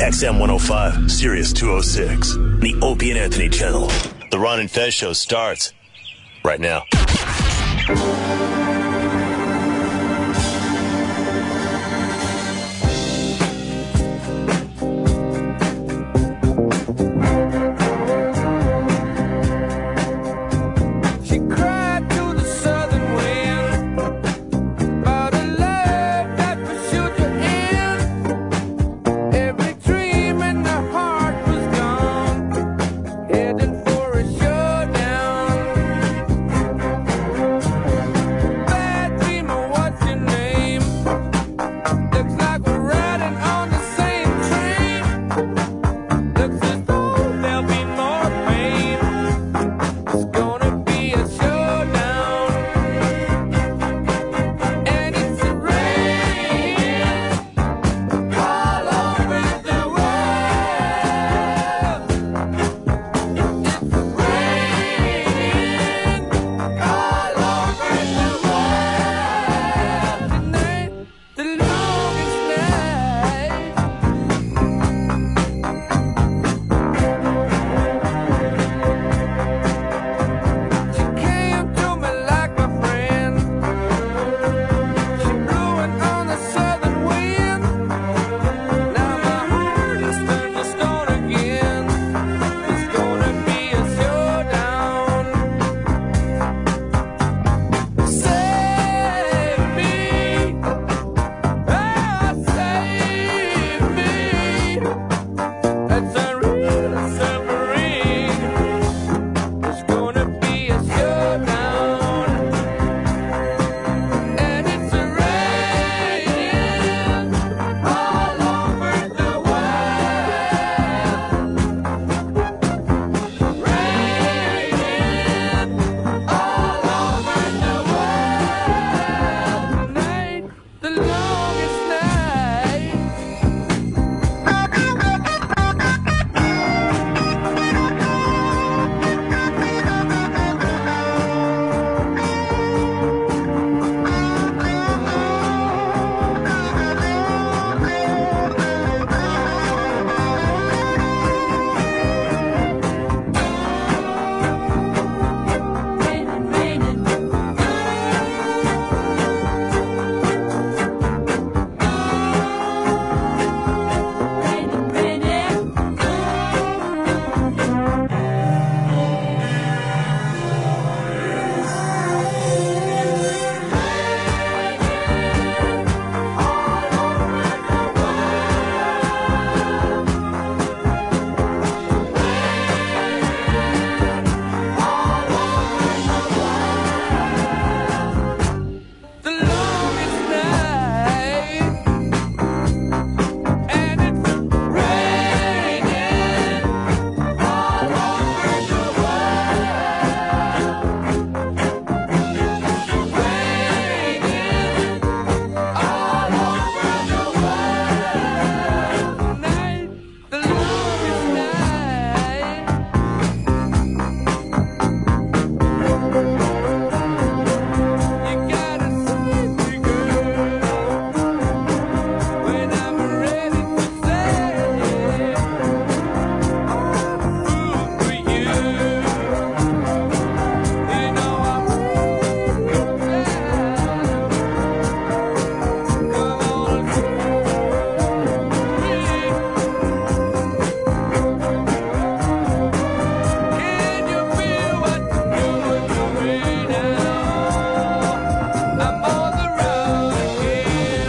XM 105, Sirius 206, the Opie and Anthony channel. The Ron and Fez show starts right now. She cried to the southern wind about a love that pursued her end. Every dream in her heart was gone, headed for a showdown. Bad dreamer, what's your name? Looks like we're riding on the same train. Looks as though there'll be more pain. It's gonna be a showdown, and it's a rain all over the world. It's a rain all over the world tonight, the longest night. She came to me like a friend. She blew it on the southern wind. Now my heart is turned to stone again. It's gonna be a showdown. Save me, ah, save me. That's a real submarine. It's gonna be a showdown, and it's raining all over the world. Raining all over the world tonight, the longest night. The longest night, and it's raining all over the world. Raining all over the world tonight. The longest night. You gotta save me, girl. When I'm ready to say, I'm fool for you. You know I'm ready Come on, Can you feel what you're doing to me now? I'm on the road again.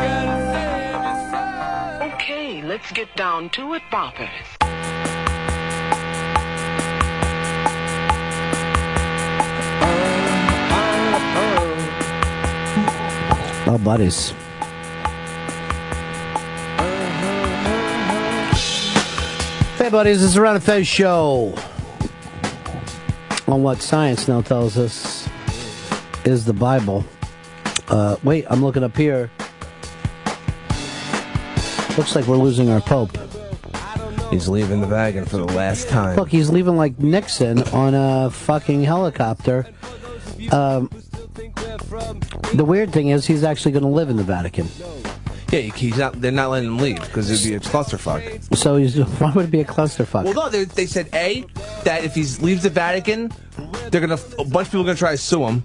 Gotta save your soul. Okay, let's get down to it, boppers. Oh, buddies. Hey, buddies, this is the Ron and Fez show. On what science now tells us is the Bible. Uh, wait, I'm looking up here. Looks like we're losing our Pope. He's leaving the wagon for the last time. Look, he's leaving like Nixon on a fucking helicopter. Um, the weird thing is, he's actually going to live in the Vatican. Yeah, you- he's not. They're not letting him leave because it'd be a clusterfuck. So he's, why would it be a clusterfuck? Well, no, they, they said a that if he leaves the Vatican, they're gonna a bunch of people are gonna try to sue him.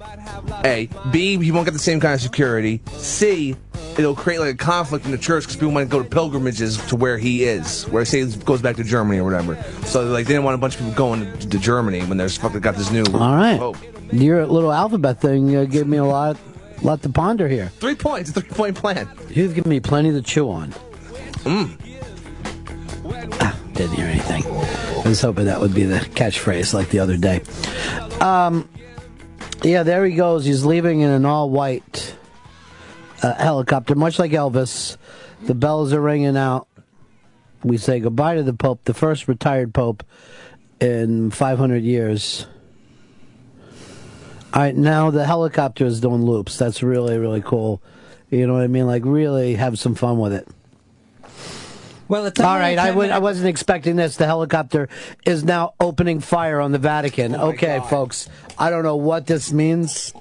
A, B, he won't get the same kind of security. C, it'll create like a conflict in the church because people want to go to pilgrimages to where he is, where say he goes back to Germany or whatever. So like they didn't want a bunch of people going to, to Germany when there's fucking got this new. Oh, All right. Pope. Your little alphabet thing uh, gave me a lot, lot to ponder here. Three points, three point plan. Mm. You've given me plenty to chew on. Mmm. Ah, didn't hear anything. I was hoping that would be the catchphrase like the other day. Um, yeah, there he goes. He's leaving in an all white uh, helicopter, much like Elvis. The bells are ringing out. We say goodbye to the Pope, the first retired Pope in 500 years. All right, now the helicopter is doing loops. That's really, really cool. You know what I mean? Like, really have some fun with it. Well, it's All right, I, would, I wasn't expecting this. The helicopter is now opening fire on the Vatican. Oh okay, folks, I don't know what this means.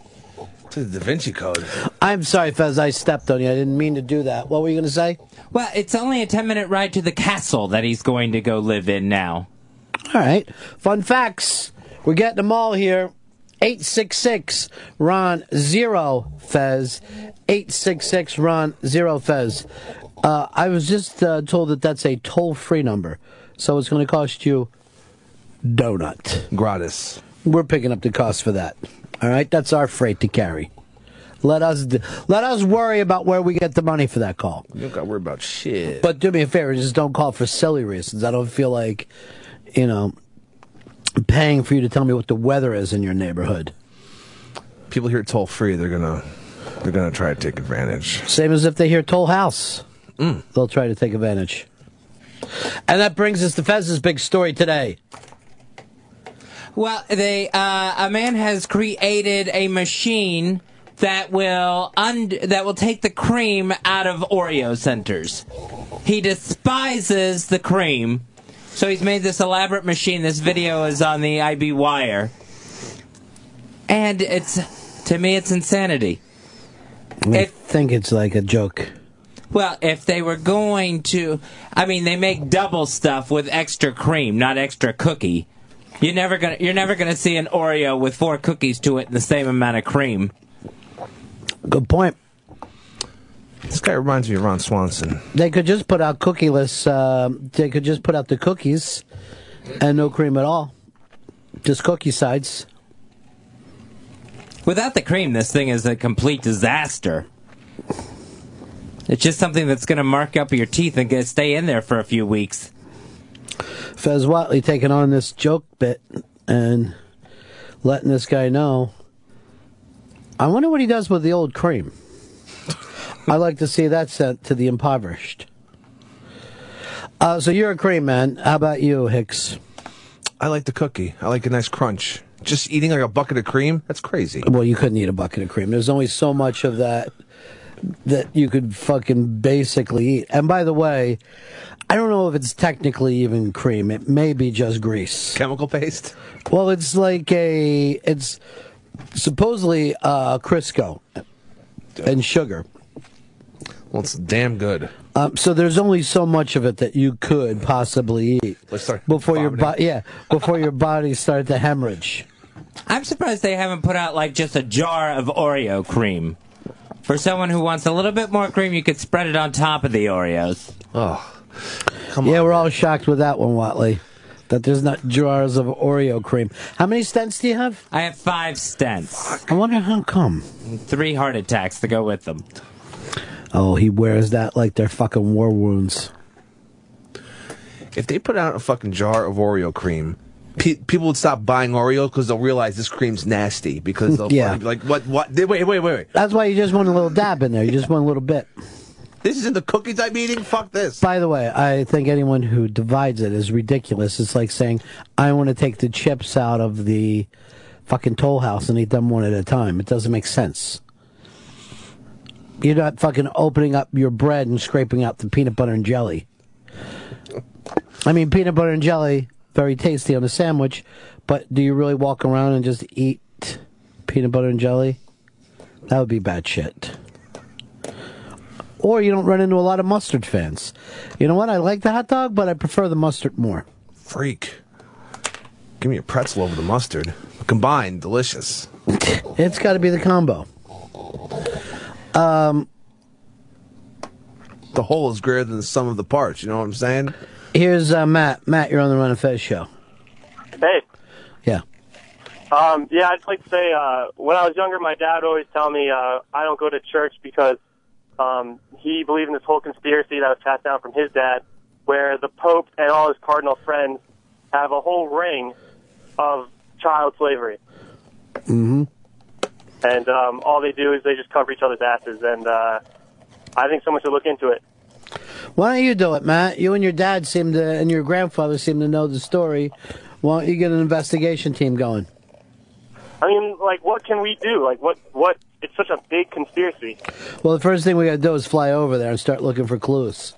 To the Da Vinci Code. I'm sorry, Fez, I stepped on you. I didn't mean to do that. What were you going to say? Well, it's only a 10 minute ride to the castle that he's going to go live in now. All right. Fun facts. We're getting them all here. 866 Ron 0 Fez. 866 Ron 0 Fez. Uh, I was just uh, told that that's a toll free number. So it's going to cost you donut. Gratis. We're picking up the cost for that. All right. That's our freight to carry. Let us d- let us worry about where we get the money for that call. You don't gotta worry about shit. But do me a favor, just don't call for silly reasons. I don't feel like, you know, paying for you to tell me what the weather is in your neighborhood. people here toll free, they're gonna they're gonna try to take advantage. Mm. Same as if they hear Toll House. They'll try to take advantage. And that brings us to Fez's big story today. Well, they uh, a man has created a machine that will und- that will take the cream out of Oreo centers. He despises the cream, so he's made this elaborate machine. This video is on the IB Wire, and it's to me it's insanity. Mm. I If think it's like a joke. well, if they were going to, I mean, they make double stuff with extra cream, not extra cookie. You're never gonna, you're never gonna see an Oreo with four cookies to it and the same amount of cream. Good point. This guy reminds me of Ron Swanson. They could just put out cookieless. Uh, they could just put out the cookies, and no cream at all. Just cookie sides. Without the cream, this thing is a complete disaster. It's just something that's gonna mark up your teeth and get, stay in there for a few weeks. Fez Watley taking on this joke bit and letting this guy know. I wonder what he does with the old cream. I like to see that sent to the impoverished. Uh, so you're a cream man. Uh, How about you, Hicks? I like the cookie. I like a nice crunch. Just eating like a bucket of cream? That's crazy. Well, you couldn't eat a bucket of cream. There's only so much of that that you could fucking basically eat. And by the way, I don't know if it's technically even cream. It may be just grease. Chemical paste? Well, it's like a it's supposedly uh, Crisco and sugar. Well, it's damn good. Um, so there's only so much of it that you could possibly eat Let's start before your vomiting. body yeah before your body started to hemorrhage. I'm surprised they haven't put out like just a jar of Oreo cream. For someone who wants a little bit more cream, you could spread it on top of the Oreos. Oh. Come Yeah, on. we're all shocked with that one, Watley. That there's not jars of Oreo cream. How many stents do you have? I have five stents, I wonder how come. three heart attacks to go with them. Oh, he wears that like they're fucking war wounds. If they put out a fucking jar of Oreo cream, pe- people would stop buying Oreo because they'll realize this cream's nasty because they'll Yeah. probably be like, what, what? They- Wait, wait, wait, wait. That's why you just want a little dab in there. You just want a little bit. This isn't the cookies I'm eating? Fuck this. By the way, I think anyone who divides it is ridiculous. It's like saying, I want to take the chips out of the fucking toll house and eat them one at a time. It doesn't make sense. You're not fucking opening up your bread and scraping out the peanut butter and jelly. I mean, peanut butter and jelly, very tasty on a sandwich, but do you really walk around and just eat peanut butter and jelly? That would be bad shit. or you don't run into a lot of mustard fans. You know what? I like the hot dog, but I prefer the mustard more. Freak. Give me a pretzel over the mustard. Combined, delicious. It's got to be the combo. Um, the whole is greater than the sum of the parts. You know what I'm saying? Here's uh, Matt. Matt, you're on the Run and Fez show. Hey. Yeah. Um, yeah, I'd just like to say, uh, when I was younger, my dad always tell me, uh, I don't go to church because, um, he believed in this whole conspiracy that was passed down from his dad, where the Pope and all his cardinal friends have a whole ring of child slavery. Mm-hmm. And, um, all they do is they just cover each other's asses. And, uh, I think someone should look into it. Why don't you do it, Matt? You and your dad seem to, and your grandfather seem to know the story. Why don't you get an investigation team going? I mean, like, what can we do? Like, what, what, it's such a big conspiracy. Well, the first thing we got to do is fly over there and start looking for clues.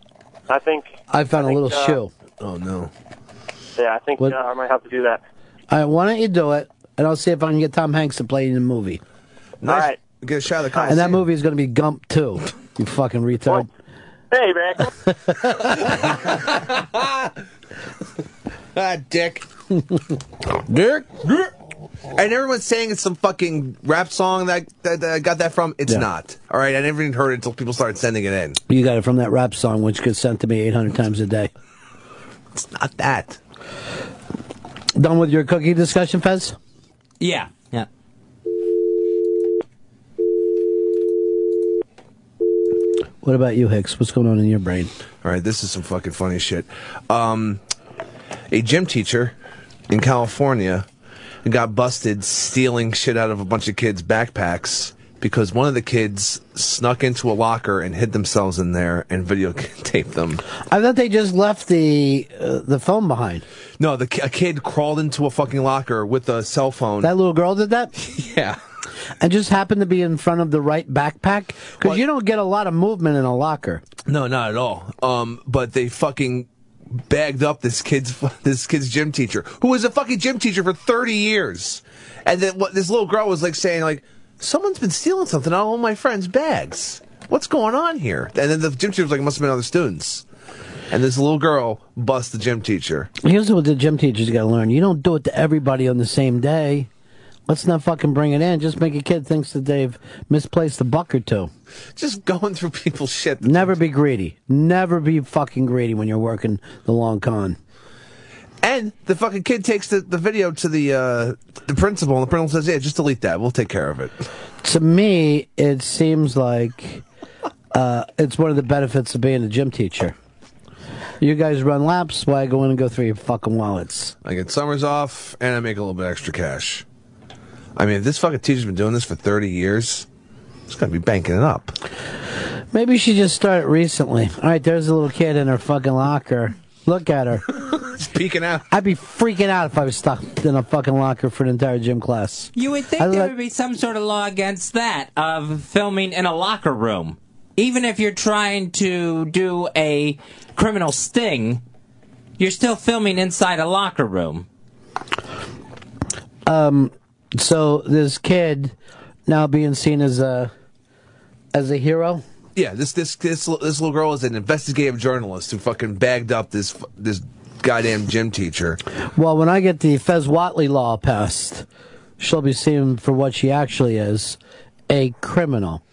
I think, I found a little uh, shoe. Oh no! yeah, I think uh, What- I might have to do that. All right, why don't you do it, and I'll see if I can get Tom Hanks to play in the movie. All right. Get a shot of the And that movie is going to be Gump too. You fucking retard. Hey, man. Ah, dick. dick. And everyone's saying it's some fucking rap song that that, that I got that from. It's Yeah. not. All right, I never even heard it until people started sending it in. You got it from that rap song, which gets sent to me 800 times a day. It's not that. Done with your cookie discussion, Fez? Yeah. Yeah. What about you, Hicks? What's going on in your brain? All right, this is some fucking funny shit. Um, a gym teacher in California got busted stealing shit out of a bunch of kids' backpacks because one of the kids snuck into a locker and hid themselves in there and videotaped them. I thought they just left the uh, the phone behind. No, the ki- a kid crawled into a fucking locker with a cell phone. That little girl did that, yeah. and just happened to be in front of the right backpack because you don't get a lot of movement in a locker. No, not at all. Um, but they fucking bagged up this kid's this kid's gym teacher, who was a fucking gym teacher for thirty years, and then what this little girl was like saying like, "Someone's been stealing something out of all my friends' bags. What's going on here?" And then the gym teacher was like, "It "Must have been other students." And this little girl bust the gym teacher. Here's what the gym teachers got to learn: you don't do it to everybody on the same day. Let's not fucking bring it in. Just make a kid thinks that they've misplaced a buck or two. Just going through people's shit. Never be greedy. Never be fucking greedy when you're working the long con. And the fucking kid takes the, the video to the uh, the principal, and the principal says, "Yeah, just delete that. We'll take care of it." To me, it seems like uh, it's one of the benefits of being a gym teacher. You guys run laps, why go in and go through your fucking wallets? I get summers off and I make a little bit extra cash. I mean, if this fucking teacher's been doing this for 30 years, it's gonna be banking it up. Maybe she just started recently. All right, there's a little kid in her fucking locker. Look at her. It's peeking out. I'd be freaking out if I was stuck in a fucking locker for an entire gym class. You would think I there like- would be some sort of law against that of filming in a locker room, even if you're trying to do a criminal sting. You're still filming inside a locker room. Um, so this kid now being seen as a as a hero. Yeah, this this this li- this little girl is an investigative journalist who fucking bagged up this fu- this goddamn gym teacher. Well, when I get the Fez Watley law passed, she'll be seen for what she actually is a criminal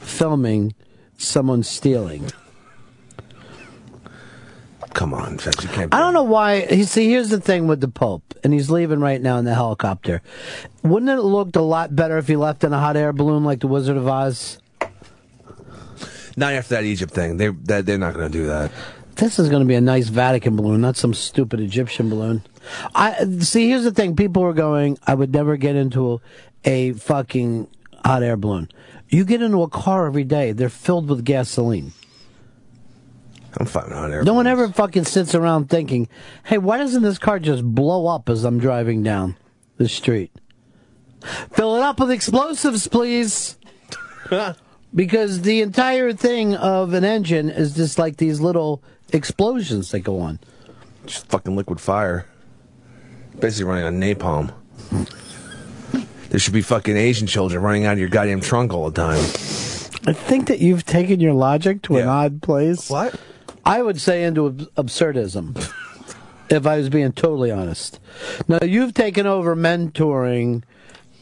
filming someone stealing. Come on, Fetch, you can't. Be. I don't know why. He, see, here's the thing with the Pope, and he's leaving right now in the helicopter. Wouldn't it have looked a lot better if he left in a hot air balloon like the Wizard of Oz? Not after that Egypt thing. They that they're not gonna do that. This is going to be a nice Vatican balloon, not some stupid Egyptian balloon. I see. Here's the thing: people are going. I would never get into a, a fucking hot air balloon. You get into a car every day; they're filled with gasoline. I'm fucking on air. No one ever fucking sits around thinking, "Hey, why doesn't this car just blow up as I'm driving down the street?" Fill it up with explosives, please. because the entire thing of an engine is just like these little explosions that go on. Just fucking liquid fire. Basically running on napalm. There should be fucking Asian children running out of your goddamn trunk all the time. I think that you've taken your logic to an Yeah. odd place. What? I would say into ab- absurdism, if I was being totally honest. Now, you've taken over mentoring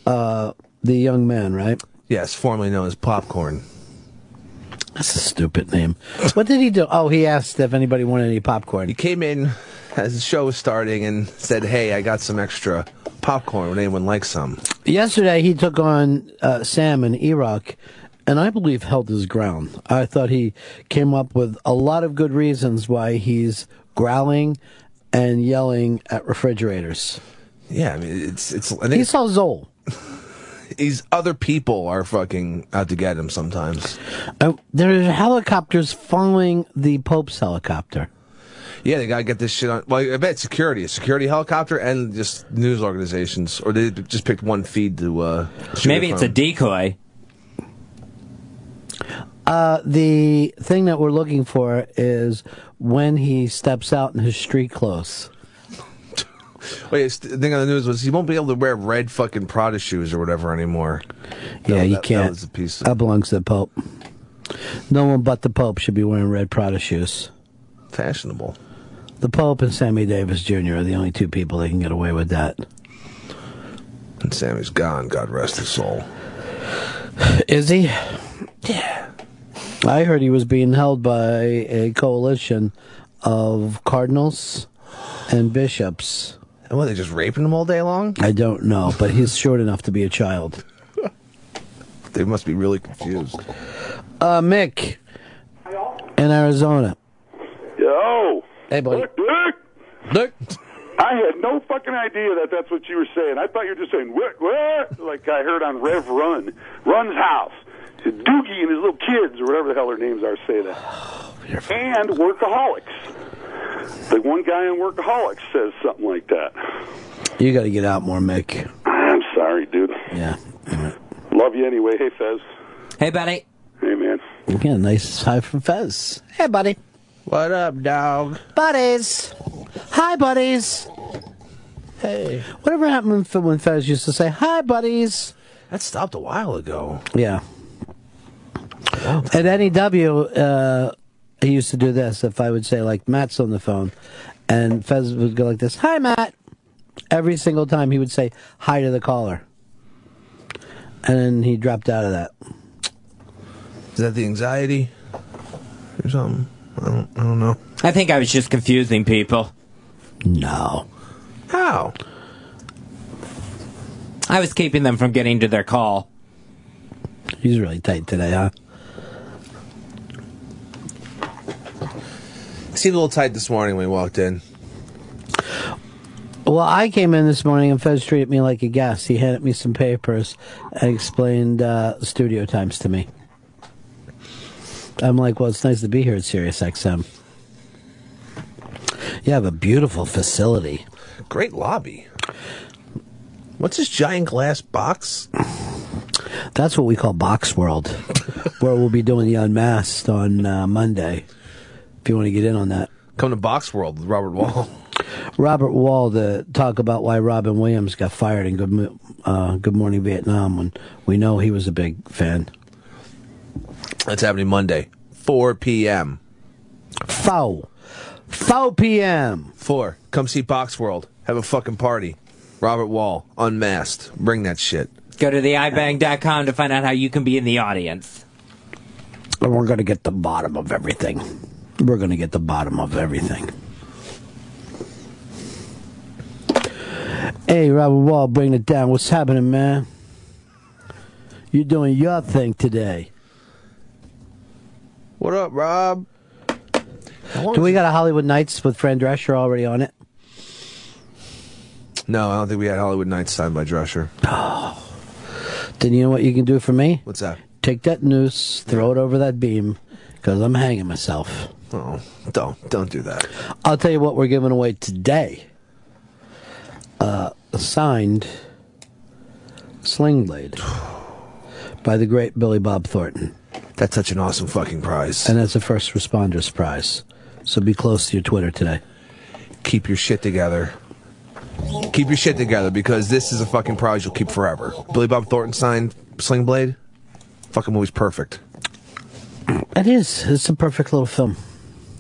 uh, the young man, right? Yes, formerly known as popcorn. That's a stupid name. What did he do? Oh, he asked if anybody wanted any popcorn. He came in as the show was starting and said, "Hey, I got some extra popcorn. Would anyone like some?" Yesterday, he took on uh, Sam and Iraq, and I believe held his ground. I thought he came up with a lot of good reasons why he's growling and yelling at refrigerators. Yeah, I mean, it's it's. I think He saw Zoll. these other people are fucking out to get him sometimes. Uh, there are helicopters following the Pope's helicopter. Yeah, they gotta get this shit on. Well, I bet security, a security helicopter, and just news organizations, or they just picked one feed to. uh shoot Maybe it it's a from. decoy. Uh, the thing that we're looking for is when he steps out in his street clothes. Wait, it's- the thing on the news was he won't be able to wear red fucking Prada shoes or whatever anymore. yeah, you that- that can't. was a piece of- that belongs to the Pope. No one but the Pope should be wearing red Prada shoes. Fashionable. The Pope and Sammy Davis Jr. are the only two people that can get away with that. And Sammy's gone. God rest his soul. Is he? I heard he was being held by a coalition of cardinals and bishops. And what? They just raping him all day long? I don't know, but he's short enough to be a child. They must be really confused. Uh, Mick in Arizona. Yo. Hey, buddy. Look, look. Look. I had no fucking idea that that's what you were saying. I thought you were just saying, what, what? Like I heard on Rev Run, Run's house. Doogie and his little kids, or whatever the hell their names are, say that. And Workaholics. The one guy in Workaholics says something like that. You got to get out more, Mick. I'm sorry, dude. Yeah. Love you anyway. Hey, Fez. Hey, buddy. Hey, man. Yeah, nice hi from Fez. Hey, buddy. What up, dog? Buddies. Hi, buddies. Hey. Whatever happened when- when Fez used to say, hi, buddies? That stopped a while ago. Yeah. At NEW, uh, he used to do this. If I would say, like, Matt's on the phone, and Fez would go like this, Hi, Matt. Every single time he would say, Hi to the caller. And then he dropped out of that. Is that the anxiety or something? I don't. I don't know. I think I was just confusing people. No. How? I was keeping them from getting to their call. He's really tight today, huh? Seemed a little tight this morning when we walked in. Well, I came in this morning and Fez treated me like a guest. He handed me some papers and explained uh, studio times to me. I'm like, well, it's nice to be here at Sirius XM. You have a beautiful facility. Great lobby. What's this giant glass box? That's what we call Box World, where we'll be doing the Unmasked on uh, Monday. If you want to get in on that, Come to Box World, with Robert Wall. Robert Wall to talk about why Robin Williams got fired in Good Mo- uh, Good Morning Vietnam when we know he was a big fan. That's happening Monday, 4 p.m. Four, 4 p.m. 4. Come see Box World. Have a fucking party. Robert Wall, unmasked. Bring that shit. Go to theibang.com to find out how you can be in the audience. And we're going to get the bottom of everything. We're going to get the bottom of everything. Hey, Robert Wall, bring it down. What's happening, man? You're doing your thing today. What up, Rob? How long Do we is- got a Hollywood Nights with Fran Drescher already on it? No, I don't think we had Hollywood Nights signed by Drescher. Then you know what you can do for me? What's that? Take that noose, throw it over that beam, because I'm hanging myself. Oh, don't don't do that. I'll tell you what we're giving away today. Uh, a signed sling blade by the great Billy Bob Thornton. That's such an awesome fucking prize. And that's a first responder's prize. So be close to your Twitter today. keep your shit together. Keep your shit together because this is a fucking prize you'll keep forever. Billy Bob Thornton signed Sling Blade. Fucking movie's perfect. It is. It's a perfect little film.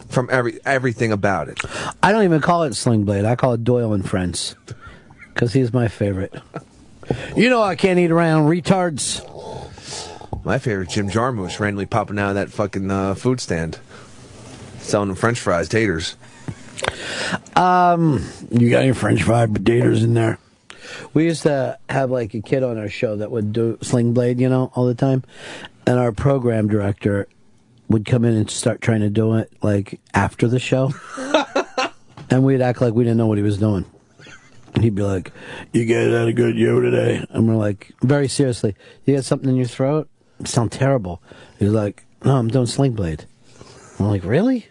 From every everything about it. I don't even call it Sling Blade. I call it Doyle and Friends because he's my favorite. You know I can't eat around retards. My favorite Jim Jarmusch randomly popping out of that fucking uh, food stand, selling them French fries, taters. Um, you got any French fried potatoes in there? We used to have like a kid on our show that would do Sling Blade, you know, all the time, and our program director would come in and start trying to do it like after the show, and we'd act like we didn't know what he was doing. And he'd be like, "You guys had a good yo today," and we're like, very seriously, "You got something in your throat? You sound terrible." He's like, "No, I'm doing Sling Blade." I'm like, "Really?"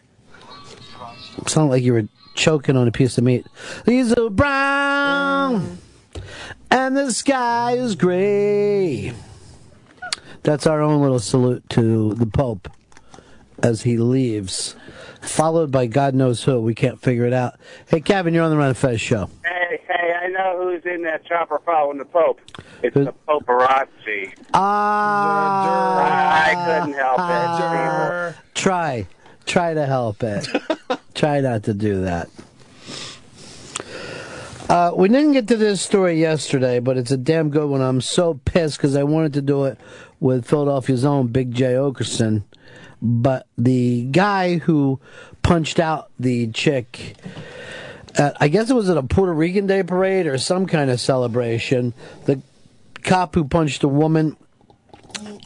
It sounded like you were choking on a piece of meat. These are brown, and the sky is gray. That's our own little salute to the Pope as he leaves, followed by God knows who. We can't figure it out. Hey, Kevin, you're on the Ron and Fez show. Hey, hey, I know who's in that chopper following the Pope. It's the paparazzi. Ah, I couldn't help Uh, it. Steve. Try, try to help it. try not to do that. Uh, we didn't get to this story yesterday, but it's a damn good one. I'm so pissed because I wanted to do it with Philadelphia's own Big J Okerson, but the guy who punched out the chick at, I guess it was at a Puerto Rican Day parade or some kind of celebration. The cop who punched a woman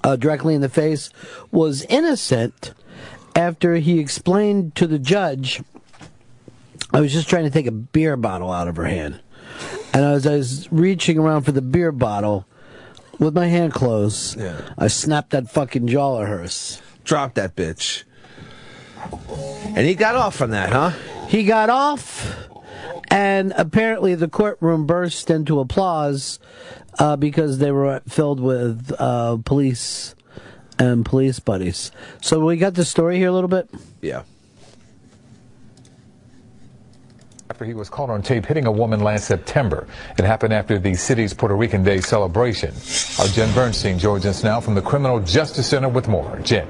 uh, directly in the face was innocent after he explained to the judge, I was just trying to take a beer bottle out of her hand. And as I was reaching around for the beer bottle with my hand closed, I snapped that fucking jaw of hers. Drop that bitch. And he got off from that, huh? He got off, and apparently the courtroom burst into applause uh, because they were filled with uh, police and police buddies. So we got the story here a little bit. Yeah. After he was caught on tape hitting a woman last September. It happened after the city's Puerto Rican Day celebration. Our Jen Bernstein joins us now from the Criminal Justice Center with more. Jen.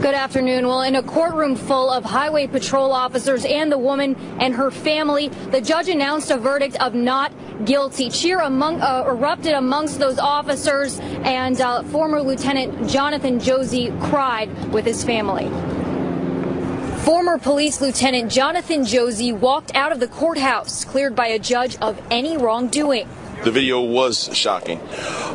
Good afternoon. Well, in a courtroom full of highway patrol officers and the woman and her family, the judge announced a verdict of not guilty. Cheer among, uh, erupted amongst those officers, and uh, former Lieutenant Jonathan Josie cried with his family. Former police lieutenant Jonathan Josie walked out of the courthouse, cleared by a judge of any wrongdoing. The video was shocking,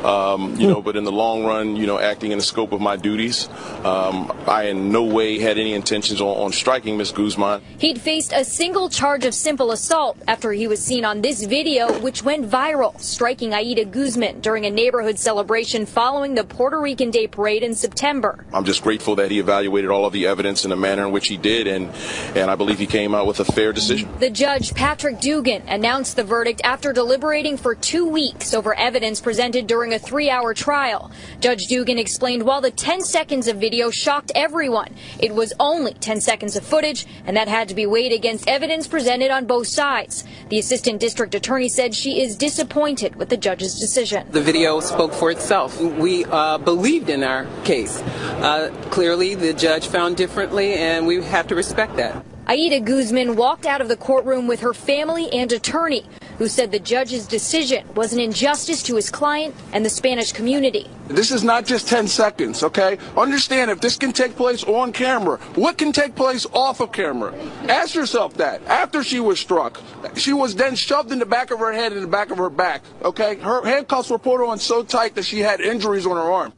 um, you know, but in the long run, you know, acting in the scope of my duties, um, I in no way had any intentions on, on striking Miss Guzman. He'd faced a single charge of simple assault after he was seen on this video, which went viral, striking Aida Guzman during a neighborhood celebration following the Puerto Rican Day parade in September. I'm just grateful that he evaluated all of the evidence in the manner in which he did, and, and I believe he came out with a fair decision. The judge, Patrick Dugan, announced the verdict after deliberating for two weeks over evidence presented during a three hour trial. Judge Dugan explained while the 10 seconds of video shocked everyone, it was only 10 seconds of footage, and that had to be weighed against evidence presented on both sides. The assistant district attorney said she is disappointed with the judge's decision. The video spoke for itself. We uh, believed in our case. Uh, clearly, the judge found differently, and we have to respect that. Aida Guzman walked out of the courtroom with her family and attorney, who said the judge's decision was an injustice to his client and the Spanish community. This is not just 10 seconds, okay? Understand if this can take place on camera, what can take place off of camera? Ask yourself that. After she was struck, she was then shoved in the back of her head and the back of her back, okay? Her handcuffs were put on so tight that she had injuries on her arm.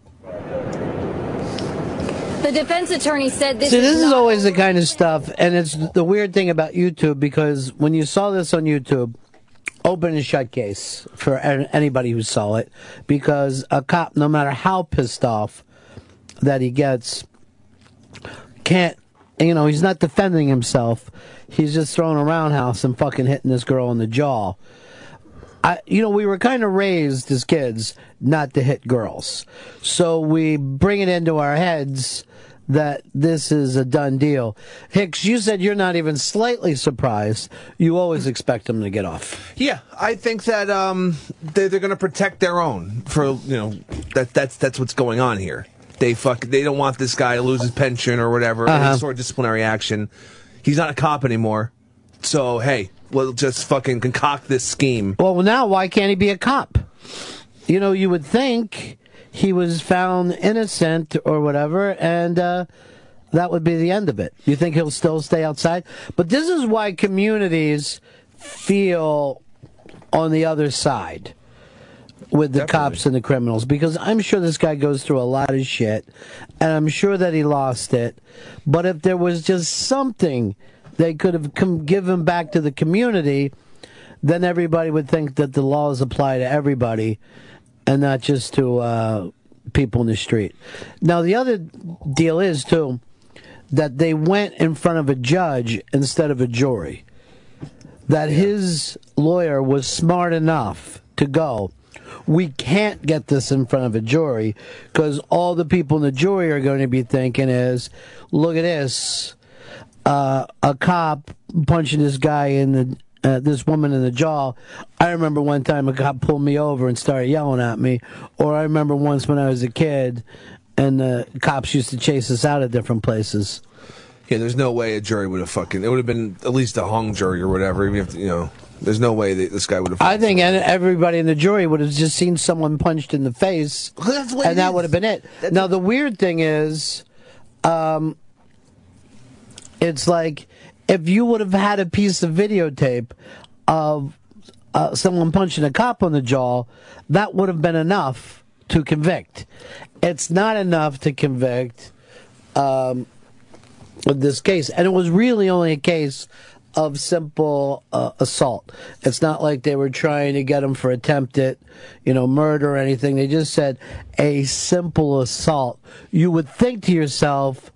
The defense attorney said this See, is this is not- always the kind of stuff, and it's the weird thing about YouTube because when you saw this on YouTube, open and shut case for an- anybody who saw it, because a cop, no matter how pissed off that he gets, can't, you know, he's not defending himself. He's just throwing a roundhouse and fucking hitting this girl in the jaw. I, you know, we were kind of raised as kids not to hit girls. So we bring it into our heads that this is a done deal. Hicks, you said you're not even slightly surprised. You always expect them to get off. Yeah, I think that um, they're, they're going to protect their own for you know that that's that's what's going on here. They fuck. They don't want this guy to lose his pension or whatever, Uh-huh. any sort of disciplinary action. He's not a cop anymore, so hey, we'll just fucking concoct this scheme. Well, now why can't he be a cop? You know, you would think he was found innocent or whatever, and uh, that would be the end of it. You think he'll still stay outside? But this is why communities feel on the other side with the cops and the criminals because I'm sure this guy goes through a lot of shit and I'm sure that he lost it. But if there was just something they could have come, given back to the community, then everybody would think that the laws apply to everybody and not just to uh, people in the street. Now, the other deal is, too, that they went in front of a judge instead of a jury that his lawyer was smart enough to go. We can't get this in front of a jury because all the people in the jury are going to be thinking is, look at this, uh, a cop punching this guy in the uh, this woman in the jaw. I remember one time a cop pulled me over and started yelling at me, or I remember once when I was a kid and the cops used to chase us out of different places. Yeah, there's no way a jury would have fucking. It would have been at least a hung jury or whatever. Even if you know, there's no way that this guy would have. I think and everybody in the jury would have just seen someone punched in the face, what and it that is. would have been it. now the weird thing is, um, it's like if you would have had a piece of videotape of uh, someone punching a cop on the jaw, that would have been enough to convict. It's not enough to convict. Um, with this case, and it was really only a case of simple uh, assault. It's not like they were trying to get him for attempted, you know, murder or anything. They just said a simple assault. You would think to yourself,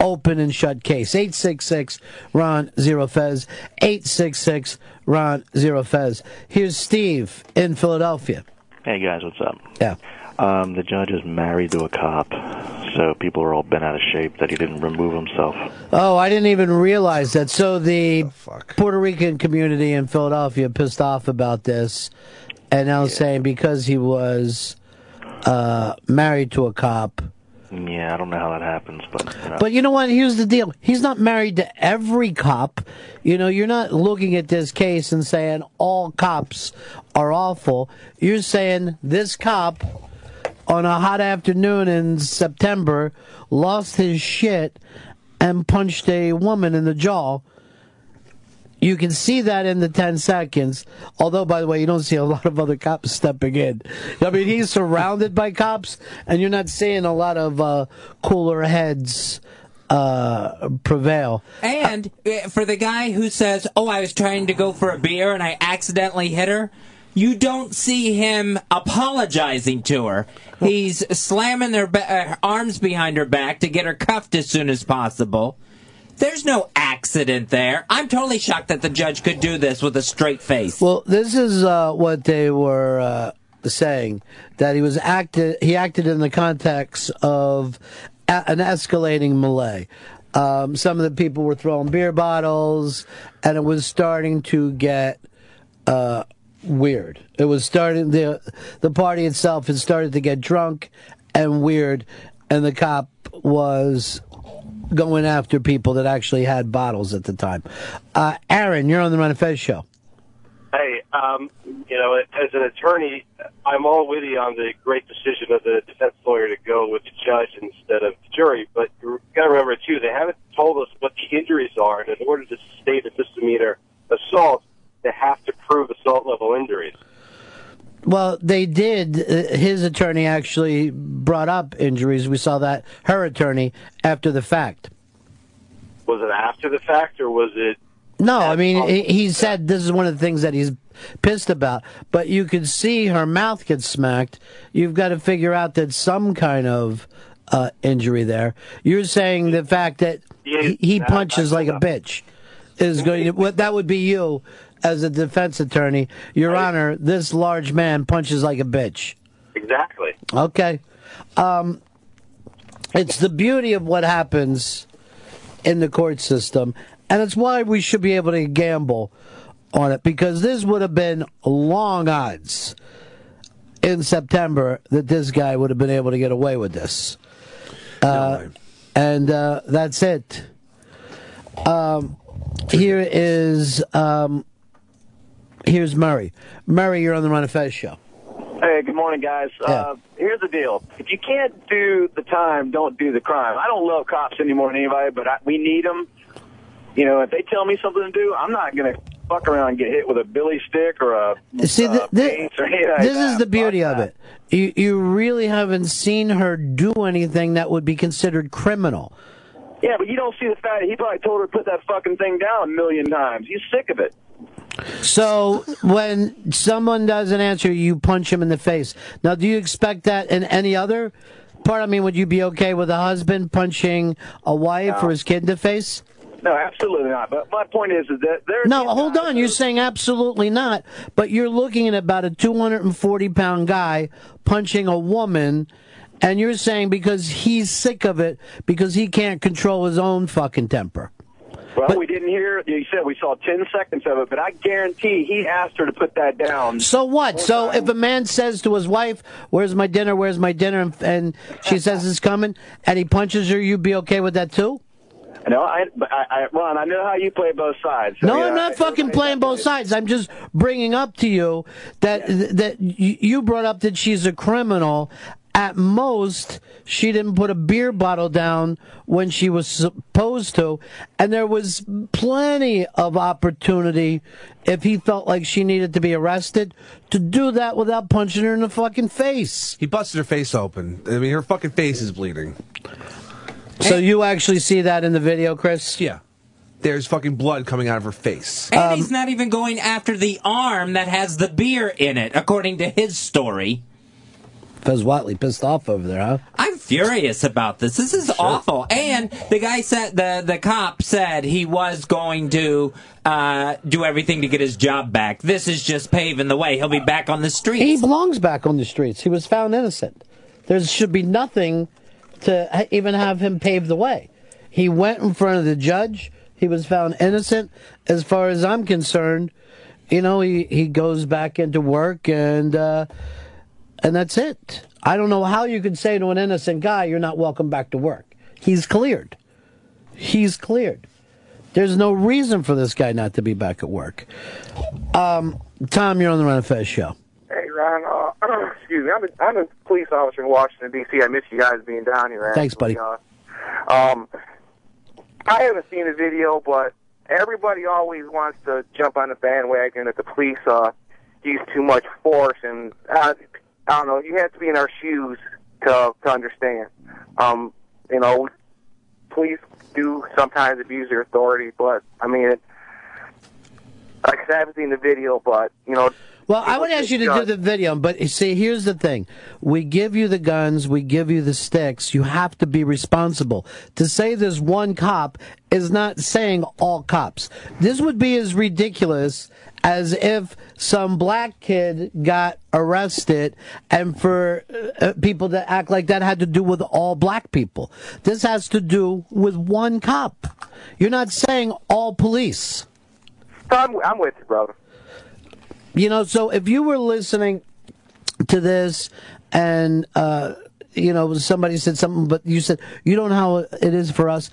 open and shut case. 866 Ron Zero Fez. 866 Ron Zero Fez. Here's Steve in Philadelphia. Hey guys, what's up? Yeah. Um, the judge is married to a cop, so people are all bent out of shape that he didn't remove himself. Oh, I didn't even realize that. So the Puerto Rican community in Philadelphia pissed off about this, and now saying because he was uh, married to a cop. Yeah, I don't know how that happens, but you know. But you know what? Here's the deal. He's not married to every cop. You know, you're not looking at this case and saying all cops are awful. You're saying this cop on a hot afternoon in September lost his shit and punched a woman in the jaw. You can see that in the 10 seconds. Although, by the way, you don't see a lot of other cops stepping in. I mean, he's surrounded by cops, and you're not seeing a lot of uh, cooler heads uh, prevail. And uh, for the guy who says, "Oh, I was trying to go for a beer and I accidentally hit her," you don't see him apologizing to her. He's slamming their ba- uh, her arms behind her back to get her cuffed as soon as possible. There's no accident there. I'm totally shocked that the judge could do this with a straight face. Well, this is uh, what they were uh, saying that he was acted. He acted in the context of a- an escalating melee. Um, some of the people were throwing beer bottles, and it was starting to get uh, weird. It was starting the the party itself had started to get drunk and weird, and the cop was going after people that actually had bottles at the time. Uh, Aaron, you're on the Run and Fez show. Hey, um, you know, as an attorney, I'm all with you on the great decision of the defense lawyer to go with the judge instead of the jury. But you got to remember too, they haven't told us what the injuries are, and in order to state a misdemeanor assault, they have to prove assault level injuries. Well, they did. Uh, His attorney actually brought up injuries. We saw that her attorney after the fact. Was it after the fact, or was it? No, I mean he, he said this is one of the things that he's pissed about. But you could see her mouth get smacked. You've got to figure out that some kind of uh, injury there. You're saying the fact that he, he punches like a bitch is going to what that would be you as a defense attorney, Your Honor. This large man punches like a bitch. Exactly. Okay. Um, It's the beauty of what happens in the court system, and it's why we should be able to gamble on it because this would have been long odds in September that this guy would have been able to get away with this. Uh, and uh, that's it. Um, here is um, here's Murray. Murray, you're on the Run of Fez show. Hey, good morning, guys. Uh, here's the deal. If you can't do the time, don't do the crime. I don't love cops any more than anybody, but I, we need them. You know, if they tell me something to do, I'm not going to fuck around and get hit with a billy stick or a See, uh, th- thi- paint or anything like this that. is the beauty of it. You, you really haven't seen her do anything that would be considered criminal. Yeah, but you don't see the fact that he probably told her to put that fucking thing down a million times. He's sick of it. So when someone doesn't answer, you punch him in the face. Now, do you expect that in any other part? I mean, would you be okay with a husband punching a wife No. or his kid in the face? No, absolutely not. But my point is, is that there. No, hold on. You're saying absolutely not, but you're looking at about a 240 pound guy punching a woman, and you're saying because he's sick of it, because he can't control his own fucking temper. Well, we didn't hear. You said we saw ten seconds of it, but I guarantee he asked her to put that down. So what? So if a man says to his wife, "Where's my dinner? Where's my dinner?" and, and she says it's coming, and he punches her, you'd be okay with that too? No, I, but I, I, Ron, I know how you play both sides. No, I mean, I'm not I- fucking playing both sides. I'm just bringing up to you that that you you brought up that she's a criminal. At most, she didn't put a beer bottle down when she was supposed to, and there was plenty of opportunity if he felt like she needed to be arrested to do that without punching her in the fucking face. He busted her face open. I mean, her fucking face is bleeding. So you actually see that in the video, Chris? Yeah. There's fucking blood coming out of her face. And he's not even going after the arm that has the beer in it, according to his story. Fez Watley pissed off over there, huh? I'm furious about this. This is awful. And the guy said the the cop said he was going to uh, do everything to get his job back. This is just paving the way. He'll be back on the street. He belongs back on the streets. He was found innocent. There should be nothing to ha- even have him pave the way. He went in front of the judge. He was found innocent. As far as I'm concerned, you know, he, he goes back into work and uh, and that's it. I don't know how you could say to an innocent guy, "You're not welcome back to work." He's cleared. He's cleared. There's no reason for this guy not to be back at work. Um, Tom, you're on the Run of Fez show. Hey, Ron. Uh, excuse me. I'm a, I'm a police officer in Washington D.C. I miss you guys being down here. Thanks, actually. buddy. Uh, um, I haven't seen the video, but everybody always wants to jump on the bandwagon that the police uh, use too much force, and uh, I don't know. You have to be in our shoes to to understand. Um, you know, police do sometimes abuse their authority, but I mean, it, like I said, I haven't seen the video, but you know. Well, I would ask you to do the video, but you see, here's the thing. We give you the guns, we give you the sticks, you have to be responsible. To say there's one cop is not saying all cops. This would be as ridiculous as if some black kid got arrested and for uh, people that act like that had to do with all black people. This has to do with one cop. You're not saying all police. I'm, I'm with you, brother. You know, so if you were listening to this and, uh, you know, somebody said something, but you said, you don't know how it is for us.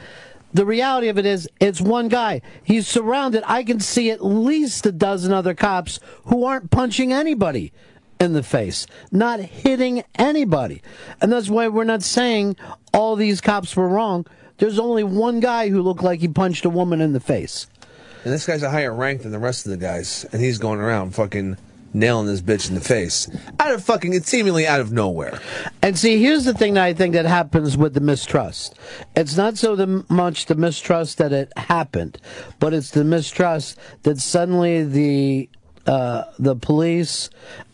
The reality of it is, it's one guy. He's surrounded. I can see at least a dozen other cops who aren't punching anybody in the face, not hitting anybody. And that's why we're not saying all these cops were wrong. There's only one guy who looked like he punched a woman in the face. And this guy's a higher rank than the rest of the guys, and he's going around fucking nailing this bitch in the face. Out of fucking, it's seemingly out of nowhere. And see, here's the thing that I think that happens with the mistrust. It's not so the, much the mistrust that it happened, but it's the mistrust that suddenly the uh, the police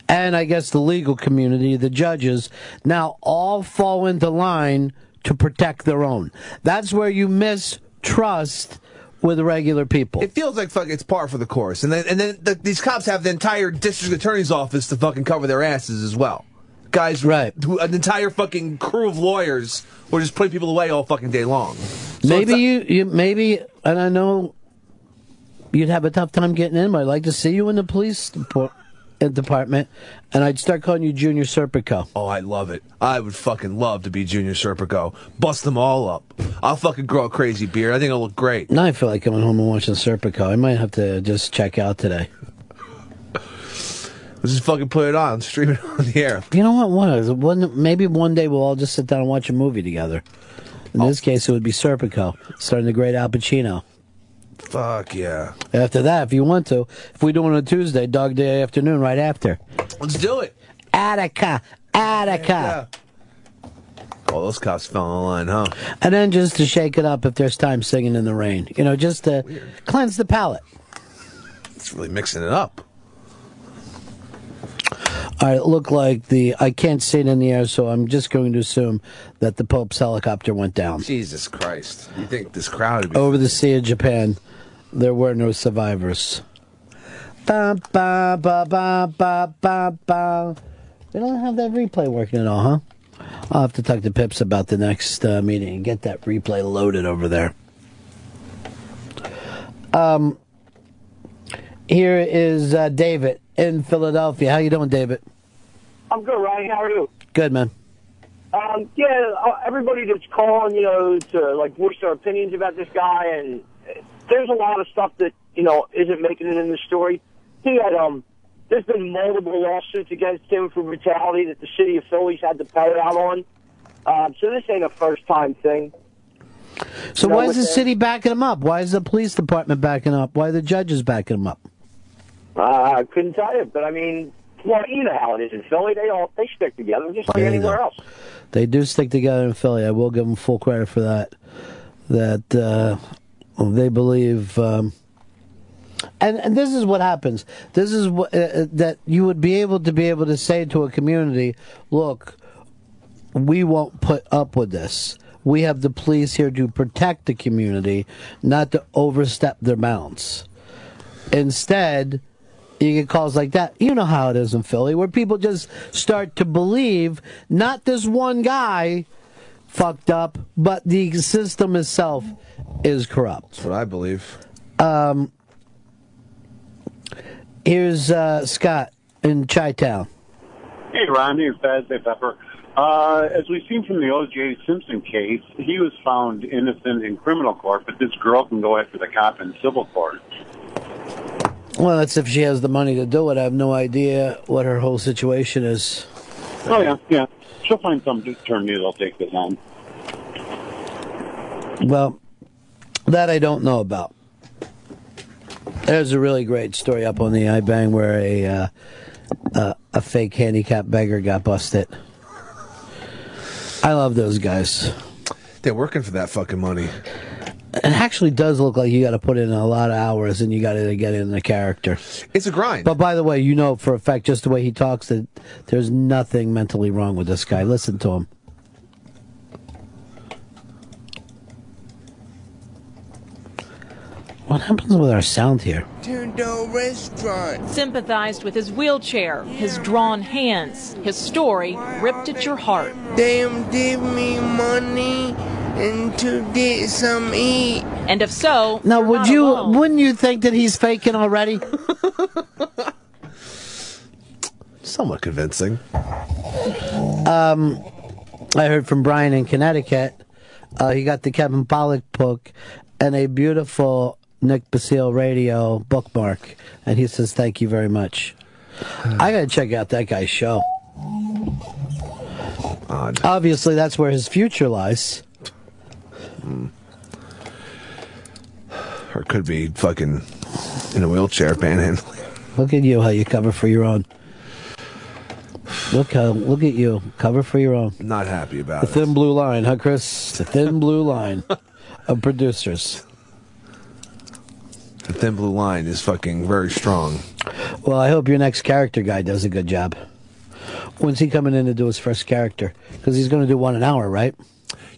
and I guess the legal community, the judges, now all fall into line to protect their own. That's where you mistrust with regular people. It feels like fuck, it's par for the course. And then, and then the, these cops have the entire district attorney's office to fucking cover their asses as well. guys, right? Who, an entire fucking crew of lawyers were just putting people away all fucking day long. maybe you, you, maybe, and I know you'd have a tough time getting in, but I'd like to see you in the police depo- uh, department, and I'd start calling you Junior Serpico. Oh, I love it. I would fucking love to be Junior Serpico. Bust them all up. I'll fucking grow a crazy beard. I think it'll look great. Now I feel like going home and watching Serpico. I might have to just check out today. Let's just fucking put it on, stream it on the air. You know what? What is it? One, maybe one day we'll all just sit down and watch a movie together. In Oh. this case, it would be Serpico, starting the great Al Pacino. Fuck yeah. After that, if you want to, if we do it on a Tuesday, dog day afternoon, right after. Let's do it. Attica, Attica. All those cops fell in line, huh? And then just to shake it up if there's time singing in the rain. You know, just to cleanse the palate. It's really mixing it up. All right, it looked like the, I can't see it in the air, so I'm just going to assume that the Pope's helicopter went down. Jesus Christ. You think this crowd would be. Over the Sea of Japan, there were no survivors. Ba, ba, ba, ba, ba, ba, ba. We don't have that replay working at all, huh? I'll have to talk to Pips about the next uh, meeting and get that replay loaded over there. Um, here is uh, David in Philadelphia. How you doing, David? I'm good, Ryan. How are you? Good, man. Um, yeah, uh, everybody that's calling, you know, to like voice their opinions about this guy, and uh, there's a lot of stuff that you know isn't making it in the story. He had um, there's been multiple lawsuits against him for brutality that the city of Philly's had to pay out on. Um, so this ain't a first time thing. So No, why is the with the- city backing him up? Why is the police department backing up? Why are the judges backing him up? Uh, I couldn't tell you, but I mean, well, you know how it is in Philly. They all they stick together just like There you go. anywhere else. They do stick together in Philly. I will give them full credit for that. That uh, they believe, um, and and this is what happens. This is what uh, uh, that you would be able to be able to say to a community, look, we won't put up with this. We have the police here to protect the community, not to overstep their bounds. Instead, you get calls like that. You know how it is in Philly, where people just start to believe not this one guy fucked up, but the system itself is corrupt. That's what I believe. Um, here's uh, Scott in Chi Town. Hey, Ron, here's Fazbear Pepper. Uh, as we've seen from the O.J. Simpson case, he was found innocent in criminal court, but this girl can go after the cop in civil court. Well, that's if she has the money to do it. I have no idea what her whole situation is. Oh, yeah, yeah. She'll find some attorney that'll take this on. Well, that I don't know about. There's a really great story up on the iBang where a uh, uh, a fake handicap beggar got busted. I love those guys. They're working for that fucking money. It actually does look like you got to put in a lot of hours and you got to get in the character. It's a grind. But by the way, you know for a fact, just the way he talks, that there's nothing mentally wrong with this guy. Listen to him. What happens with our sound here? Tundo restaurant. Sympathized with his wheelchair, his drawn hands, his story ripped at your heart. Damn, give me money and to get some eat. And if so, Now, would you? Wouldn't you think that he's faking already? Somewhat convincing. Um, I heard from Brian in Connecticut. Uh, he got the Kevin Pollak book and a beautiful Nick Basile radio bookmark, and he says thank you very much. I gotta check out that guy's show. Odd. Obviously, that's where his future lies. Or could be fucking in a wheelchair panhandling. Look at you, how you cover for your own. Look how look at you, cover for your own. Not happy about The it. thin blue line, huh, Chris? The thin blue line of producers. The thin blue line is fucking very strong. Well, I hope your next character guy does a good job. When's he coming in to do his first character? Because he's going to do one an hour, right?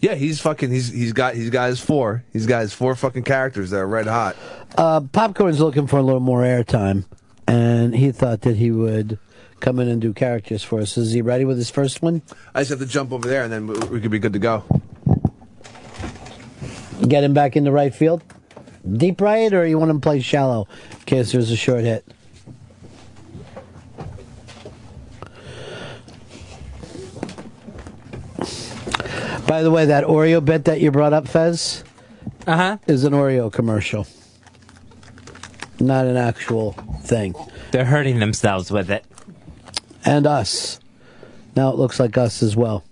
Yeah, he's fucking. He's he's got he's got his four. He's got his four fucking characters that are red hot. Uh, Popcorn's looking for a little more airtime, and he thought that he would come in and do characters for us. Is he ready with his first one? I just have to jump over there and then we, we could be good to go. Get him back in the right field, deep right, or you want him to play shallow in case there's a short hit. By the way, that Oreo bit that you brought up, Fez, uh-huh. is an Oreo commercial, not an actual thing. They're hurting themselves with it. and us. Now it looks like us as well.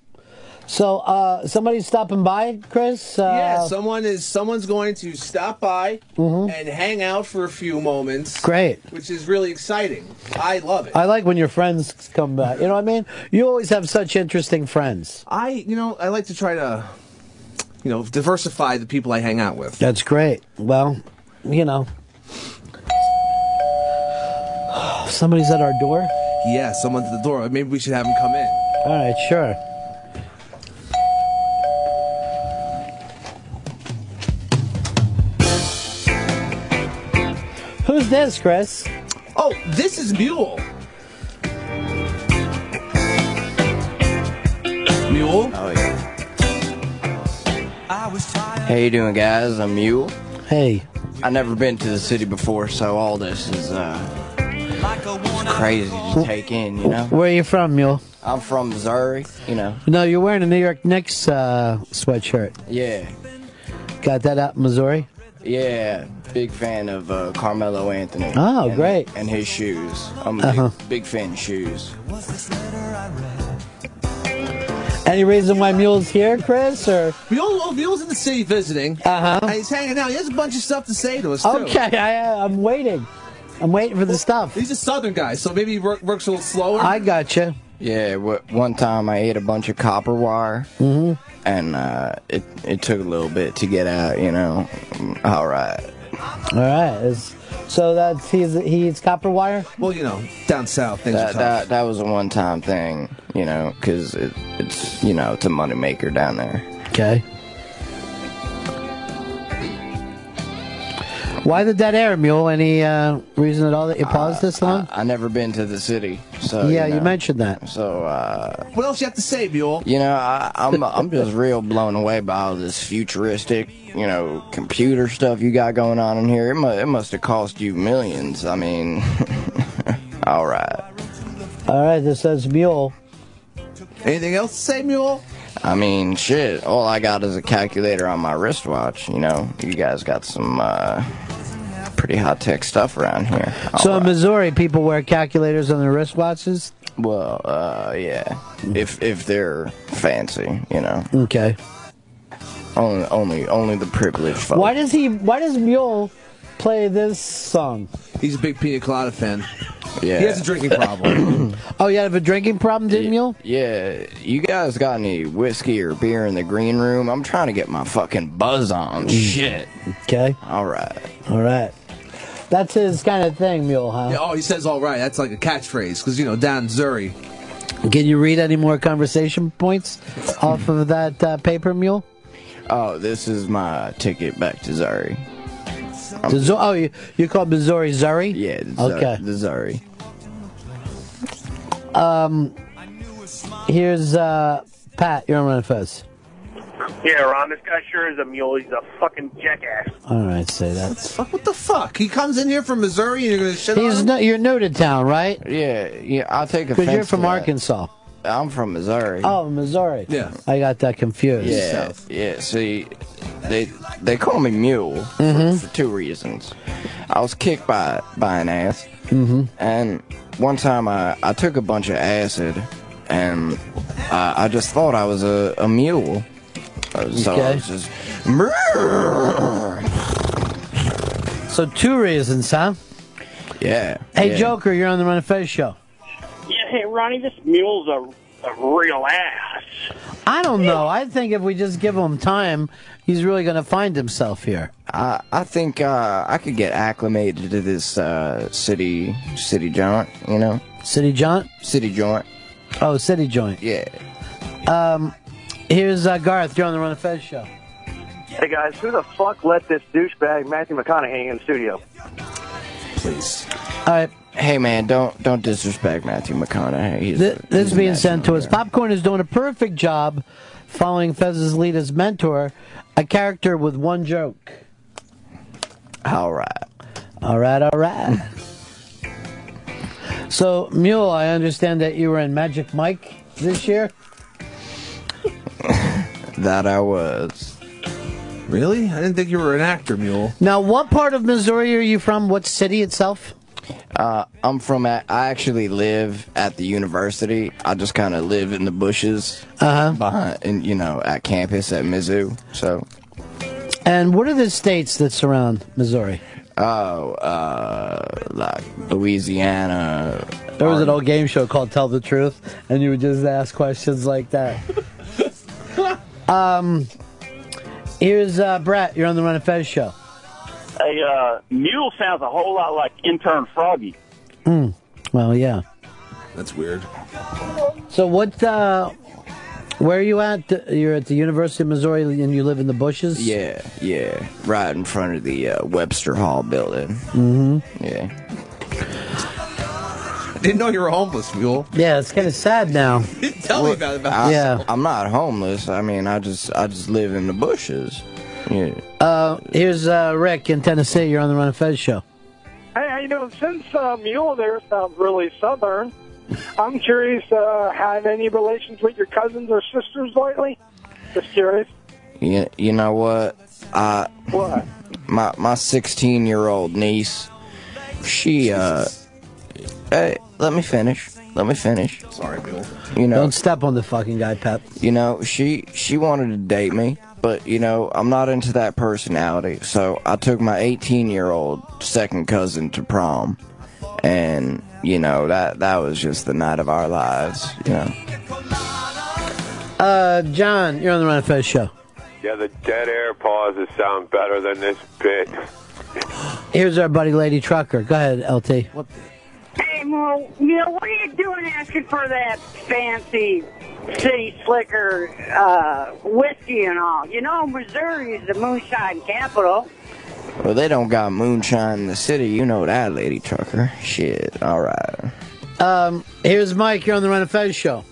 So uh, somebody's stopping by, Chris. Uh, yeah, someone is someone's going to stop by and hang out for a few moments. Great. which is really exciting. I love it. I like when your friends come by. You know what I mean? You always have such interesting friends. I you know I like to try to you know diversify the people I hang out with. That's great. Well, you know. Somebody's at our door? Yeah, someone's at the door. Maybe we should have him come in. All right, sure. Who's this, Chris? Oh, this is Mule. Mule? Oh, yeah. How you doing, guys? I'm Mule. Hey. I've never been to the city before, so all this is uh, it's crazy to take in, you know? Where are you from, Mule? I'm from Missouri, you know? No, you're wearing a New York Knicks uh, sweatshirt. Yeah, Got that out in Missouri? yeah. Big fan of uh, Carmelo Anthony. Oh, and, great. And his shoes. I'm a Uh-huh. big, big fan of shoes. Any reason why Mule's here, Chris? Or Mule, oh, Mule's in the city visiting. Uh huh. And he's hanging out. He has a bunch of stuff to say to us. Too. Okay, I, uh, I'm waiting. I'm waiting for the stuff. He's a southern guy, so maybe he wor- works a little slower. I gotcha. Yeah, w- one time I ate a bunch of copper wire, Mm-hmm. and uh, it it took a little bit to get out. You know, all right. All right. It's- so that's he's he's copper wire. Well, you know, down south things That, are tough. that that was a one time thing, you know, because it, it's you know it's a moneymaker down there. Okay. Why the dead air, Mule? Any uh, reason at all that you paused uh, this long? I never been to the city, so yeah, you, you know. mentioned that. So uh, What else you have to say, Mule? you know, I, I'm I'm just real blown away by all this futuristic, you know, computer stuff you got going on in here. It mu- it must have cost you millions. I mean, all right. All right, this says Mule. Anything else to say, Mule? I mean, shit. All I got is a calculator on my wristwatch. You know, you guys got some uh, pretty hot tech stuff around here. So uh, in Missouri, people wear calculators on their wristwatches. Well, uh, yeah. If if they're fancy, you know. Okay. Only only only the privileged folk. Why does he? Why does Mule play this song? He's a big pina colada fan. Yeah. He has a drinking problem. Oh, you have a drinking problem, didn't you? Yeah, you guys got any whiskey or beer in the green room? I'm trying to get my fucking buzz on. Shit. Mm. Okay. All right. All right. That's his kind of thing, Mule, huh? Yeah, oh, he says all right. That's like a catchphrase because you know down in Zuri. Can you read any more conversation points off of that uh, paper, Mule? Oh, this is my ticket back to Zari. To Zo- oh, you, you call Missouri Zuri? Yeah. the Zuri- Okay. The Zari. Um, here's uh, Pat. You're on Run Fez. Yeah, Ron, this guy sure is a mule. He's a fucking jackass. All right, say that. Fuck, what the fuck? He comes in here from Missouri and you're gonna shit on He's him? no, you're new to town, right? Yeah, yeah. I'll take offense. Because you're from to that. Arkansas. I'm from Missouri. Oh, Missouri. Yeah. I got that confused. Yeah, yeah. See, they they call me Mule Mhm. for, for two reasons. I was kicked by by an ass, Mhm. and one time I I took a bunch of acid, and I, I just thought I was a, a mule, Uh, so I Okay. was just. "Mrrr." So two reasons, huh? Yeah. Hey, yeah. Joker, you're on the Run and Fez show. Yeah, hey, Ronnie, this mule's a, a real ass. I don't know. I think if we just give him time, he's really going to find himself here. I I think uh, I could get acclimated to this uh, city city joint. You know. City joint. City joint. Oh, city joint. Yeah. Um, here's uh, Garth. You're on the Run and Fez show. Hey guys, who the fuck let this douchebag Matthew McConaughey in the studio? please. hey man, don't don't disrespect Matthew McConaughey. He's, Th- this is he's being nice. sent to us. Popcorn is doing a perfect job following Fez's lead as mentor, a character with one joke. All right. All right, all right. so, Mule, I understand that you were in Magic Mike this year. That I was. Really? I didn't think you were an actor, Mule. Now, what part of Missouri are you from? What city itself? Uh, I'm from. a- I actually live at the university. I just kind of live in the bushes uh-huh. behind, and you know, at campus at Mizzou. So, And what are the states that surround Missouri? oh, uh, like Louisiana. There was an old game show called Tell the Truth, and you would just ask questions like that. um, here's uh, Brett. You're on the Run and Fez show. A uh, mule sounds a whole lot like intern Froggy. Hmm. Well, yeah. That's weird. So what? Uh, where are you at? You're at the University of Missouri, and you live in the bushes. Yeah, yeah, right in front of the uh, Webster Hall building. hmm Yeah. Didn't know you were homeless, Mule. Yeah, it's kind of sad now. Tell me about it. I, Yeah. I'm not homeless. I mean, I just I just live in the bushes. Yeah. Uh, here's uh, Rick in Tennessee. You're on the Run and Fez show. Hey, how you doing? Since uh, Mule there sounds really southern, I'm curious, uh, have any relations with your cousins or sisters lately? Just curious. You, you know what? I what? My my 16 year old niece. She uh. Hey, let me finish. Let me finish. Sorry, Bill. You know. Don't step on the fucking guy, Pep. You know she she wanted to date me, but you know I'm not into that personality. So I took my 18 year old second cousin to prom, and you know that that was just the night of our lives. You know. Uh, John, you're on the Run and Fez show. Yeah, the dead air pauses sound better than this bit. Here's our buddy, Lady Trucker. Go ahead, LT. Hey, Mo, Neil, what are you doing asking for that fancy city slicker uh, whiskey and all? You know, Missouri is the moonshine capital. Well, they don't got moonshine in the city. You know that, Lady Trucker. Shit. All right. Um, here's Mike. You're on the Run and Fez show.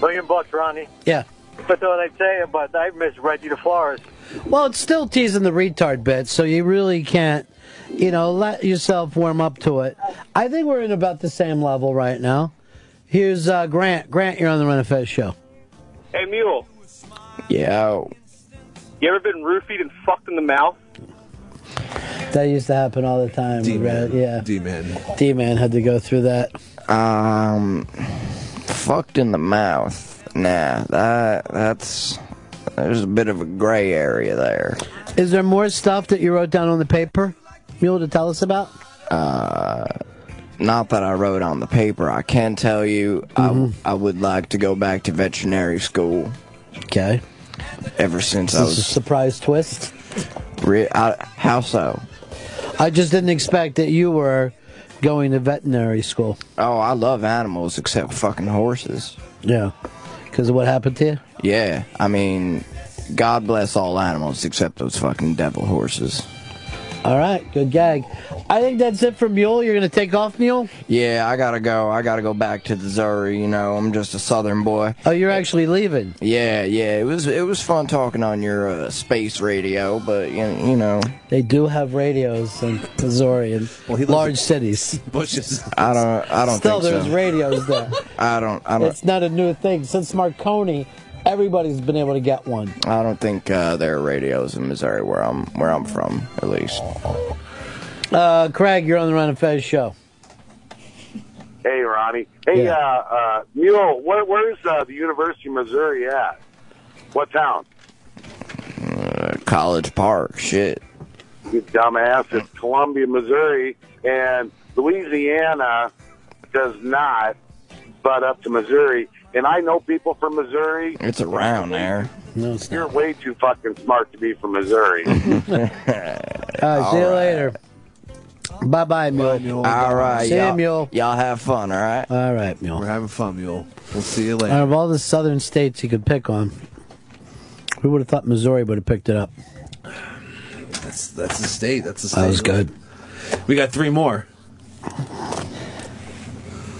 Million bucks, Ronnie. Yeah. That's what I tell you, but I miss Reggie the Florist. Well, it's still teasing the retard bit, so you really can't, you know, let yourself warm up to it. I think we're in about the same level right now. Here's uh, Grant. Grant, you're on the Run and Fez show. Hey, Mule, Yeah. you ever been roofied and fucked in the mouth? That used to happen all the time. D-Man. Right? Yeah. D-Man. D-Man had to go through that. Um, fucked in the mouth. Nah, that that's there's a bit of a gray area there. Is there more stuff that you wrote down on the paper, Mule, to tell us about? Uh, not that I wrote on the paper. I can tell you, I w Mm-hmm. I I, would like to go back to veterinary school. Okay. Ever since This I is a was surprise twist. re- I, how so? I just didn't expect that you were going to veterinary school. Oh, I love animals except fucking horses. Yeah. Because of what happened to you? Yeah, I mean, God bless all animals except those fucking devil horses. All right, good gag. I think that's it for Mule. You're going to take off, Mule? Yeah, I gotta go. I gotta go back to Missouri. You know, I'm just a Southern boy. Oh, you're actually leaving? Yeah, yeah. It was it was fun talking on your uh, space radio, but you, you know, They do have radios in Missouri and large cities. Bushes. I don't I don't Still, think there's so. radios there. I don't I don't It's not a new thing. Since Marconi, everybody's been able to get one. I don't think uh, there are radios in Missouri where I'm where I'm from at least. Uh, Craig, you're on the Run and Fez show. Hey, Ronnie. Hey, Yeah. uh, uh, Mule, where, where's uh, the University of Missouri at? What town? Uh, College Park, shit. You dumbass. It's Columbia, Missouri, and Louisiana does not butt up to Missouri. And I know people from Missouri. It's around there. No, it's You're way too fucking smart to be from Missouri. All right, see you later. Bye bye, Mule. All right, See y'all, you, Mule. y'all have fun. All right. All right, Mule. We're having fun, Mule. We'll see you Out later. of all the southern states you could pick on, who would have thought Missouri would have picked it up? That's that's the state. That's the state. That was good. We got three more.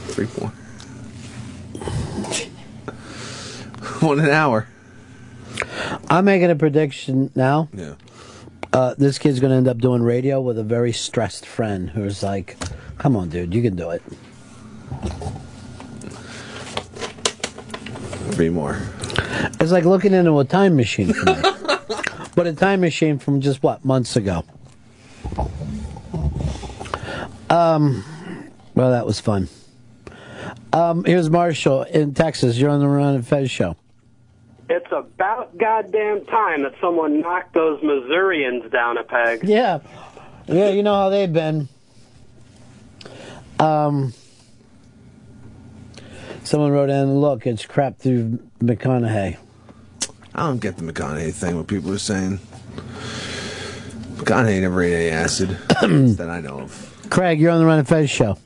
Three more. One an hour. I'm making a prediction now. Yeah. Uh, this kid's going to end up doing radio with a very stressed friend who's like, come on, dude, you can do it. Three more. It's like looking into a time machine for me. but a time machine from just what, months ago. Um, well, that was fun. Um, here's Marshall in Texas. You're on the Run and Fez show. It's about goddamn time that someone knocked those Missourians down a peg. Yeah. Yeah, you know how they've been. Um, someone wrote in, look, it's crap through McConaughey. I don't get the McConaughey thing. What people are saying. McConaughey never ate any acid that I know of. Craig, you're on the Run and Fez show.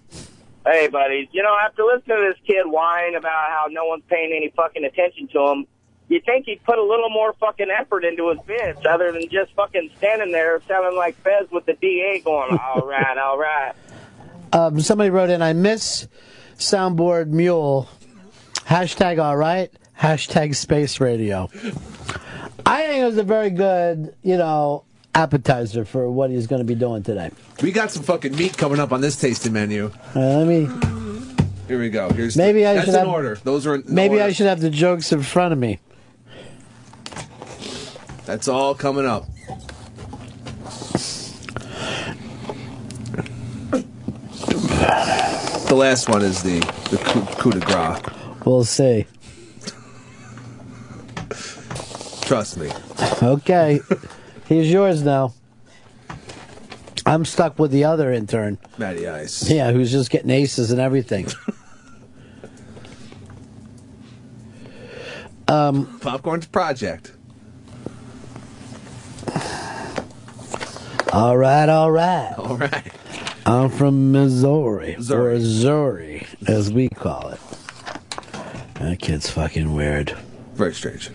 Hey, buddies. You know, after listening to this kid whine about how no one's paying any fucking attention to him, you think he'd put a little more fucking effort into his bits other than just fucking standing there sounding like Fez with the DA going, all right, all right. Um, somebody wrote in, I miss Soundboard Mule. Hashtag all right. Hashtag space radio. I think it was a very good, you know, appetizer for what he's going to be doing today. We got some fucking meat coming up on this tasting menu. Uh, let me. Here we go. Here's Maybe I that's should in have- order. Those are in Maybe order. I should have the jokes in front of me. That's all coming up. The last one is the, the coup, coup de grace. We'll see. Trust me. Okay. Here's yours now. I'm stuck with the other intern. Matty Ice. Yeah, who's just getting aces and everything. um, Popcorn's Project. all right, all right. All right. I'm from Missouri, or Missouri, as we call it. That kid's fucking weird. Very strange.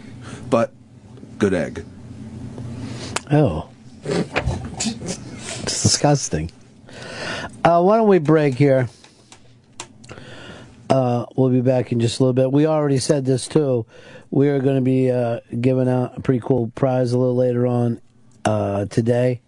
But good egg. Oh. It's disgusting. Uh, why don't we break here? Uh, we'll be back in just a little bit. We already said this too. We are going to be uh, giving out a pretty cool prize a little later on uh, today.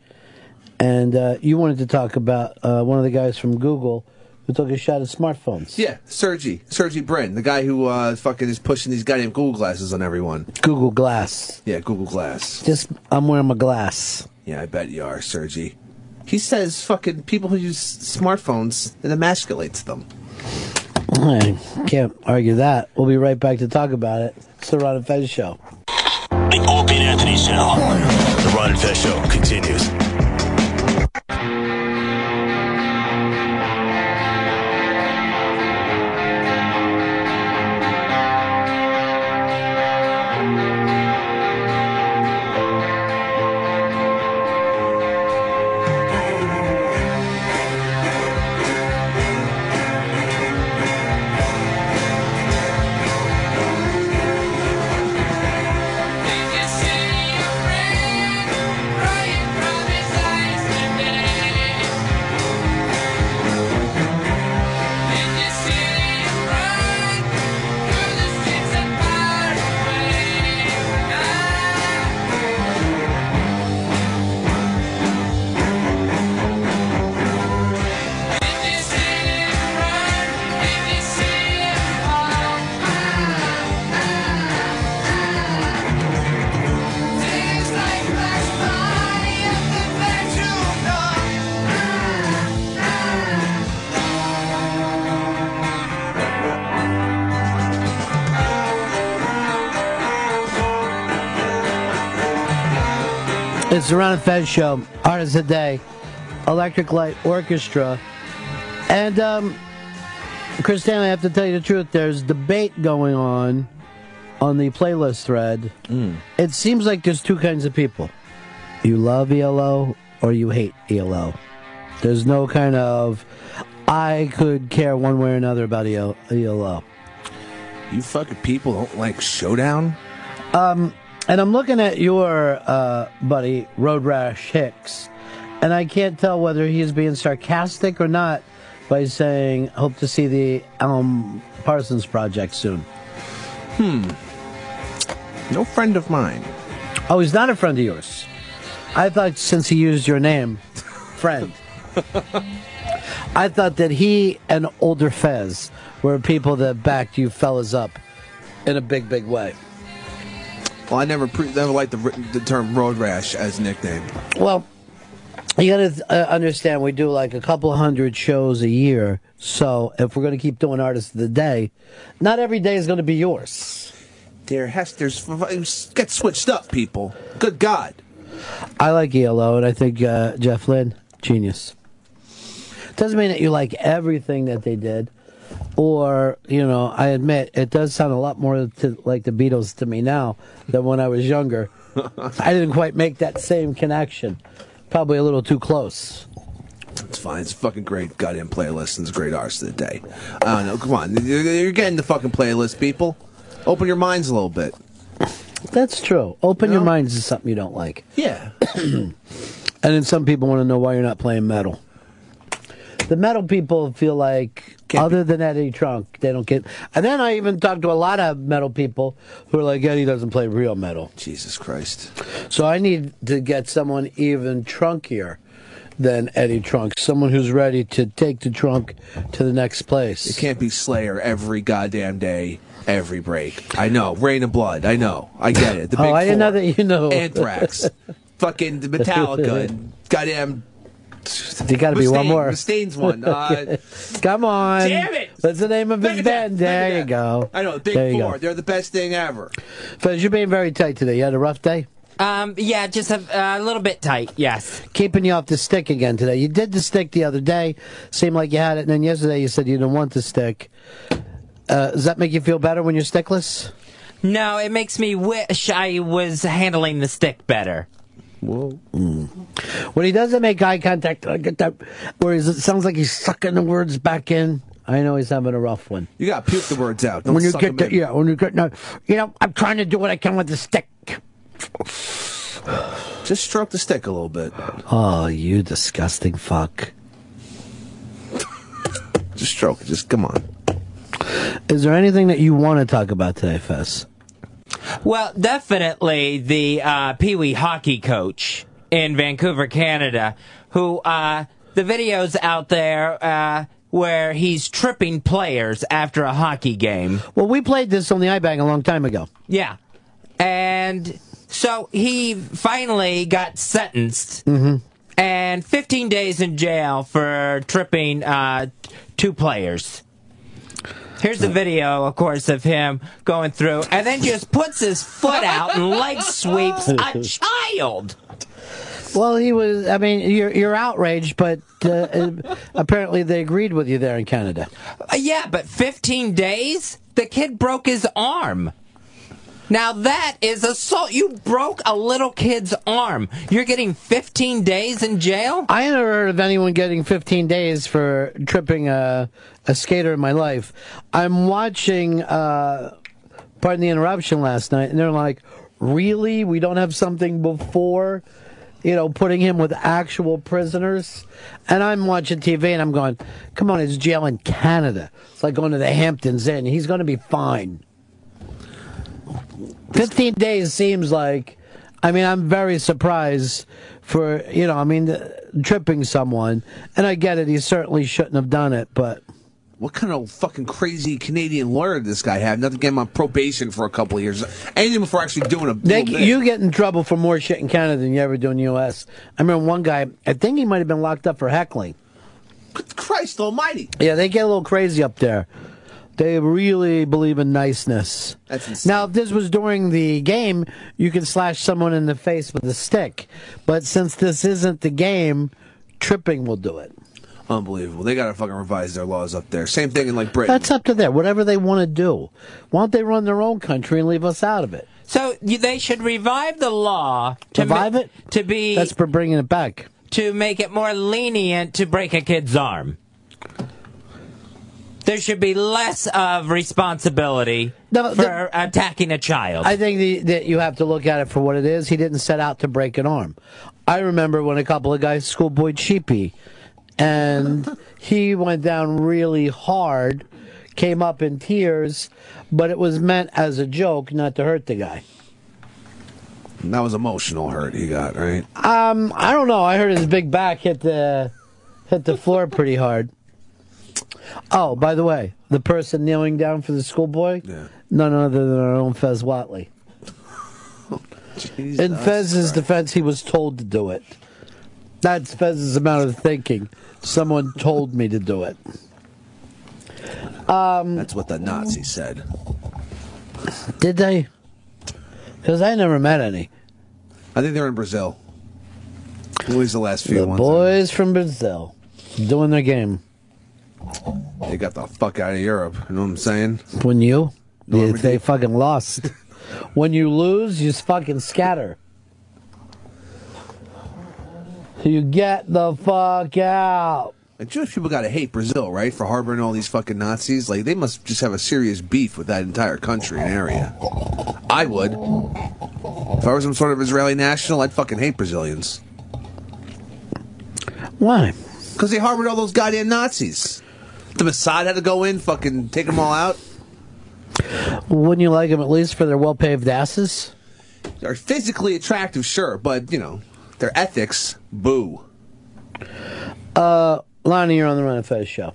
And uh, you wanted to talk about uh, one of the guys from Google who took a shot at smartphones. Yeah, Sergi. Sergi Brin, the guy who uh, fucking is pushing these goddamn Google glasses on everyone. Google Glass. Yeah, Google Glass. Just I'm wearing my glass. Yeah, I bet you are, Sergi. He says fucking people who use smartphones, it emasculates them. I can't argue that. We'll be right back to talk about it. It's the Ron and Fez show. The Opie and Anthony Show. The Ron and Fez Show continues. It's the Ron and Fez show. Artists of Day, Electric Light Orchestra, and um, Chris Stanley. I have to tell you the truth. There's debate going on on the playlist thread. It seems like there's two kinds of people: you love ELO or you hate ELO. There's no kind of I could care one way or another about E ELO. You fucking people don't like Showdown? Um, and I'm looking at your uh, buddy Road Rash Hicks, And I can't tell whether he is being sarcastic or not by saying, hope to see the Elm Parsons Project soon. Hmm. No friend of mine. Oh, he's not a friend of yours. I thought since he used your name, friend. I thought that he and older Fez were people that backed you fellas up in a big, big way. Well, I never pre- never liked the, the term road rash as a nickname. Well, you got to uh, understand, we do like a couple hundred shows a year. So if we're going to keep doing artists of the day, not every day is going to be yours. Dear Hester's, get switched up, people. Good God. I like ELO, and I think uh, Jeff Lynne, genius. Doesn't mean that you like everything that they did, or you know. I admit it does sound a lot more to, like the Beatles to me now than when I was younger. I didn't quite make that same connection. Probably a little too close. It's fine. It's a fucking great goddamn playlist. and It's a great artist of the day. I don't know. Come on. You're you're getting the fucking playlist, people. Open your minds a little bit. That's true. Open your minds to something you don't like. Yeah. and then some people want to know why you're not playing metal. The metal people feel like, other than Eddie Trunk, they don't get. And then I even talked to a lot of metal people who are like, Eddie doesn't play real metal. Jesus Christ. So I need to get someone even trunkier than Eddie Trunk, someone who's ready to take the trunk to the next place. It can't be Slayer every goddamn day, every break. I know. Rain and Blood. I know. I get it. The Oh, big I four. didn't know that you know. Anthrax. fucking Metallica. And goddamn. There got to be one Mustaine. more. Mustaine's one. Uh, Come on. Damn it. What's the name of his band? There you go. I know. the Big There you Four. go. They're the best thing ever. Fez, you're being very tight today. You had a rough day? Um, yeah, just a, a little bit tight. Yes. Keeping you off the stick again today. You did the stick the other day. Seemed like you had it. And then yesterday you said you didn't want the stick. Uh, does that make you feel better when you're stickless? No, it makes me wish I was handling the stick better. Whoa. Mm. When he doesn't make eye contact, I get that. Whereas it sounds like he's sucking the words back in. I know he's having a rough one. You got to puke the words out. Don't when you suck get them the, in. yeah, when you get no, you know, I'm trying to do what I can with the stick. Just stroke the stick a little bit. Oh, you disgusting fuck. Just stroke it. Just come on. Is there anything that you want to talk about today, Fess? Well, definitely the uh, Pee Wee hockey coach in Vancouver, Canada, who uh, the video's out there uh, where he's tripping players after a hockey game. Well, we played this on the iBang a long time ago. Yeah. And so he finally got sentenced Mm-hmm. and 15 days in jail for tripping uh, two players. Here's the video, of course, of him going through, and then just puts his foot out and leg sweeps a child. Well, he was. I mean, you're you're outraged, but uh, apparently they agreed with you there in Canada. Uh, yeah, but 15 days? The kid broke his arm. Now that is assault. You broke a little kid's arm. You're getting 15 days in jail? I never heard of anyone getting 15 days for tripping a, a skater in my life. I'm watching, uh, pardon the interruption last night, and they're like, really? We don't have something before, you know, putting him with actual prisoners? And I'm watching TV and I'm going, come on, it's jail in Canada. It's like going to the Hamptons Inn. He's going to be fine. 15 days seems like i mean i'm very surprised for you know i mean the, tripping someone and i get it he certainly shouldn't have done it but What kind of fucking crazy Canadian lawyer did this guy have? Nothing get him on probation for a couple of years. Anything before actually doing a they, little bit. you get in trouble for more shit in canada than you ever do in the us i remember one guy i think he might have been locked up for heckling Christ Almighty. yeah they get a little crazy up there they really believe in niceness. That's insane. Now, if this was during the game, you can slash someone in the face with a stick. But since this isn't the game, tripping will do it. Unbelievable. They gotta fucking revise their laws up there. Same thing in like Britain. That's up to them. Whatever they want to do. Why don't they run their own country and leave us out of it? So you- they should revive the law to revive it to be That's for bringing it back. to make it more lenient to break a kid's arm. There should be less of responsibility for attacking a child. I think the, that you have to look at it for what it is. He didn't set out to break an arm. I remember when a couple of guys schoolboyed Sheepy, and he went down really hard, came up in tears, but it was meant as a joke, not to hurt the guy. That was emotional hurt he got, right? Um, I don't know. I heard his big back hit the hit the floor pretty hard. Oh, by the way, the person kneeling down for the schoolboy, none other than our own Fez Watley. In Fez's defense, he was told to do it. That's Fez's amount of thinking. Someone told me to do it. Um, That's what the Nazi said. did they? Because I never met any. I think they're in Brazil. Always the last few the ones. boys from Brazil doing their game. They got the fuck out of Europe. You know what I'm saying? When you, they, they fucking lost. when you lose, you fucking scatter. You get the fuck out. Like Jewish people gotta hate Brazil, right? For harboring all these fucking Nazis. Like they must just have a serious beef with that entire country and area. I would. If I was some sort of Israeli national, I'd fucking hate Brazilians. Why? Because they harbored all those goddamn Nazis. The Mossad had to go in, fucking take them all out. Wouldn't you like them at least for their well paved asses? They're physically attractive, sure, but you know, their ethics, boo. Uh, Lonnie, you're on the Run of Fez show.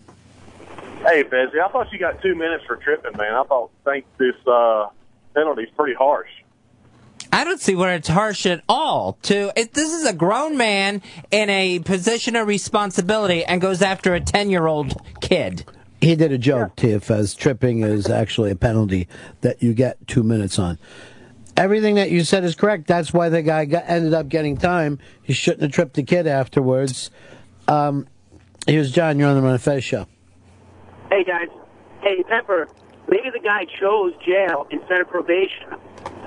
Hey, Bezzy, I thought you got two minutes for tripping, man. I thought think this uh, penalty's pretty harsh. I don't see where it's harsh at all. To it, this is a grown man in a position of responsibility and goes after a ten-year-old kid. He did a joke to you, Fez. Tripping is actually a penalty that you get two minutes on. Everything that you said is correct. That's why the guy got, ended up getting time. He shouldn't have tripped the kid afterwards. Um, here's John. You're on the Run of Fez show. Hey guys, hey Pepper. Maybe the guy chose jail instead of probation.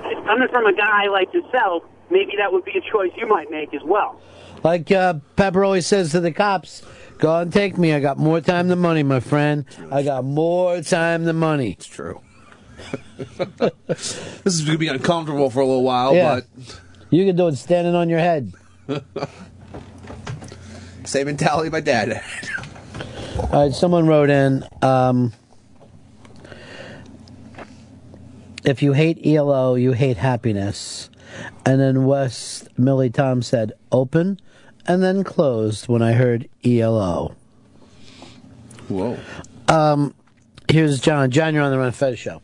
If Coming from a guy like yourself, maybe that would be a choice you might make as well. Like uh, Pepper always says to the cops, go and take me. I got more time than money, my friend. I got more time than money. It's true. This is gonna be uncomfortable for a little while, yeah. You can do it standing on your head. but same mentality my dad had. All right, someone wrote in. Um, if you hate ELO, you hate happiness. And then West Millie Tom said, open and then closed when I heard E ELO. Whoa. Um, here's John. John, you're on the Run Fez show.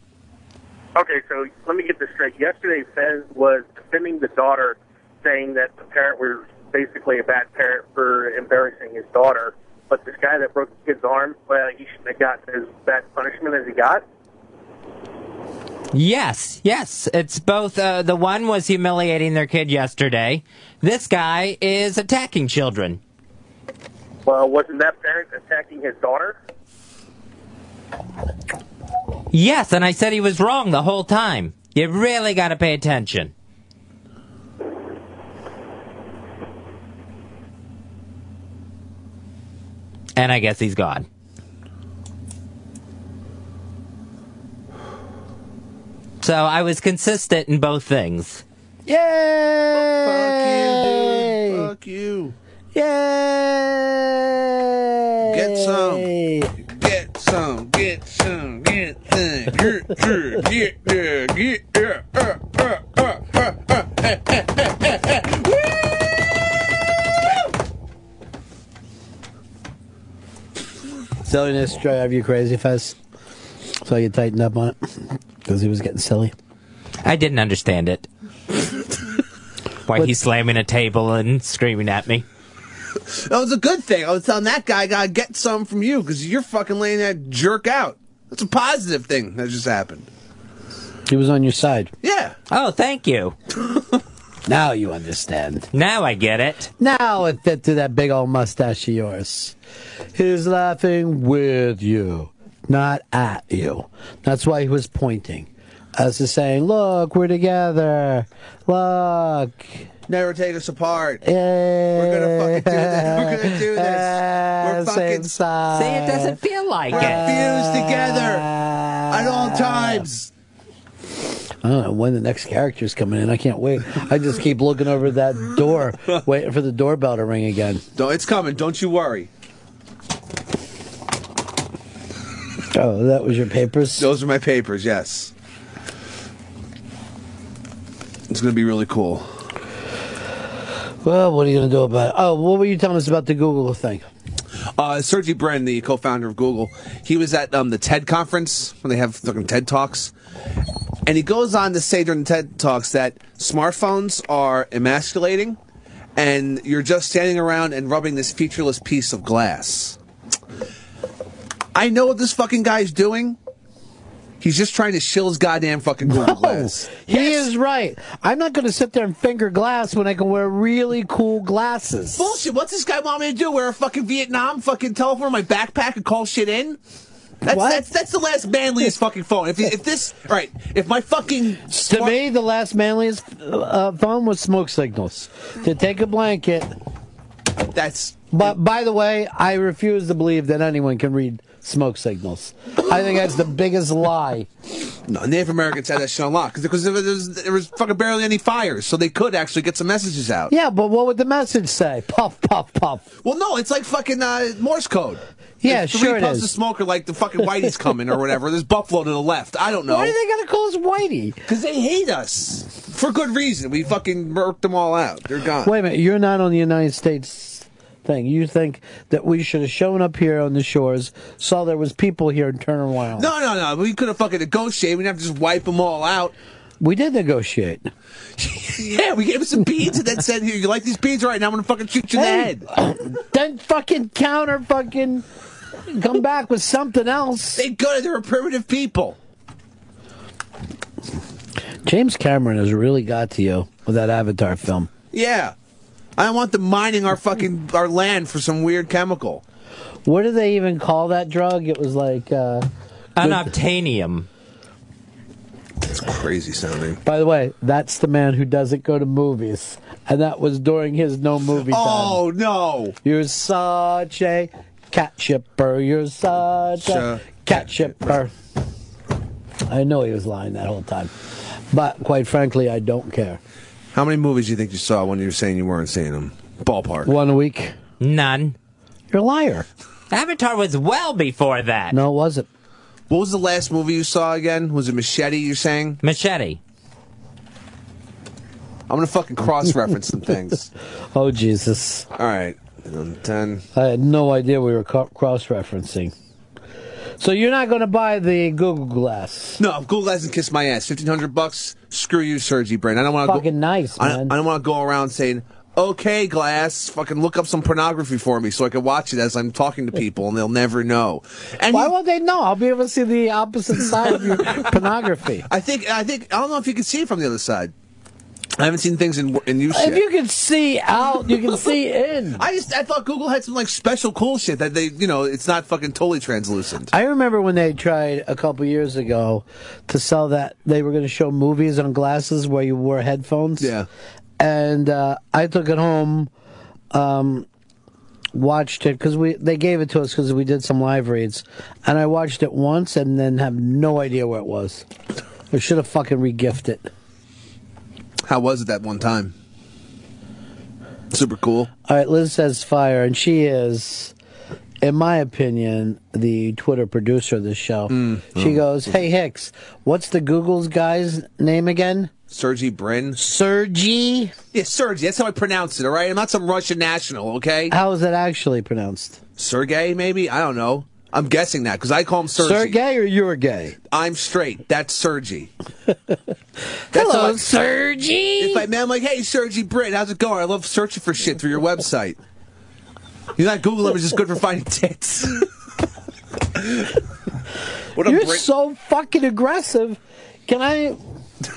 Okay, so let me get this straight. Yesterday, Fez was defending the daughter, saying that the parent was basically a bad parent for embarrassing his daughter. But this guy that broke the kid's arm, well, he shouldn't have gotten as bad punishment as he got. Yes, yes. It's both. Uh, the one was humiliating their kid yesterday. This guy is attacking children. Well, wasn't that parent attacking his daughter? Yes, and I said he was wrong the whole time. You really got to pay attention. And I guess he's gone. So I was consistent in both things. Yay! Fuck you. Yay! Get some. Get some. Get some. Get some. Get some. Get some. Get some. Silliness drive you crazy, Fez. So you tightened up on it because he was getting silly. I didn't understand it. Why he's slamming a table and screaming at me. That was a good thing. I was telling that guy, I gotta get some from you because you're fucking laying that jerk out. That's a positive thing that just happened. He was on your side. Yeah. Oh, thank you. now you understand. Now I get it. Now it fit to that big old mustache of yours. He's laughing with you, not at you. That's why he was pointing. As to saying, look, we're together. Look. Never take us apart. gonna We're fucking do this. We're gonna do this. We're fucking side. See, it doesn't feel like We're it. fused together at all times. I don't know when the next character's coming in. I can't wait. I just keep looking over that door, waiting for the doorbell to ring again. No, it's coming. Don't you worry. Oh, that was your papers? Those are my papers, yes. It's going to be really cool. Well, what are you going to do about it? Oh, what were you telling us about the Google thing? Uh, Sergey Brin, the co-founder of Google, he was at um, the TED conference when they have fucking TED talks, and he goes on to say during the TED talks that smartphones are emasculating, and you're just standing around and rubbing this featureless piece of glass. I know what this fucking guy's doing. He's just trying to shill his goddamn fucking Google Glass. He is right. I'm not going to sit there and finger glass when I can wear really cool glasses. Bullshit. What's this guy want me to do? Wear a fucking Vietnam fucking telephone in my backpack and call shit in? That's, that's that's the last manliest fucking phone. If if this all right, if my fucking To me, the last manliest uh, phone was smoke signals. To take a blanket. That's. But by the way, I refuse to believe that anyone can read smoke signals. I think that's the biggest lie. no, Native Americans had that shit on lock because there was, there was fucking barely any fires, so they could actually get some messages out. Yeah, but what would the message say? Puff, puff, puff. Well, no, it's like fucking uh, Morse code. Yeah, If sure Three it puffs is. of smoke are like the fucking Whitey's coming or whatever. There's Buffalo to the left. I don't know. Why do they gotta call us Whitey? Because they hate us for good reason. We fucking murked them all out. They're gone. Wait a minute, you're not on the United States thing. You think that we should have shown up here on the shores, saw there was people here, and turned around. No, no, no. We could have fucking negotiated. We'd have to just wipe them all out. We did negotiate. yeah, we gave them some beads and then said, "Here, you like these beads? All right, now I'm gonna fucking shoot you in Hey, the head." Then fucking counter fucking come back with something else. They good. They're primitive people. James Cameron has really got to you with that Avatar film. Yeah, I don't want them mining our fucking our land for some weird chemical. What do they even call that drug? It was like uh, Unobtainium. It's crazy sounding. By the way, that's the man who doesn't go to movies, and that was during his no movie time. Oh no! You're such a cat shipper. You're such Sure. a cat shipper. I know he was lying that whole time, but quite frankly, I don't care. How many movies do you think you saw when you were saying you weren't seeing them? Ballpark. One a week. None. You're a liar. Avatar was well before that. No, it wasn't. What was the last movie you saw again? Was it Machete? You're saying Machete. I'm gonna fucking cross-reference some things. Oh Jesus! All right, Um, ten. I had no idea we were co- cross-referencing. So you're not going to buy the Google Glass. No, Google hasn't kissed my ass. Fifteen hundred bucks. Screw you, Sergi Brain. I don't want to. Fucking go, nice, I, man. I don't want to go around saying, "Okay, Glass, fucking look up some pornography for me, so I can watch it as I'm talking to people, and they'll never know." And Why won't they know? I'll be able to see the opposite side of your pornography. I think, I think, I don't know if you can see it from the other side. I haven't seen things in in you shit. If you can see out, you can see in. I just I thought Google had some like special cool shit that they you know it's not fucking totally translucent. I remember when they tried a couple years ago to sell that they were going to show movies on glasses where you wore headphones. Yeah. And uh, I took it home, um, watched it because we they gave it to us because we did some live reads, and I watched it once and then have no idea where it was. I should have fucking regifted it. How was it that one time? Super cool. All right, Liz says fire, and she is, in my opinion, the Twitter producer of this show. She Mm. goes, "Hey Hicks, what's the Google's guy's name again?" Sergey Brin. Sergey. Yeah, Sergey. That's how I pronounce it. All right, I'm not some Russian national. Okay, How is that actually pronounced? Sergey maybe. I don't know. I'm guessing that because I call him Sergey. Sergey or you're gay? I'm straight. That's Sergey. That's Hello, how I- Sergey. If I met him, like, hey, Sergey Brin, how's it going? I love searching for shit through your website. You're not Google image is good for finding tits. what a You're bra- so fucking aggressive. Can I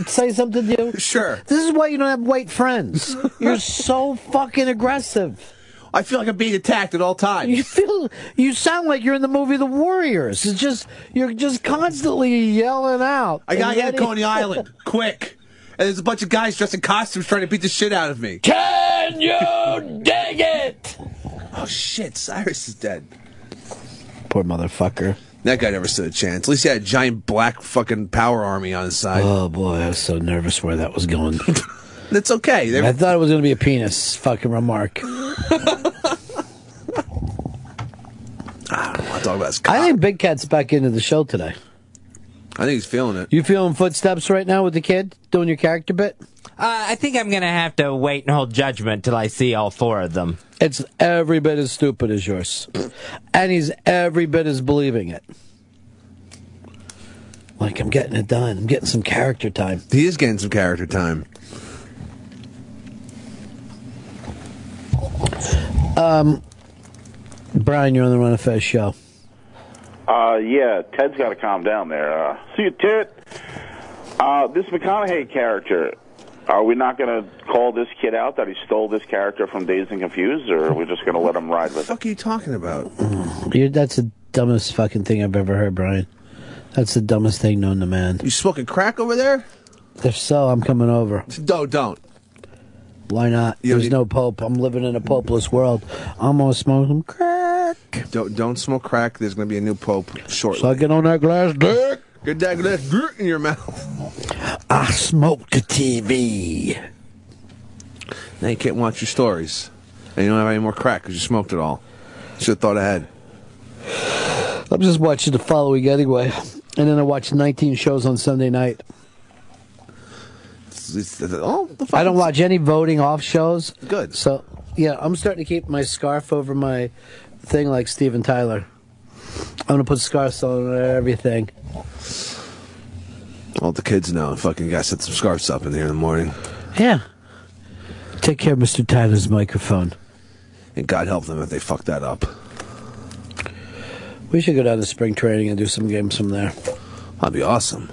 say something to you? Sure. This is why you don't have white friends. You're so fucking aggressive. I feel like I'm being attacked at all times. You feel you sound like you're in the movie The Warriors. It's just you're just constantly yelling out. I gotta And get to letting- Coney Island, quick. And there's a bunch of guys dressed in costumes trying to beat the shit out of me. Can you dig it? Oh shit, Cyrus is dead. Poor motherfucker. That guy never stood a chance. At least he had a giant black fucking power army on his side. Oh boy, I was so nervous where that was going. It's okay. Ah, They- I thought it was going to be a penis fucking remark. I don't want to talk about his I think Big Cat's back into the show today. I think he's feeling it. You feeling footsteps right now with the kid doing your character bit? Uh, I think I'm gonna have to wait and hold judgment till I see all four of them. It's every bit as stupid as yours, and he's every bit as believing it. Like I'm getting it done. I'm getting some character time. He is getting some character time. Um, Brian, you're on the Run of Fez show. Uh, yeah, Ted's got to calm down there. Uh, see you, Ted. Uh, this McConaughey character. Are we not going to call this kid out that he stole this character from Dazed and Confused, or are we just going to let him ride with it? What are you talking about? You're, that's the dumbest fucking thing I've ever heard, Brian. That's the dumbest thing known to man. You smoking crack over there? If so, I'm coming over. No, don't. Why not? You e- There's need- no pope. I'm living in a popeless world. I'm gonna smoke some Oh, crack. Don't don't smoke crack. There's going to be a new pope shortly. So I get on that glass dick. Get that glass dirt in your mouth. I smoke the TV. Now you can't watch your stories, and you don't have any more crack because you smoked it all. Should have thought ahead. I'm just watching the following anyway, and then I watch 19 shows on Sunday night. It's- it's- it's- oh, the fuck I don't watch any voting off shows. Good. So yeah, I'm starting to keep my scarf over my thing like Steven Tyler. I'm gonna put scarves on everything. All the kids know. Fucking got to set some scarves up in here in the morning. Yeah. Take care, Mr. Tyler's microphone. And God help them if they fuck that up. We should go down to spring training and do some games from there. That'd be awesome.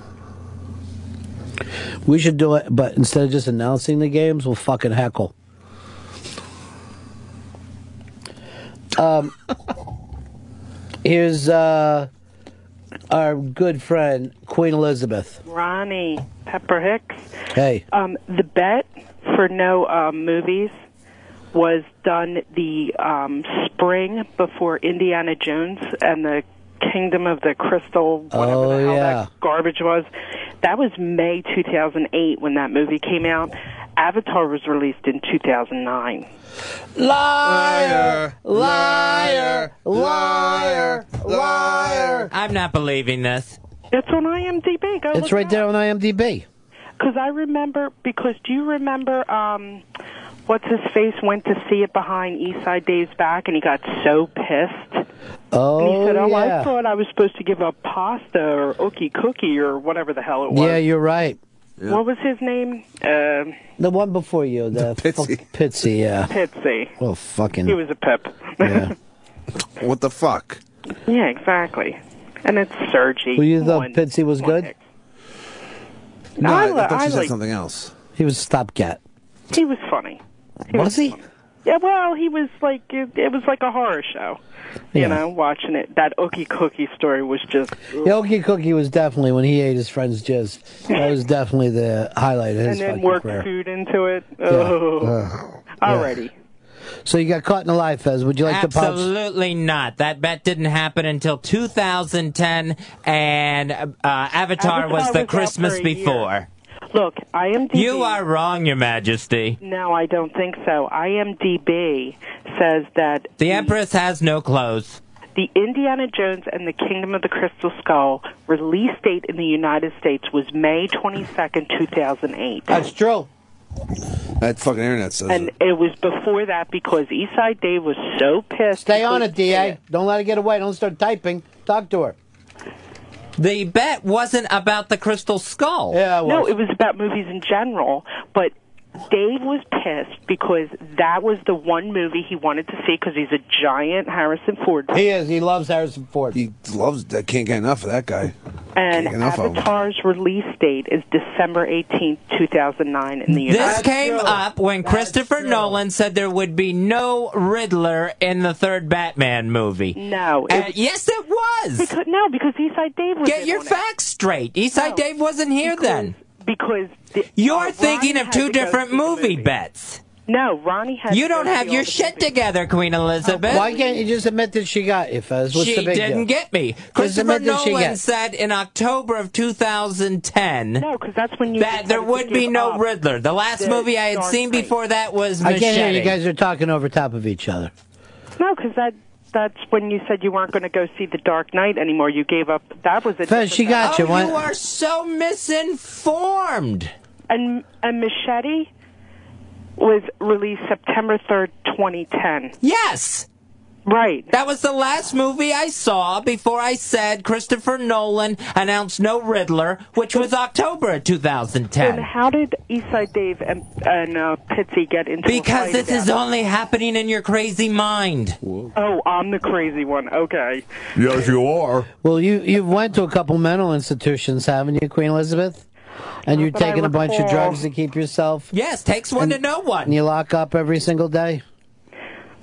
We should do it, but instead of just announcing the games, we'll fucking heckle. Um, here's uh, our good friend Queen Elizabeth. Ronnie Pepper Hicks. Hey, Um, the bet for no um, movies was done the um, spring before Indiana Jones and the Kingdom of the Crystal, whatever Oh, the hell yeah. that garbage was. That was May 2008 when that movie came out. Avatar was released in 2009. Liar! Liar! Liar! Liar! I'm not believing this. It's on IMDb. Go it's right there on IMDb. Because I remember, because do you remember, um, what's his face went to see it behind Eastside Dave's back and he got so pissed. Oh, and he said, Oh, yeah. I thought I was supposed to give up pasta or ookie cookie or whatever the hell it was. Yeah, you're right. What was his name? Uh, The one before you, the, Pitsy. Pitsy, yeah. Pitsy. Well, fucking. He was a pip. Yeah. what the fuck? Yeah, exactly. And it's Sergi. Well, you thought Pitsy was good? No, I li- I like- else. He was a stopgap. He was funny. Was he? Yeah, well, he was like it, it was like a horror show. You Yeah. know, watching it. That Ookie Cookie story was just Yogi Cookie was definitely when he ate his friend's jizz. That was definitely the highlight of and his then fucking worked career. food into it. Yeah. Oh. Yeah. Alrighty. So you got caught in a lie, Fez. Would you like to Absolutely not. That bet didn't happen until 2010, and uh, Avatar, Avatar was the was out Christmas for a year. before. Look, IMDb. You are wrong, Your Majesty. No, I don't think so. IMDb says that The Empress has no clothes. The Indiana Jones and the Kingdom of the Crystal Skull release date in the United States was May 22nd, 2008. That's true. That fucking internet says And it. it was before that because Eastside Dave was so pissed. Stay on it, DA. Don't let it get away. Don't start typing. Talk to her. The bet wasn't about the crystal skull. Yeah, No, it was about movies in general, but Dave was pissed because that was the one movie he wanted to see because he's a giant Harrison Ford fan. He is. He loves Harrison Ford. He loves that. Can't get enough of that guy. Can't And get enough of him. Avatar's release date is December 18th, 2009 in the This United States. came up when Christopher Nolan said there would be no Riddler in the third Batman movie. No. Uh, yes, it was. Because, no, because Eastside Dave was Get in your on it. facts straight. Eastside Dave wasn't here then. Because the, You're uh, thinking Ronnie of had two to go different see the movie, movie. bets. No, Ronnie has. You don't have your shit together, Queen Elizabeth. Why can't you just admit that she got you, Fez? What's she the big deal? didn't get me. Just Christopher admit that she Nolan got- said in October of 2010 No, because that's when you that there would be no Riddler. The last the movie I had Dark seen before that was I can't hear you Machete. guys are talking over top of each other. No, because that that's when you said you weren't going to go see The Dark Knight anymore. You gave up. That was Fez, it. she got you. Oh, Why- you are so misinformed. And and Machete was released September third, twenty ten. Yes. Right. That was the last movie I saw before I said Christopher Nolan announced no Riddler, which was October of 2010. And how did Eastside Dave and, and uh, Pitsy get into Because a fight this is about only happening in your crazy mind. it? Oh, I'm the crazy one. Okay. Yes, you are. Well, you you've went to a couple mental institutions, haven't you, Queen Elizabeth? And you're Not that I taking a bunch of recall. drugs to keep yourself. Yes, takes one to know one. And you lock up every single day.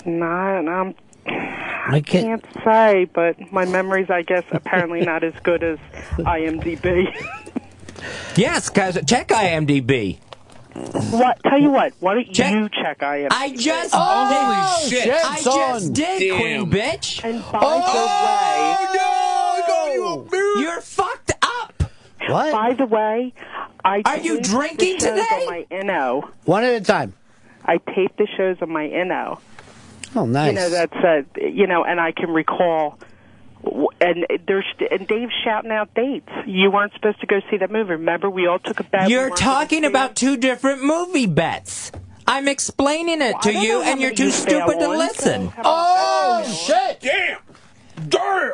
Nah, and I'm. I can't. say, but my memory's, I guess, apparently not as good as IMDb. Yes, guys, check IMDb. what? Tell you what. Why don't Check- you check IMDb? I just Oh, did. shit, I just son. did, Damn. Queen bitch. And by oh, no, you are fucked up. What? By the way, I Are you taped the drinking shows today? On my Inno. One at a time. I taped the shows on my Inno. Oh, nice. You know that's uh, you know, and I can recall. w- And there's and Dave's shouting out dates. You weren't supposed to go see that movie. Remember, we all took a bet. we You're weren't gonna talking see about it. two different movie bets. I'm explaining it to I don't you, know how and you're many too you fail stupid to on, listen. Oh shit! Damn! Damn!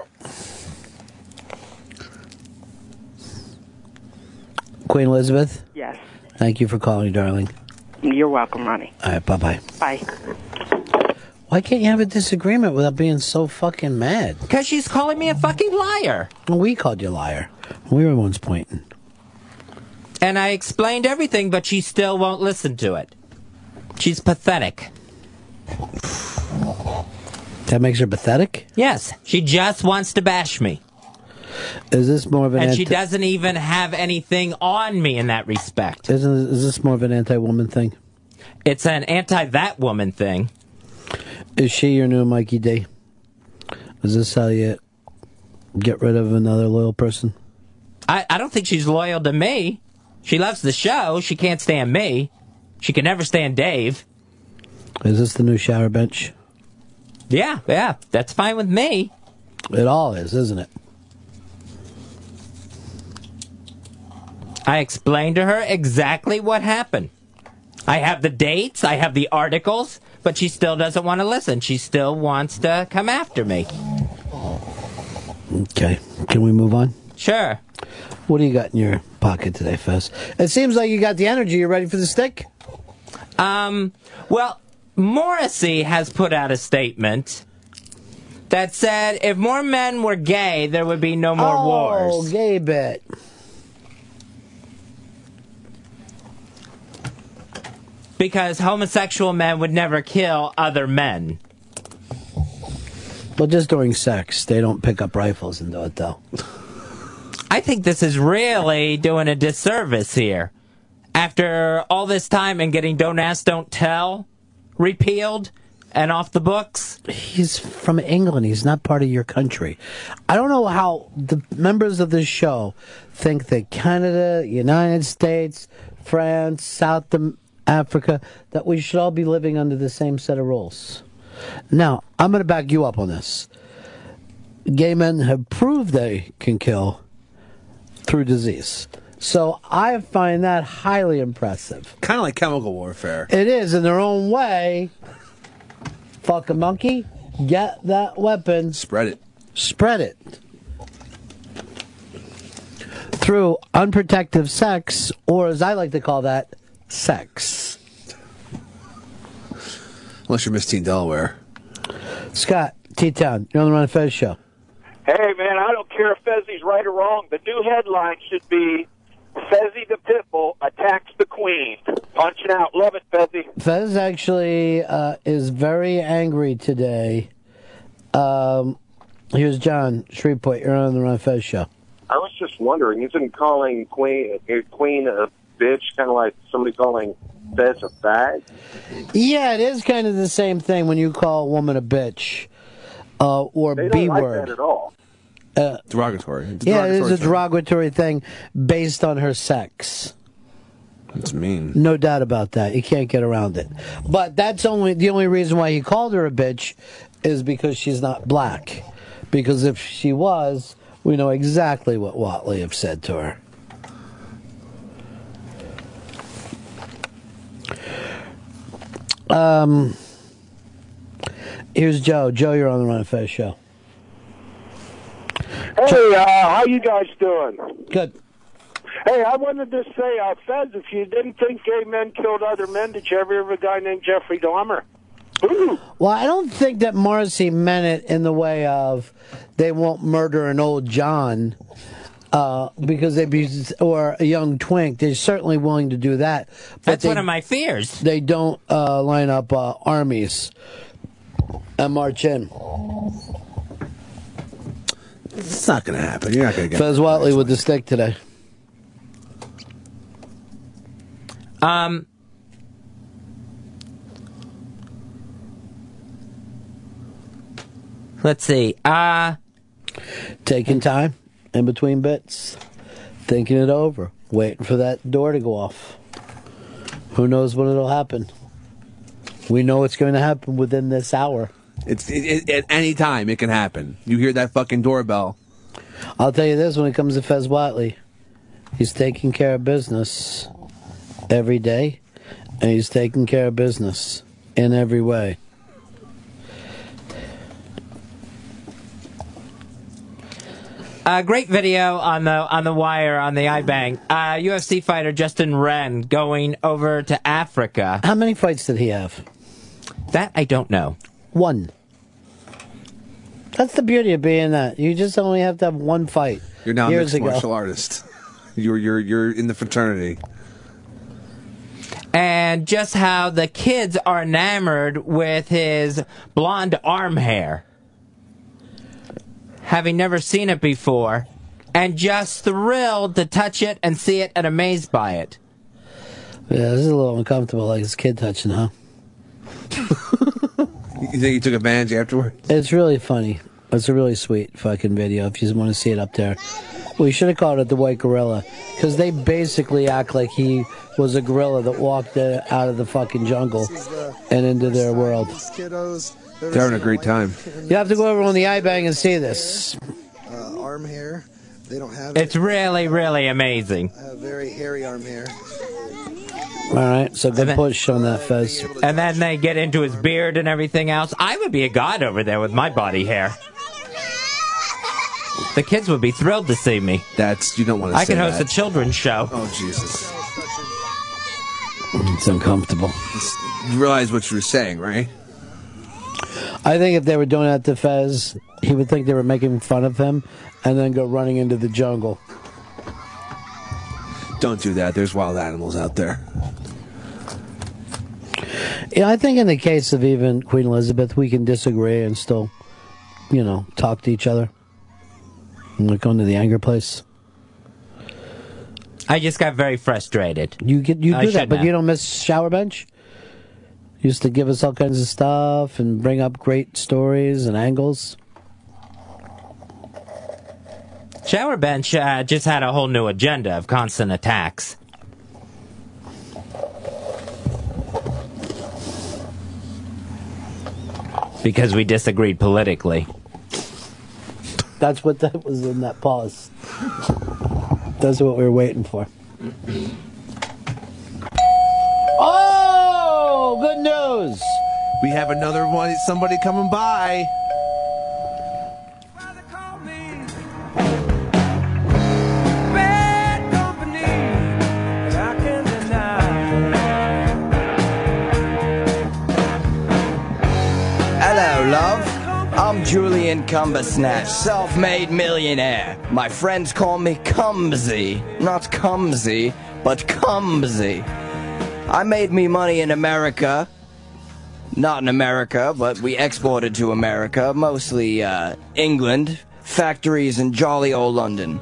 Queen Elizabeth. Yes. Thank you for calling, darling. You're welcome, Ronnie. All right, bye bye. Bye. Why can't you have a disagreement without being so fucking mad? Because she's calling me a fucking liar. Well, we called you a liar. We were the ones pointing. And I explained everything, but she still won't listen to it. She's pathetic. That makes her pathetic. Yes, she just wants to bash me. Is this more of an? And she anti- doesn't even have anything on me in that respect. Isn't is this more of an anti-woman thing? It's an anti that woman thing. Is she your new Mikey D? Is this how you get rid of another loyal person? I, I don't think she's loyal to me. She loves the show. She can't stand me. She can never stand Dave. Is this the new shower bench? Yeah, yeah, that's fine with me. It all is, isn't it? I explained to her exactly what happened. I have the dates, I have the articles, but she still doesn't want to listen. She still wants to come after me. Okay. Can we move on? Sure. What do you got in your pocket today, Fez? It seems like you got the energy. You ready for the stick? Um, well, Morrissey has put out a statement that said if more men were gay, there would be no more oh, wars. gay bet. because homosexual men would never kill other men. Well, just during sex, they don't pick up rifles and do it though. I think this is really doing a disservice here. After all this time and getting Don't Ask, Don't Tell repealed and off the books. He's from England. He's not part of your country. I don't know how the members of this show think that Canada, United States, France, South Am- Africa, that we should all be living under the same set of rules. Now, I'm going to back you up on this. Gay men have proved they can kill through disease. So I find that highly impressive. Kind of like chemical warfare. It is in their own way. Fuck a monkey. Get that weapon. Spread it. Spread it. Through unprotective sex, or as I like to call that, sex. Unless you're Miss Teen Delaware. Scott, T Town, you're on the Run and Fez show. Hey, man, I don't care if Fezzi's right or wrong. The new headline should be Fezzi the Pitbull attacks the Queen. Punching out. Love it, Fezzi. Fez actually uh, is very angry today. Um, here's John Shreveport, you're on the Run and Fez show. I was just wondering, isn't calling Queen uh, Queen a bitch kind of like somebody calling that's a fact. Yeah, it is kind of the same thing when you call a woman a bitch uh, or They don't B like word. that at all. Uh, derogatory. It's yeah, it is a derogatory. derogatory thing based on her sex. It's mean. No doubt about that. You can't get around it. But that's only the only reason why he called her a bitch is because she's not black. Because if she was, we know exactly what Watley have said to her. Um, here's Joe. Joe, you're on the Run and Fez show. Hey, uh, how you guys doing? Good. Hey, I wanted to say, uh, Fez, if you didn't think gay men killed other men, did you ever hear of a guy named Jeffrey Dahmer? Well, I don't think that Morrissey meant it in the way of they won't murder an old John uh, because they'd be or a young twink. They're certainly willing to do that. But That's they- one of my fears. They don't uh, line up uh, armies and march in. It's not going to happen. You're not going to get Fez Watley with the stick today. Um, let's see. Uh taking time in between bits, thinking it over, waiting for that door to go off. Who knows when it'll happen? We know it's going to happen within this hour. It's it, it, at any time it can happen. You hear that fucking doorbell. I'll tell you this when it comes to Fez Watley, he's taking care of business every day, and he's taking care of business in every way. A great video on the on the wire on the iBank. Uh, UFC fighter Justin Wren going over to Africa. How many fights did he have? That I don't know. One. That's the beauty of being that. You just only have to have one fight. You're now a Years mixed ago. martial artist. You're you're you're in the fraternity. And just how the kids are enamored with his blonde arm hair, having never seen it before, and just thrilled to touch it and see it and amazed by it. Yeah, this is a little uncomfortable, like this kid touching, huh? You think you took advantage afterward? It's really funny. It's a really sweet fucking video if you want to see it up there. We should have called it the White Gorilla because they basically act like he was a gorilla that walked uh, out of the fucking jungle and into their world. kiddos. They're having a great time. You have to go over on the iBang and see this. Uh, arm hair. They don't have It's really, really amazing. uh, very hairy arm hair. All right, so good push on that, Fez. And then they get into his beard and everything else. I would be a god over there with my body hair. The kids would be thrilled to see me. That's you don't want to I could say host that. a children's show. Oh Jesus! It's uncomfortable. You realize what you were saying, right? I think if they were doing that to Fez, he would think they were making fun of him and then go running into the jungle. Don't do that. There's wild animals out there. Yeah, I think in the case of even Queen Elizabeth, we can disagree and still, you know, talk to each other. I'm not going to the anger place. I just got very frustrated. You get you do I that, shouldn't but you have. don't miss shower bench. You Used to give us all kinds of stuff and bring up great stories and angles. Shower bench uh, just had a whole new agenda of constant attacks. Because we disagreed politically. That's what that was in that pause. That's what we were waiting for. Oh, good news! We have another one. Somebody coming by. Hello, love. I'm Julian Cumbersnatch, self-made millionaire. My friends call me Cumsy. Not Cumsy, but Cumsy. I made me money in America. Not in America, but we exported to America, mostly uh, England, factories in jolly old London.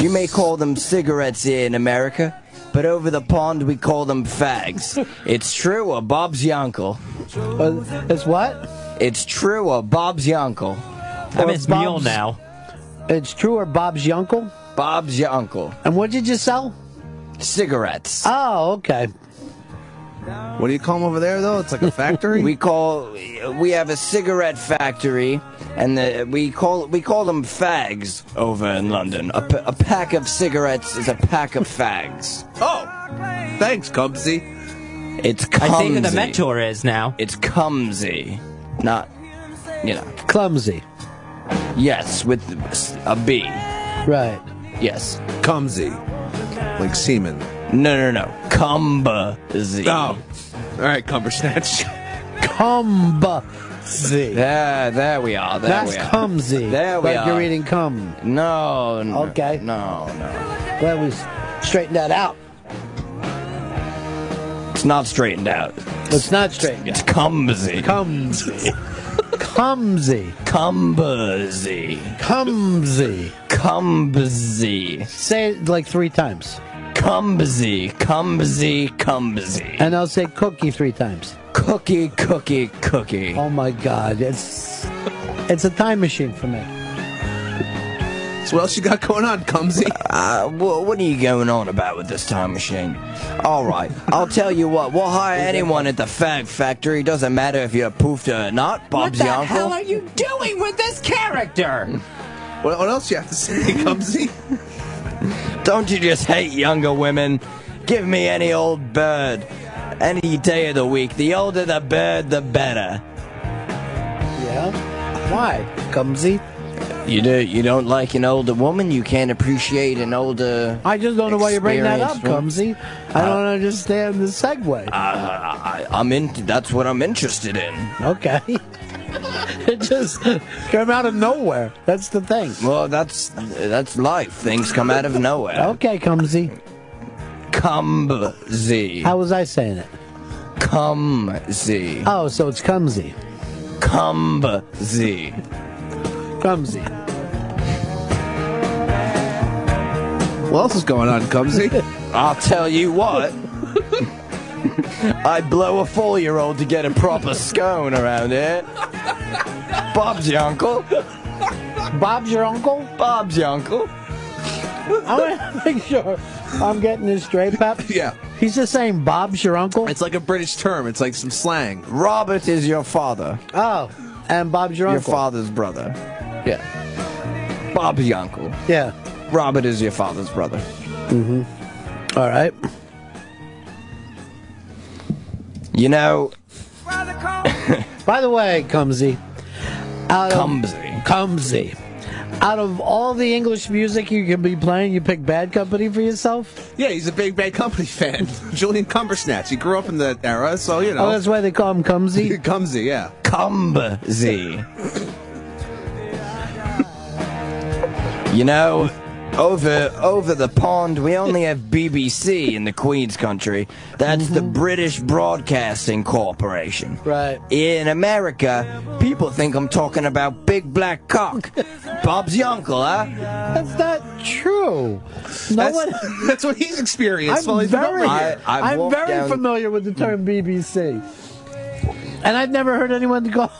You may call them cigarettes here in America. but over the pond we call them fags. It's true, a Bob's your uncle. Uh, It's what? It's true, a Bob's your uncle. Or Bob's- It's true or Bob's your uncle? Bob's your uncle. And what did you sell? Cigarettes. Oh, okay. What do you call them over there though? It's like a factory. we call we have a cigarette factory, and the, we call we call them fags over in London. A, p- a pack of cigarettes is a pack of fags. Oh, thanks, Cubsy. It's I see who the Cumsy. mentor is now. It's cumsy, not you know clumsy. Yes, with a B. Right. Yes, cumsy, like semen. No, no, no, cumbersy. Oh, all right, cumber snatch. Cumbersy. There, there we are. Oh, There That's we are. cumsy. There we like are. you're eating cum. No, no. Okay. No, no. Glad we straightened that out. It's not straightened out. It's not straightened It's cumbersy. Cumsy. Cumsy. Cumbersy. Cumsy. Cumbersy. Say it like three times. Cumbersy. Cumbersy. Cumbersy. And I'll say cookie three times. Cookie, cookie, cookie. Oh my God. It's it's a time machine for me. So what else you got going on, Cumsy? Uh, wha what are you going on about with this time machine? All right, I'll tell you what. We'll hire anyone at the fag factory. Doesn't matter if you're a poofter or not. what Bob's the your uncle. hell are you doing with this character? What, what else you have to say, Cubsy? Don't you just hate younger women? Give me any old bird. Any day of the week. The older the bird, the better. Yeah? Why? Cumsy? You do you don't like an older woman, you can't appreciate an older I just don't know why you bring that up, experienced Cumsy. I don't understand the segue. Uh, I, I- I'm in. That's what I'm interested in. Okay. it just came out of nowhere. That's the thing. Well, that's that's life. Things come out of nowhere. Okay, Cumsy. Cumsy. How was I saying it? Cumsy. Oh, so it's Cumsy. Cumsy. Cumsy. What else is going on, Cumsy? I'll tell you what. I'd blow a four-year-old to get a proper scone around here. Bob's your uncle. Bob's your uncle? Bob's your uncle. I want to make sure I'm getting this straight, Pep. Yeah. He's just saying Bob's your uncle? It's like a British term. It's like some slang. Robert is your father. Oh, and Bob's your, Your uncle. father's brother. Yeah. Bob's your uncle. Yeah. Robert is your father's brother. Mm-hmm. All right. You know, By the way, Cumsy. Out of, Cumsy. Cumsy. Out of all the English music you can be playing, you pick Bad Company for yourself? Yeah, he's a big Bad Company fan. Julian Cumbersnatch. He grew up in that era, so you know. Oh, that's why they call him Cumsy? Cumsy, yeah. Cumsy. you know, over over the pond, we only have BBC in the Queen's country. That's the British Broadcasting Corporation. Mm-hmm. Right. In America, people think I'm talking about big black cock. Bob's your uncle, huh? That's not true. No that's, one. that's what he's experienced while I'm he's been very, over here. I- I've I, am walked very down- familiar with the term BBC, and I've never heard anyone call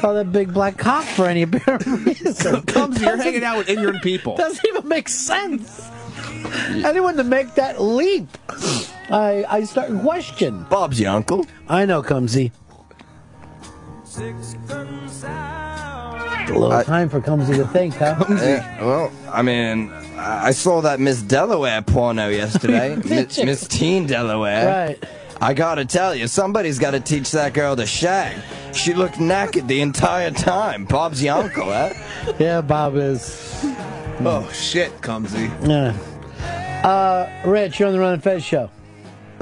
call that big black cock for any apparent reason. Cumsy, you're Doesn't- hanging out with ignorant people. Doesn't even make sense. Anyone to make that leap, I I start to question. Bob's your uncle. I know, Cumsy. A little time for Cumsy to think, huh? Yeah, well, I mean, I I saw that Miss Delaware porno yesterday. Miss, Miss Teen Delaware. Right. I gotta tell you, somebody's gotta teach that girl to shag. She looked naked the entire time. Bob's your uncle, eh? Yeah, Bob is. Hmm. Oh, shit, Cumsy. Yeah. Uh, Rich, you're on the Run and Fez show.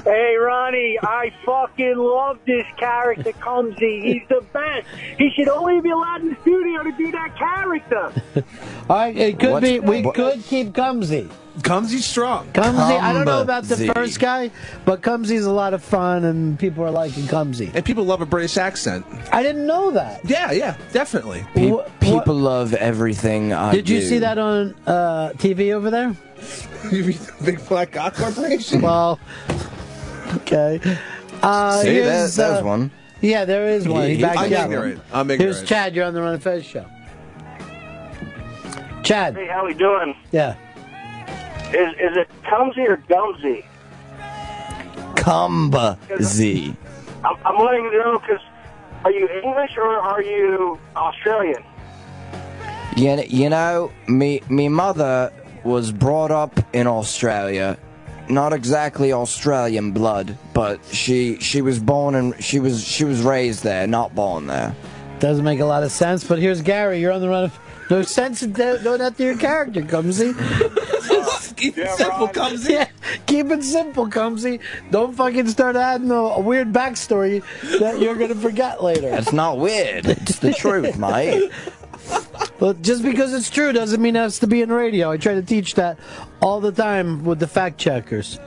Hey, Ronnie, I fucking love this character, Cumsy. He's the best. He should only be allowed in the studio to do that character. All right, it could What's- be. We what- could keep Cumsy. Cumsy's strong. Cumsy. I don't know about the Cumsy. first guy, but Cumsy's a lot of fun, and people are liking Cumsy. And people love a British accent. I didn't know that. Yeah, yeah, definitely. Pe- Wha- people People love everything I Did you do. see that on uh, TV over there? you mean the Big Black Cock Corporation? well, okay. Uh, See, here's, that- that was uh, one. Yeah, there is one. He He- backed I'm you up. ignorant. I'm Here's ignorant. Chad. You're on the Run and Fez show. Chad. Hey, how we doing? Yeah. Is is it Tumsy or Gumsy? Cumba Z. I'm, I'm letting you know because are you English or are you Australian? You, kn- you know, me me mother was brought up in Australia. Not exactly Australian blood, but she she was born and she was she was raised there, not born there. Doesn't make a lot of sense, but here's Gary. You're on the Run and No sense in that, no, that to your character, Cumsy. keep it simple, Cumsy. Yeah, keep it simple, Cumsy. Don't fucking start adding a, a weird backstory that you're going to forget later. It's not weird. It's the truth, mate. Well, just because it's true doesn't mean it has to be in radio. I try to teach that all the time with the fact checkers.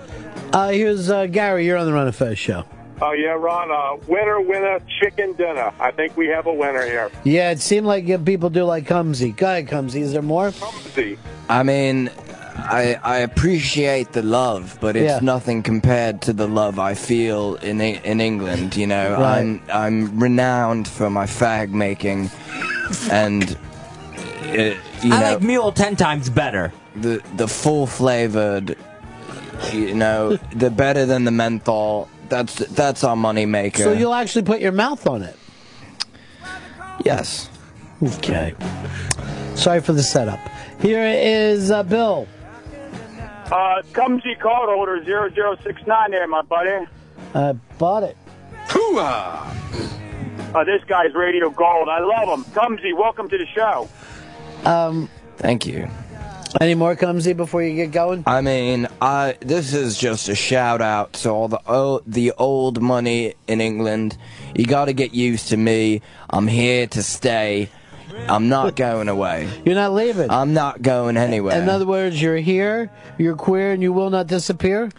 Uh, here's uh, Gary. You're on the Run and Fez show. Oh yeah, Ron. Uh, winner, winner, chicken dinner. I think we have a winner here. Yeah, it seemed like uh, people do like Cumsy. Go ahead, Cumsy. Is there more? See, I mean, I I appreciate the love, but it's Yeah. nothing compared to the love I feel in E- in England. You know, Right. I'm I'm renowned for my fag making, and it, you I know, like Mule ten times better. the the full flavored. You know, the better than the menthol. That's that's our money maker. So you'll actually put your mouth on it. yes. Okay. Sorry for the setup. Here is uh, Bill. Uh, Cumsy code order 0069 there, my buddy. I bought it. Hooah! Uh, this guy's radio gold. I love him. Cumsy, welcome to the show. Um, Thank you. any more Cumsy before you get going? I mean, I this is just a shout out to all the oh, the old money in England. You got to get used to me. I'm here to stay. I'm not going away. You're not leaving. I'm not going anywhere. In other words, you're here, you're queer, and you will not disappear?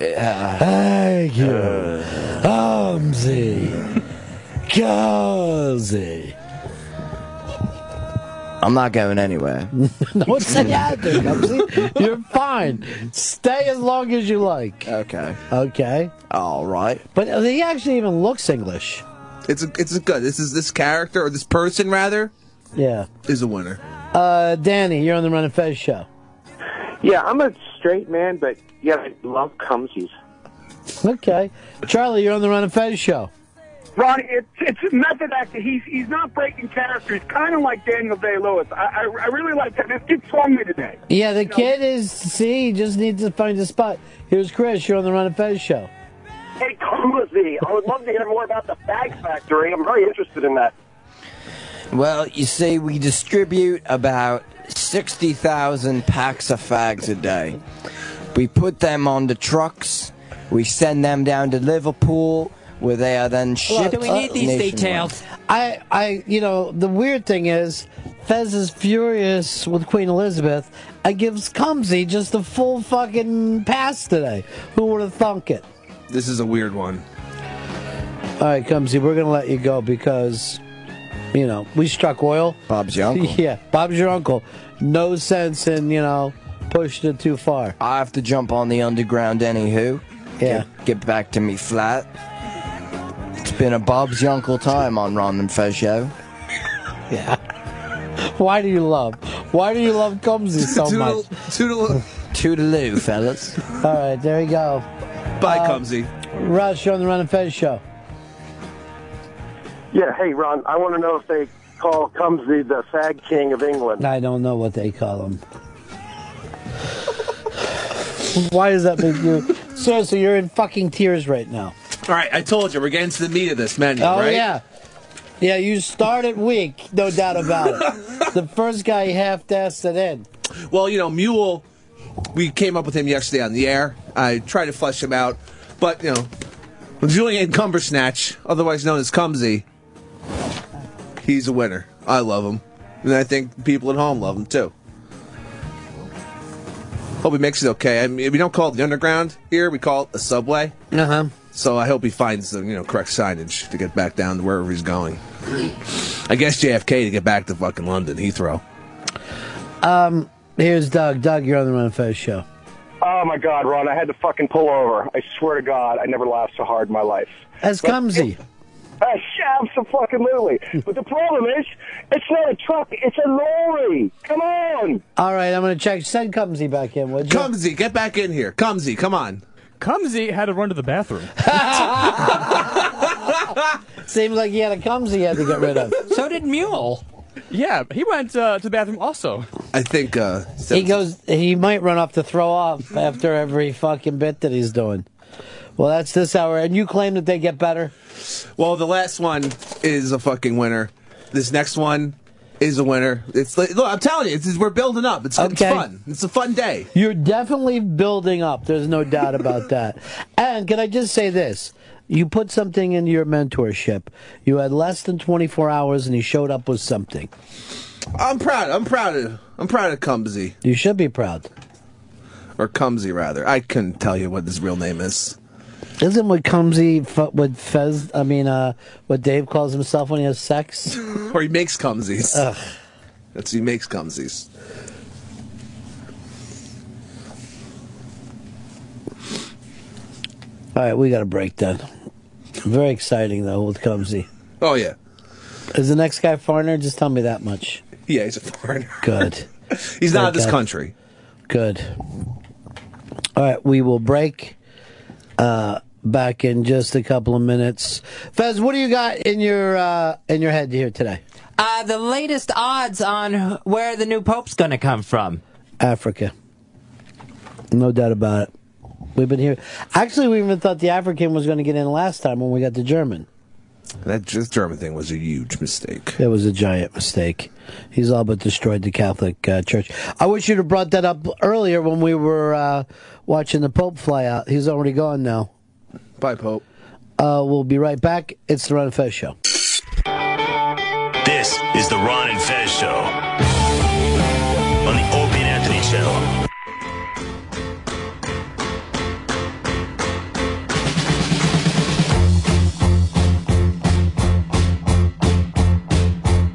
Yeah. Thank you. Uh. Cumsy. Cumsy. I'm not going anywhere. no, stay out there, Cumsy. You're fine. Stay as long as you like. Okay. Okay. All right. But uh, he actually even looks English. It's a, it's a good. This is this character or this person rather Yeah. is a winner. Uh, Danny, you're on the Run and Fez show. Yeah, I'm a straight man, but yeah, I love Cumsies. Okay. Charlie, you're on the Run and Fez show. Ronnie, it's it's a method acting. He's he's not breaking character. He's kind of like Daniel Day Lewis. I, I I really like that. It, it swung me today. Yeah, the kid is, see, he just needs to find a spot. Here's Chris, you're on the Run and Fez show. Hey, Cumsy, I would love to hear more about the Bag Factory. I'm very interested in that. Well, you see, we distribute about 60,000 packs of fags a day. We put them on the trucks, we send them down to Liverpool, where they are then shipped. nationwide. I, I, you know, the weird thing is, Fez is furious with Queen Elizabeth and gives Cumsy just a full fucking pass today. Who would have thunk it? This is a weird one. All right, Cumsy, we're going to let you go because, you know, we struck oil. Bob's your uncle. Yeah, Bob's your uncle. No sense in, you know, pushing it too far. I have to jump on the underground, anywho. Yeah. Get, get back to me flat. It's been a Bob's your uncle time on Ron and Fez show. Yeah. Why do you love? Why do you love Cumsy so Toodle- much? Toodaloo. Toodaloo, fellas. All right, there you go. Bye, Uh, Cumsy. Rush, you're on the Run and Fez show. Yeah, hey Ron, I want to know if they call Cumsy the Fag King of England. I don't know what they call him. Why does that make you? Seriously, you're in fucking tears right now. All right, I told you we're getting to the meat of this menu, Oh right? yeah, yeah. You started weak, no doubt about it. the first guy half-assed it in. Well, you know, Mule, we came up with him yesterday on the air. I tried to flesh him out, but, you know, Julian Cumbersnatch, otherwise known as Cumsy, he's a winner. I love him. And I think people at home love him, too. Hope he makes it okay. I mean, we don't call it the underground here, we call it the subway. Uh huh. So I hope he finds the you know correct signage to get back down to wherever he's going. against JFK to get back to fucking London Heathrow. Um, here's Doug. Doug, you're on the Run and Fez show. Oh my God, Ron! I had to fucking pull over. I swear to God, I never laughed so hard in my life. As Clumsy. Uh, Absolutely. But the problem is, it's not a truck, it's a lorry. Come on. All right, I'm going to check. Send Cumsy back in, would you? Cumsy, get back in here. Cumsy, come on. Cumsy had to run to the bathroom. Seems like he had a Cumsy he had to get rid of. so did Mule. Yeah, he went uh, to the bathroom also. I think uh, He goes. He might run off to throw off after every fucking bit that he's doing. Well, that's this hour, and you claim that they get better. Well, the last one is a fucking winner. This next one is a winner. It's like, look, I'm telling you, it's, it's- we're building up. It's, it's Okay. fun. It's a fun day. You're definitely building up. There's no doubt about that. And can I just say this? You put something into your mentorship. You had less than 24 hours, and he showed up with something. I'm proud. I'm proud of. I'm proud of Cumsy. You should be proud. Or Cumsy, rather. I couldn't tell you what his real name is. Isn't what Cumsy, fe- what Fez, I mean, uh, what Dave calls himself when he has sex? Or he makes Cumsies. That's he makes Cumsies. All right, we got a break then. Very exciting though with Cumsy. Oh yeah, Is the next guy foreigner? Just tell me that much. yeah. He's a foreigner. Good. He's not of this Okay. country. Good. All right, we will break uh, back in just a couple of minutes. Fez, what do you got in your uh, in your head here today? Uh, the latest odds on wh- where the new pope's going to come from. Africa. No doubt about it. We've been here. Actually, we even thought the African was going to get in last time when we got the German. That this German thing was a huge mistake. That was a giant mistake. He's all but destroyed the Catholic uh, Church. I wish you'd have brought that up earlier when we were uh, watching the Pope fly out. He's already gone now. Bye, Pope. Uh, we'll be right back. It's the Ron and Fez Show. This is the Ron and Fez Show on the Opie and Anthony channel.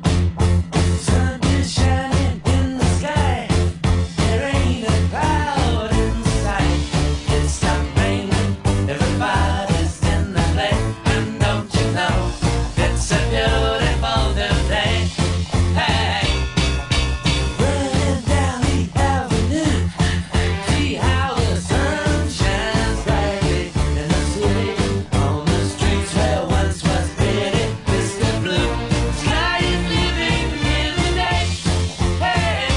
Sun is shining in the sky. There ain't a cloud in sight. It stopped raining. Everybody's in the play. And don't you know, it's a beautiful new day. Hey, running down the avenue, see how the sun shines brightly in the city. On the streets where once was pretty Mr. Blue. Sky is living in the night. Hey.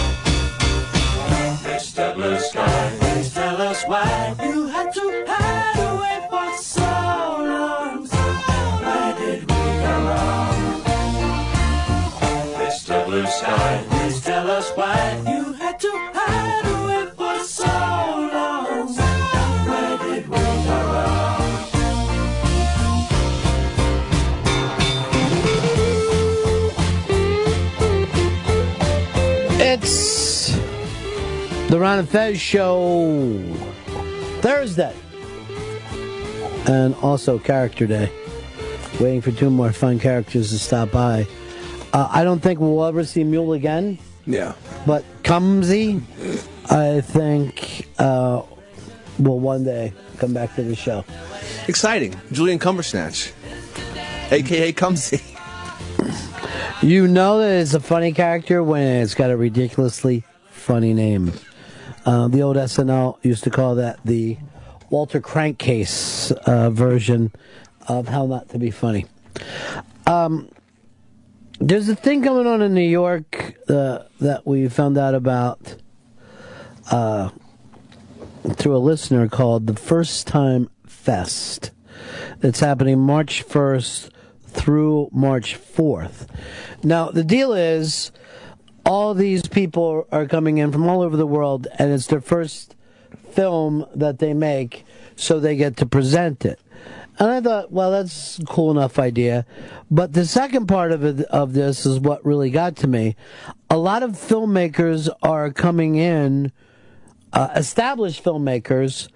Mr. Blue Sky, please tell us why you had to hide away for so long. Why did we go wrong? Mr. Blue Sky, please tell us why you had to hide away for so long. Why did we go wrong? It's the Ron and Fez Show Thursday, and also Character Day. Waiting for two more fun characters to stop by. Uh, I don't think we'll ever see Mule again. Yeah. But Cumsy, I think, uh, will one day come back to the show. Exciting. Julian Cumbersnatch, aka Cumsy. You know that it's a funny character when it's got a ridiculously funny name. Uh, the old SNL used to call that the Walter Crankcase uh, version of How Not to Be Funny. Um, there's a thing going on in New York uh, that we found out about uh, through a listener called the First Time Fest. It's happening March 1st through March 4th. Now, the deal is all these people are coming in from all over the world, and it's their first film that they make, so they get to present it. And I thought, well, that's a cool enough idea. But the second part of it, of this is what really got to me. A lot of filmmakers are coming in uh, established filmmakers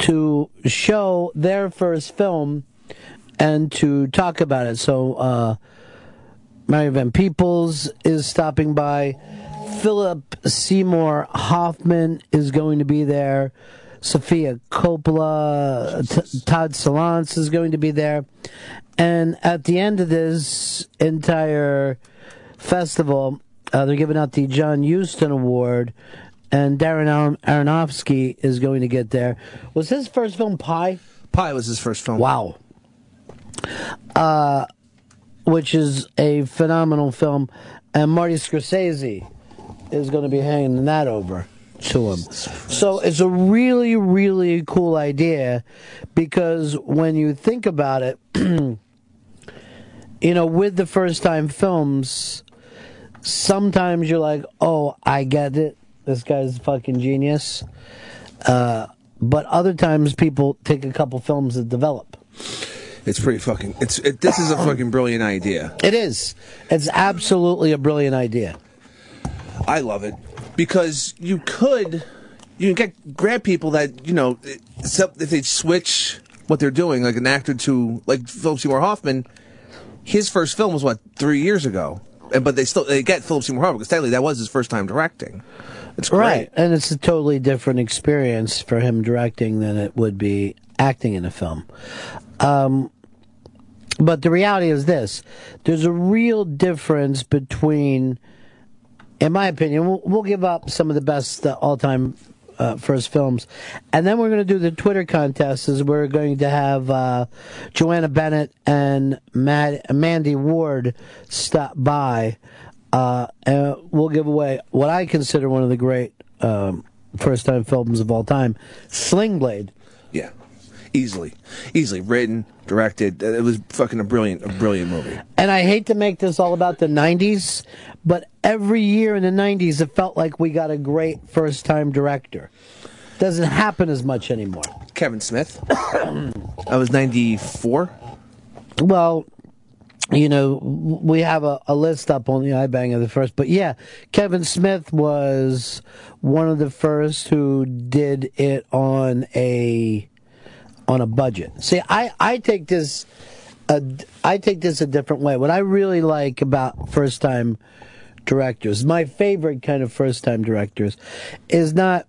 to show their first film and to talk about it. So uh, Mary Van Peoples is stopping by. Philip Seymour Hoffman is going to be there. Sophia Coppola, T- Todd Solondz is going to be there. And at the end of this entire festival, uh, they're giving out the John Huston Award, and Darren Aron- Aronofsky is going to get there. Was his first film Pie? Pie was his first film. Wow. Uh, which is a phenomenal film, and Marty Scorsese is going to be hanging that over to him. So it's a really, really cool idea because when you think about it, you know, with the first time films, sometimes you're like, oh, I get it. This guy's a fucking genius. Uh, but other times people take a couple films that develop. It's pretty fucking. It's it, this is a fucking brilliant idea. It is. It's absolutely a brilliant idea. I love it because you could you can get grab people that you know except if they switch what they're doing like an actor to like Philip Seymour Hoffman. His first film was what three years ago, and but they still they get Philip Seymour Hoffman because technically that was his first time directing. It's great. Right. And it's a totally different experience for him directing than it would be acting in a film. Um, but the reality is this there's a real difference between, in my opinion, we'll, we'll give up some of the best uh, all time uh, first films. And then we're going to do the Twitter contest, is we're going to have uh, Joanna Bennett and Mad- Mandy Ward stop by. Uh, and we'll give away what I consider one of the great um, first time films of all time Sling Blade. Yeah, easily, easily written, directed. It was fucking a brilliant, a brilliant movie. And I hate to make this all about the 90s, but every year in the 90s, it felt like we got a great first time director. Doesn't happen as much anymore. Kevin Smith. I was ninety four. Well, you know, we have a, a list up on the iBang of the first, but yeah, Kevin Smith was one of the first who did it on a on a budget. See, I I take this a, I take this a different way. What I really like about first time directors, my favorite kind of first time directors, is not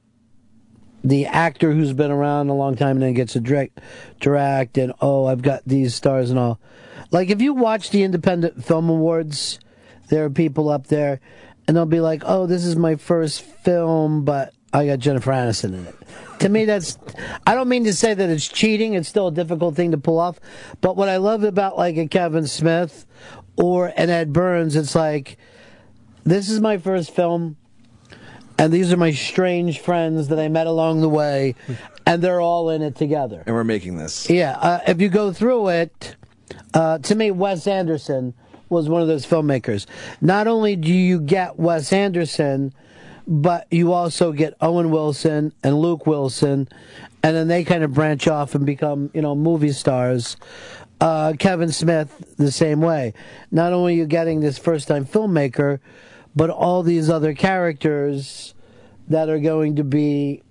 the actor who's been around a long time and then gets to direct, direct, and oh, I've got these stars and all. Like if you watch the Independent Film Awards, there are people up there, and they'll be like, oh, this is my first film, but I got Jennifer Aniston in it. To me, that's. I don't mean to say that it's cheating. It's still a difficult thing to pull off. But what I love about like a Kevin Smith or an Ed Burns, it's like, this is my first film and these are my strange friends that I met along the way, and they're all in it together. and we're making this. Yeah, uh, if you go through it, uh, to me, Wes Anderson was one of those filmmakers. Not only do you get Wes Anderson, but you also get Owen Wilson and Luke Wilson, and then they kind of branch off and become, you know, movie stars. Uh, Kevin Smith, the same way. Not only are you getting this first time filmmaker, but all these other characters that are going to be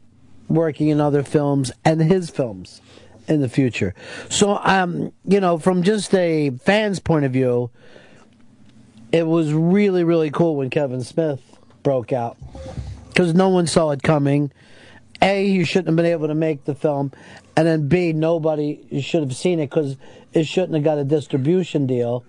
working in other films and his films in the future. So, um, you know, from just a fan's point of view, it was really, really cool when Kevin Smith broke out because no one saw it coming. A, you shouldn't have been able to make the film, and then B, nobody should have seen it because it shouldn't have got a distribution deal.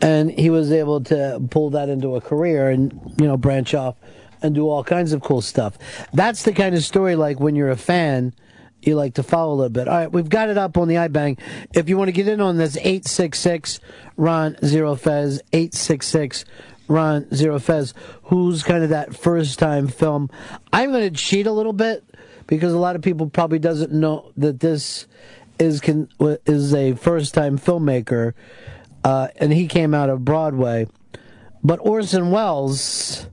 And he was able to pull that into a career and you know branch off and do all kinds of cool stuff. That's the kind of story like when you're a fan, you like to follow a little bit. All right, we've got it up on the iBang. If you want to get in on this, 866 Ron Zero Fez, 866 Ron Zero Fez, who's kind of that first time film. I'm going to cheat a little bit because a lot of people probably doesn't know that this is can is a first time filmmaker, uh, and he came out of Broadway. But Orson Welles,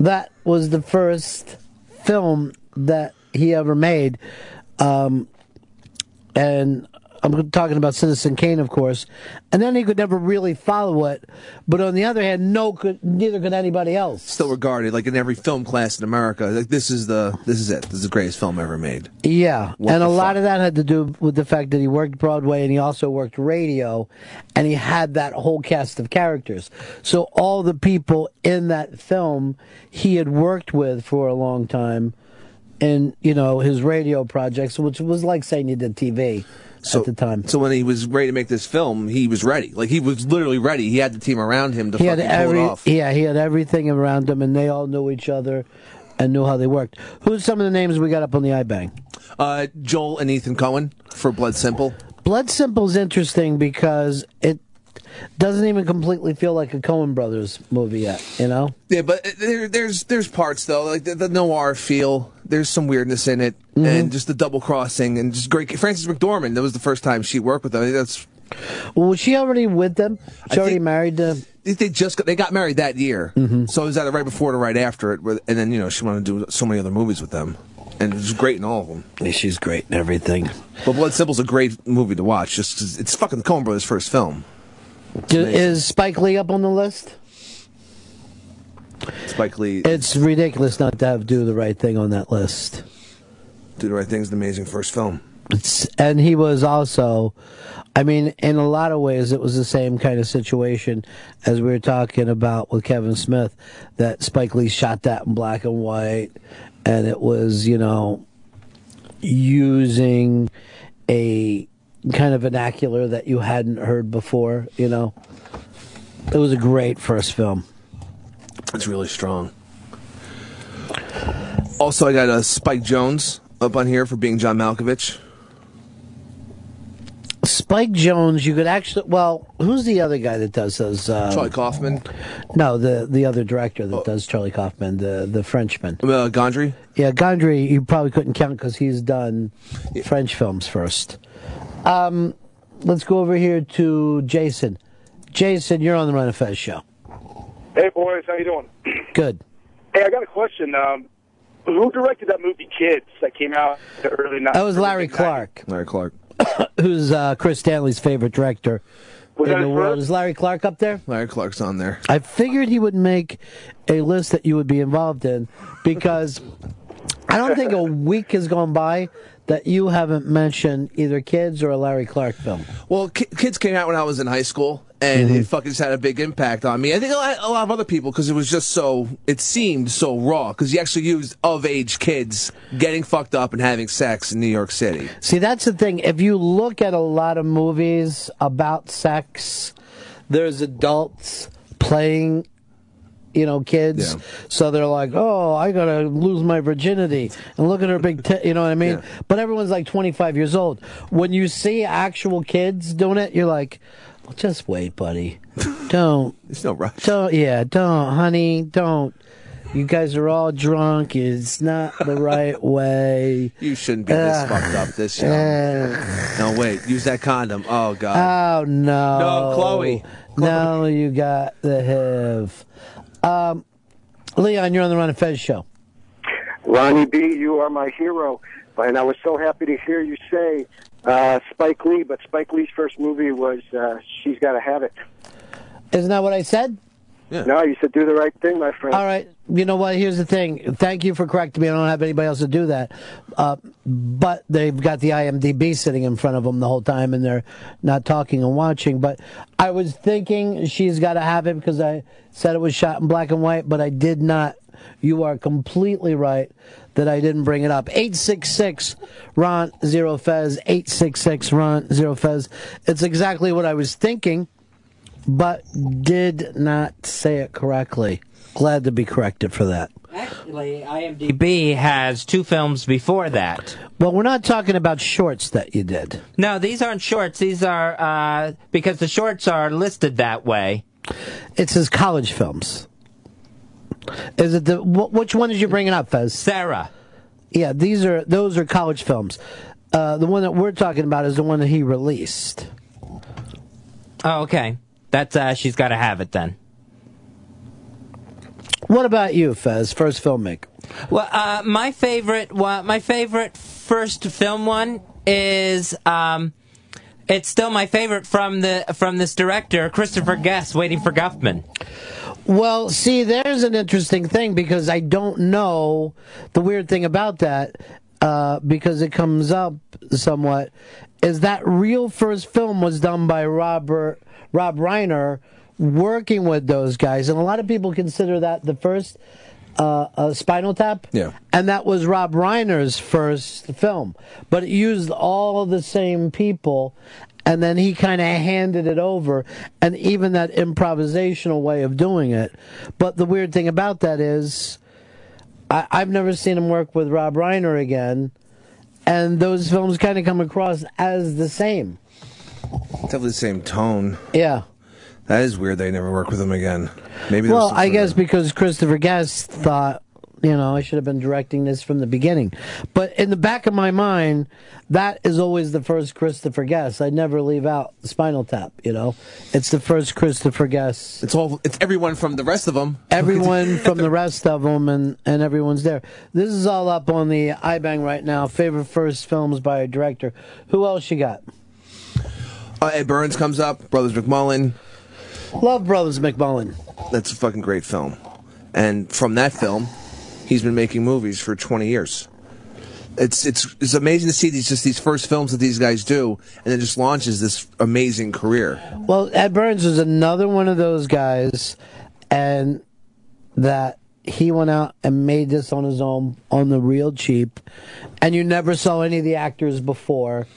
that was the first film that he ever made. Um, and I'm talking about Citizen Kane, of course, and then he could never really follow it. But on the other hand, no, could neither could anybody else. Still regarded like in every film class in America. Like this is the this is it. This is the greatest film ever made. Yeah, What and a the lot of that had to do with the fact that he worked Broadway and he also worked radio, and he had that whole cast of characters. So all the people in that film he had worked with for a long time, in you know his radio projects, which was like saying he did TV at the time. So when he was ready to make this film, he was ready. Like he was literally ready. He had the team around him to he had fucking every pull it off. yeah he had everything around him, and they all knew each other and knew how they worked. Who's some of the names we got up on the iBang? Uh, Joel and Ethan Cohen for Blood Simple. Blood Simple's interesting because it doesn't even completely feel like a Coen Brothers movie yet, you know? Yeah, but there, there's there's parts though, like the, the noir feel. There's some weirdness in it, Mm-hmm. and just the double crossing, and just great. Frances McDormand. That was the first time she worked with them. I think that's. Well, was she already with them? She Mm-hmm. already married to. I think They just got, they got married that year, so it was either right before it or right after it. where- And then you know she wanted to do so many other movies with them, and it was great in all of them. she's great in everything. But Blood Simple's a great movie to watch, just 'cause it's fucking the Coen Brothers' first film. Do- is Spike Lee up on the list? Spike Lee It's ridiculous not to have Do the Right Thing on that list. Do the Right Thing's an amazing first film. It's, and he was also, I mean, in a lot of ways, it was the same kind of situation as we were talking about with Kevin Smith, that Spike Lee shot that in black and white, and it was, you know, using a kind of vernacular that you hadn't heard before, you know. It was a great first film. It's really strong. Also, I got uh, Spike Jones up on here for being John Malkovich. Spike Jones, you could actually, well, who's the other guy that does those? Um, Charlie Kaufman, Oh. No, the the other director that does Charlie Kaufman, the the Frenchman. uh, Gondry. Yeah, Gondry, you probably couldn't count because he's done French films first. Um, let's go over here to Jason. Jason, you're on the Run of Fez show. Hey boys, how you doing? Good. Hey, I got a question. Um, who directed that movie Kids that came out in the early nineties? That was Larry Clark, Larry Clark. who's uh, Chris Stanley's favorite director Was that in the his world. first? Is Larry Clark up there? Larry Clark's on there. I figured he would make a list that you would be involved in because I don't think a week has gone by that you haven't mentioned either kids or a Larry Clark film. Well, Ki- Kids came out when I was in high school, and Mhm. it fucking just had a big impact on me. I think a lot, a lot of other people because it was just so, it seemed so raw because he actually used of age kids getting fucked up and having sex in New York City. See, that's the thing. If you look at a lot of movies about sex, there's adults playing, you know, kids. So they're like, oh, I got to lose my virginity. And look at her big tit, you know what I mean? But everyone's like 25 years old. When you see actual kids doing it, you're like, well, just wait, buddy. Don't. There's no rush. Don't, yeah, don't, honey, don't. You guys are all drunk. It's not the right way. You shouldn't be this Ugh. fucked up this young. Ugh. no, wait, use that condom. Oh, God. uh. oh no! No, Chloe. No, you got the HIV. Um, Leon, you're on the Ron and Fez show. Ronnie B, you are my hero, and I was so happy to hear you say uh, Spike Lee. But Spike Lee's first movie was uh, She's Got to Have It. Isn't that what I said? No, you said do the right thing, my friend. All right. You know what? Here's the thing. Thank you for correcting me. I don't have anybody else to do that. Uh, but they've got the IMDb sitting in front of them the whole time, and they're not talking and watching. But I was thinking she's got to have it because I said it was shot in black and white, but I did not. You are completely right that I didn't bring it up. 866 Ron Zero Fez. 866 Ron Zero Fez. It's exactly what I was thinking but did not say it correctly. Glad to be corrected for that. Actually, IMDb has two films before that. Well, we're not talking about shorts that you did. No, these aren't shorts. These are uh, because the shorts are listed that way. It's his college films. Is it the wh- which one did you bringing up, Fez? Sarah. Yeah, these are those are college films. Uh, the one that we're talking about is the one that he released. Oh, okay. That's uh, she's got to have it then. What about you, Fez? First filmmaker. Well, uh, my favorite one, my favorite first film one is um, It's still my favorite from the from this director, Christopher Guest, Waiting for Guffman. Well, see, there's an interesting thing because I don't know the weird thing about that uh, because it comes up somewhat is that real first film was done by Robert Rob Reiner working with those guys, and a lot of people consider that the first uh, uh, Spinal Tap. Yeah. And that was Rob Reiner's first film. But it used all of the same people. And then he kind of handed it over, and even that improvisational way of doing it. But the weird thing about that is, I, I've never seen him work with Rob Reiner again, and those films kind of come across as the same. Definitely the same tone. Yeah. That is weird. They never work with him again. Maybe. there was well, some I sort guess because Christopher Guest thought, you know, I should have been directing this from the beginning. But in the back of my mind, that is always the first Christopher Guest. I never leave out Spinal Tap. You know, it's the first Christopher Guest. It's all. It's everyone from the rest of them. Everyone from the rest of them, and and everyone's there. This is all up on the iBang right now. Favorite first films by a director. Who else you got? Uh, Ed Burns comes up. Brothers McMullen. Love Brothers McMullen. That's a fucking great film. And from that film, he's been making movies for 20 years. It's it's it's amazing to see these just these first films that these guys do, and it just launches this amazing career. Well, Ed Burns was another one of those guys, and that he went out and made this on his own on the real cheap, and you never saw any of the actors before.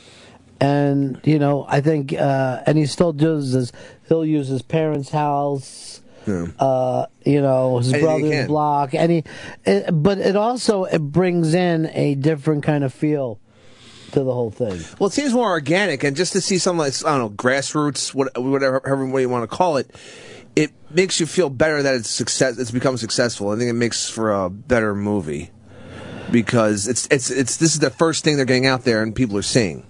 And you know, I think, uh, and he still does this. He'll use his parents' house. Uh, you know, his Anything he brother's can. block, any, it, but it also it brings in a different kind of feel to the whole thing. Well, it seems more organic, and just to see something like I don't know, grassroots, what- whatever, however way you want to call it, it makes you feel better that it's success. It's become successful. I think it makes for a better movie because it's it's it's this is the first thing they're getting out there and people are seeing.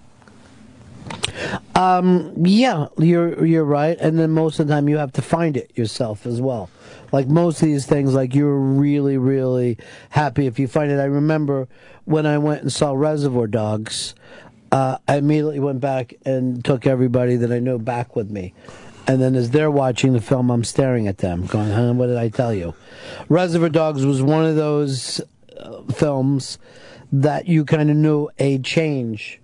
Um, yeah, you're you're right, and then most of the time you have to find it yourself as well. Like most of these things, like you're really really happy if you find it. I remember when I went and saw Reservoir Dogs, uh, I immediately went back and took everybody that I knew back with me. And then as they're watching the film, I'm staring at them, going, huh, what did I tell you? Reservoir Dogs was one of those uh, films that you kind of knew a change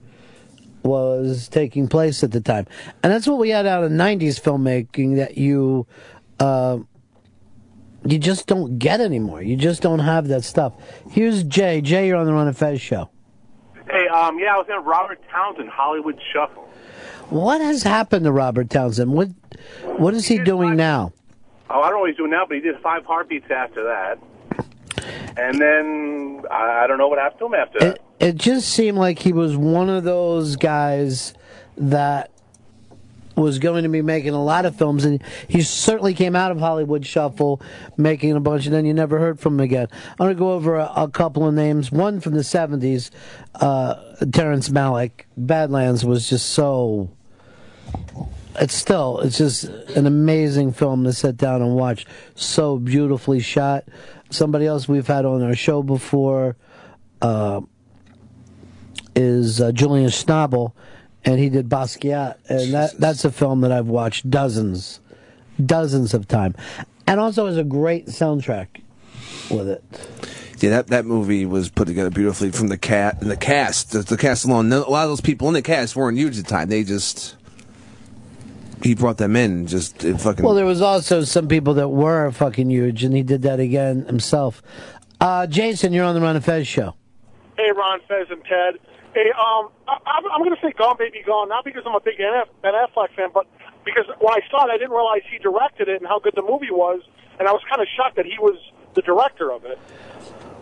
was taking place at the time. And that's what we had out of 90s filmmaking that you uh, you just don't get anymore. You just don't have that stuff. Here's Jay. Jay, you're on the Run and Fez show. Hey, um, yeah, I was in Robert Townsend Hollywood Shuffle. What has happened to Robert Townsend? What what is he doing now? Oh, I don't know what he's doing now, but he did five heartbeats after that. And then I I don't know what happened to him after that. It, it just seemed like he was one of those guys that was going to be making a lot of films, and he certainly came out of Hollywood Shuffle making a bunch, and then you never heard from him again. I'm going to go over a, a couple of names. One from the 70s, uh, Terrence Malick. Badlands was just so. It's still, it's just an amazing film to sit down and watch. So beautifully shot. Somebody else we've had on our show before. Uh, is uh, Julian Schnabel, and he did Basquiat, and that, that's a film that I've watched dozens, dozens of time, and also has a great soundtrack with it. Yeah, that, that movie was put together beautifully from the cat and the cast. The, the cast alone, no- a lot of those people in the cast weren't huge at the time. They just he brought them in, and just it fucking. Well, there was also some people that were fucking huge, and he did that again himself. Uh, Jason, you're on the Ron and Fez show. Hey, Ron, Fez, and Ted. Hey, um, I, I'm, I'm going to say Gone Baby Gone, not because I'm a big NF, Ben Affleck fan, but because when I saw it, I didn't realize he directed it and how good the movie was, and I was kind of shocked that he was the director of it.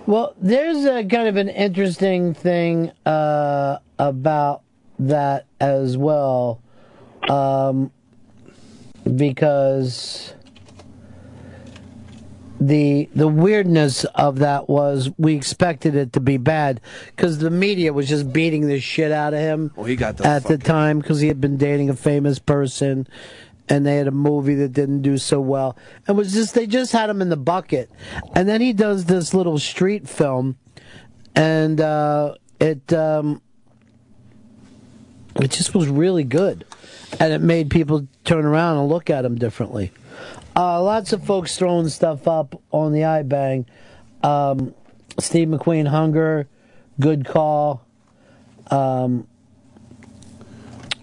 Well, there's a kind of an interesting thing uh, about that as well, um, because the the weirdness of that was we expected it to be bad because the media was just beating the shit out of him. Well, he got the at the time because he had been dating a famous person, and they had a movie that didn't do so well, and was just they just had him in the bucket, and then he does this little street film, and uh, it. Um, It just was really good, and it made people turn around and look at him differently. Uh, lots of folks throwing stuff up on the iBang. Um, Steve McQueen, Hunger, Good Call, um,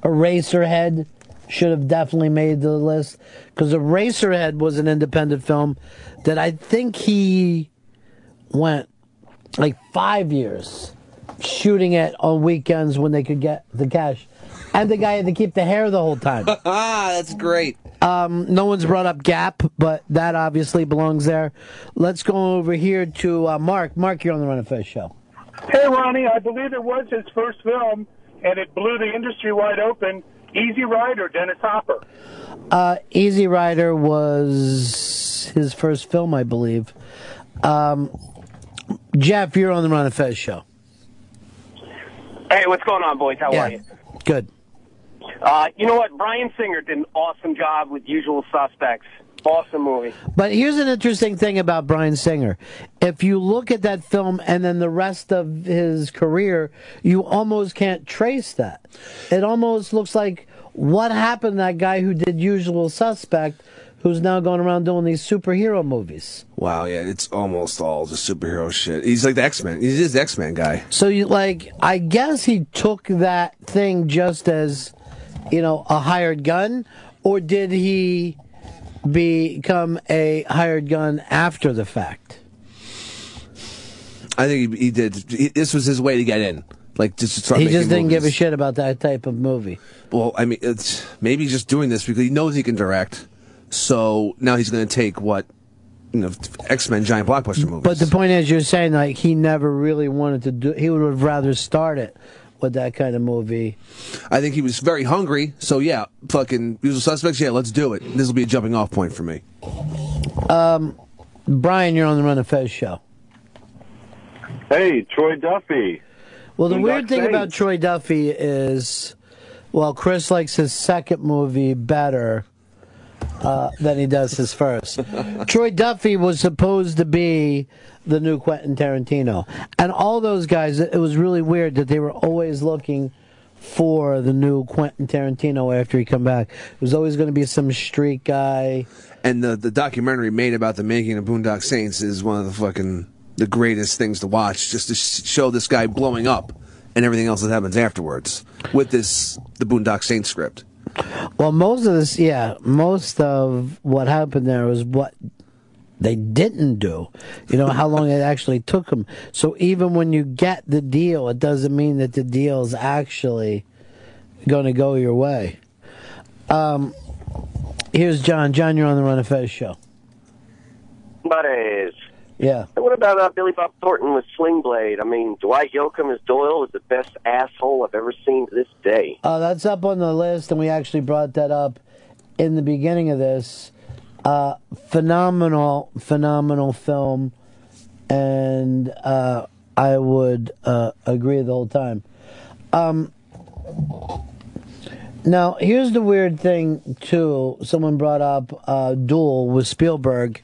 Eraserhead should have definitely made the list because Eraserhead was an independent film that I think he went like five years shooting it on weekends when they could get the cash. And the guy had to keep the hair the whole time. ah, that's great. Um, no one's brought up Gap, but that obviously belongs there. Let's go over here to uh, Mark. Mark, you're on the Run and Fez show. Hey, Ronnie, I believe it was his first film, and it blew the industry wide open. Easy Rider, Dennis Hopper. Uh, Easy Rider was his first film, I believe. Um, Jeff, you're on the Run and Fez show. Hey, what's going on, boys? How are you? Good. Uh, you know what? Brian Singer did an awesome job with Usual Suspects. Awesome movie. But here's an interesting thing about Brian Singer. If you look at that film and then the rest of his career, you almost can't trace that. It almost looks like what happened to that guy who did Usual Suspect, who's now going around doing these superhero movies. Wow, yeah, it's almost all the superhero shit. He's like the X Men. He's just the X Men guy. So you like I guess he took that thing just as you know a hired gun or did he become a hired gun after the fact? I think he, he did. He, this was his way to get in. Like just to start He making just didn't give a movies. shit about that type of movie. Well, I mean, it's maybe he's just doing this because he knows he can direct. So now he's going to take what you know, X Men giant blockbuster movie. But the point is, you're saying like he never really wanted to do. He would have rather started with that kind of movie. I think he was very hungry. So yeah, fucking usual suspects. Yeah, let's do it. This will be a jumping off point for me. Um, Brian, you're on the Run of Fez show. Hey, Troy Duffy. Well, the Boondock weird thing Saints. about Troy Duffy is, well, Chris likes his second movie better uh, than he does his first. Troy Duffy was supposed to be the new Quentin Tarantino, and all those guys. It was really weird that they were always looking for the new Quentin Tarantino after he come back. It was always going to be some street guy. And the the documentary made about the making of Boondock Saints is one of the fucking the greatest things to watch, just to sh- show this guy blowing up and everything else that happens afterwards with this the Boondock Saints script. Well, most of this, yeah, most of what happened there was what they didn't do. You know, how long it actually took them. So even when you get the deal, it doesn't mean that the deal's actually going to go your way. Um, here's John. John, you're on the Run of Fez show. Buddies. Yeah. And what about uh, Billy Bob Thornton with Sling Blade? I mean, Dwight Yoakam as Doyle is the best asshole I've ever seen to this day. Uh, that's up on the list, and we actually brought that up in the beginning of this. Uh, phenomenal, phenomenal film, and uh, I would uh, agree the whole time. Um, now, here's the weird thing, too. Someone brought up uh, Duel with Spielberg.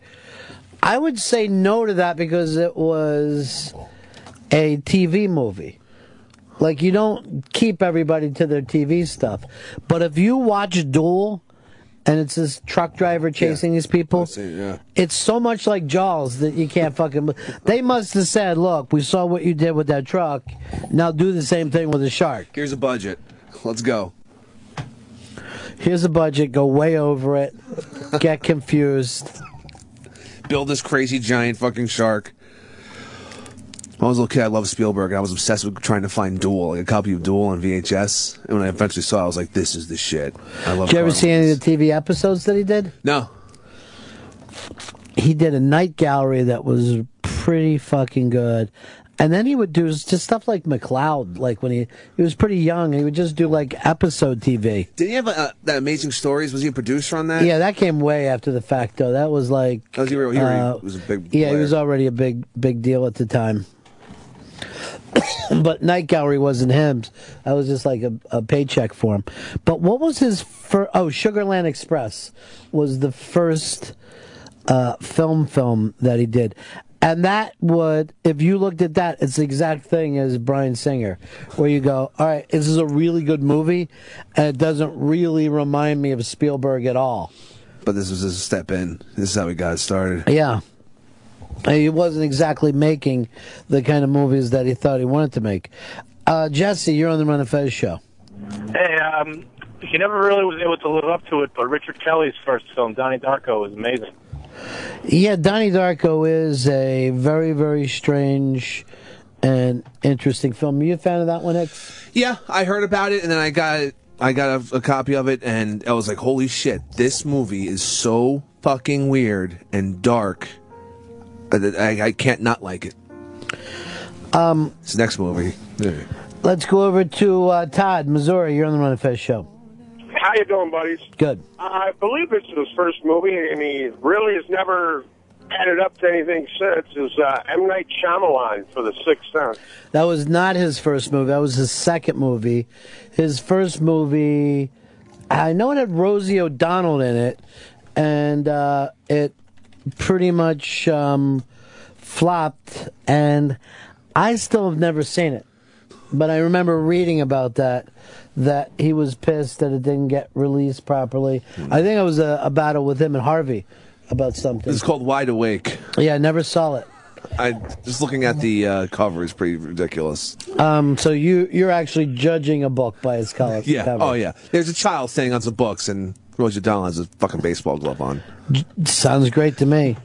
I would say no to that because it was a TV movie. Like, you don't keep everybody to their TV stuff. But if you watch Duel and it's this truck driver chasing these people, it's so much like Jaws that you can't fucking. They must have said, look, we saw what you did with that truck. Now do the same thing with a shark. Here's a budget. Let's go. Here's a budget, go way over it, get confused. build this crazy giant fucking shark. When I was a little kid, I loved Spielberg, and I was obsessed with trying to find Duel, like a copy of Duel on VHS. And when I eventually saw it, I was like, this is the shit. I love Did you ever Carnival. see any of the TV episodes that he did? No. He did a night gallery that was pretty fucking good. And then he would do just stuff like McLeod, like when he, he was pretty young, and he would just do like episode TV. Did he have uh, that Amazing Stories? Was he a producer on that? Yeah, that came way after the fact, though. That was like. That was- he already- he already uh, was a big Yeah, he player. was already a big, big deal at the time. but Night Gallery wasn't him. That was just like a, a paycheck for him. But what was his first? Oh, Sugarland Express was the first uh, film film that he did, And that would, if you looked at that, it's the exact thing as Brian Singer, where you go, all right, this is a really good movie, and it doesn't really remind me of Spielberg at all. But this was just a step in. This is how we got it started. Yeah. And He wasn't exactly making the kind of movies that he thought he wanted to make. Uh, Jesse, you're on the Run and Fez show. Hey, um, he never really was able to live up to it, but Richard Kelly's first film, Donnie Darko, was amazing. Yeah, Donnie Darko is a very, very strange and interesting film. You a fan of that one, Hicks? Yeah, I heard about it, and then I got I got a, a copy of it, and I was like, "Holy shit! This movie is so fucking weird and dark. that I, I can't not like it." Um, It's the next movie. let's go over to uh, Todd, Missouri. You're on the Run and Fez show. How you doing, buddies? Good. I believe it's his first movie, and he really has never added up to anything since. Is uh, M Night Shyamalan for The Sixth Sense? That was not his first movie. That was his second movie. His first movie, I know it had Rosie O'Donnell in it, and uh, it pretty much um, flopped. And I still have never seen it, but I remember reading about that. That he was pissed that it didn't get released properly. I think it was a, a battle with him and Harvey about something. It's called Wide Awake. Yeah, I never saw it. I just looking at the uh, cover is pretty ridiculous. Um, so you you're actually judging a book by its color. Yeah. cover. Oh yeah. There's a child standing on some books, and Rosie O'Donnell has a fucking baseball glove on. Sounds great to me.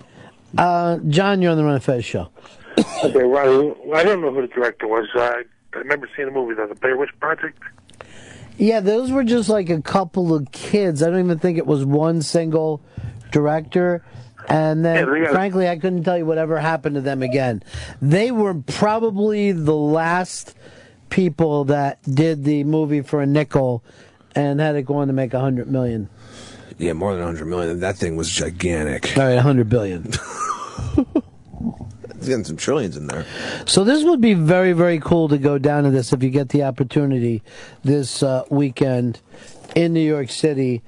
Uh, John, you're on the Run and Fez show. Okay, Ronnie, I don't know who the director was. I, I remember seeing the movie, The Blair Witch Project. Yeah, those were just like a couple of kids. I don't even think it was one single director. And then, Yeah, they got- frankly, I couldn't tell you whatever happened to them again. They were probably the last people that did the movie for a nickel and had it go on to make a hundred million. Yeah, more than 100 million. That thing was gigantic. All right, 100 billion. It's getting some trillions in there. So this would be very, very cool to go down to this if you get the opportunity this uh, weekend in New York City.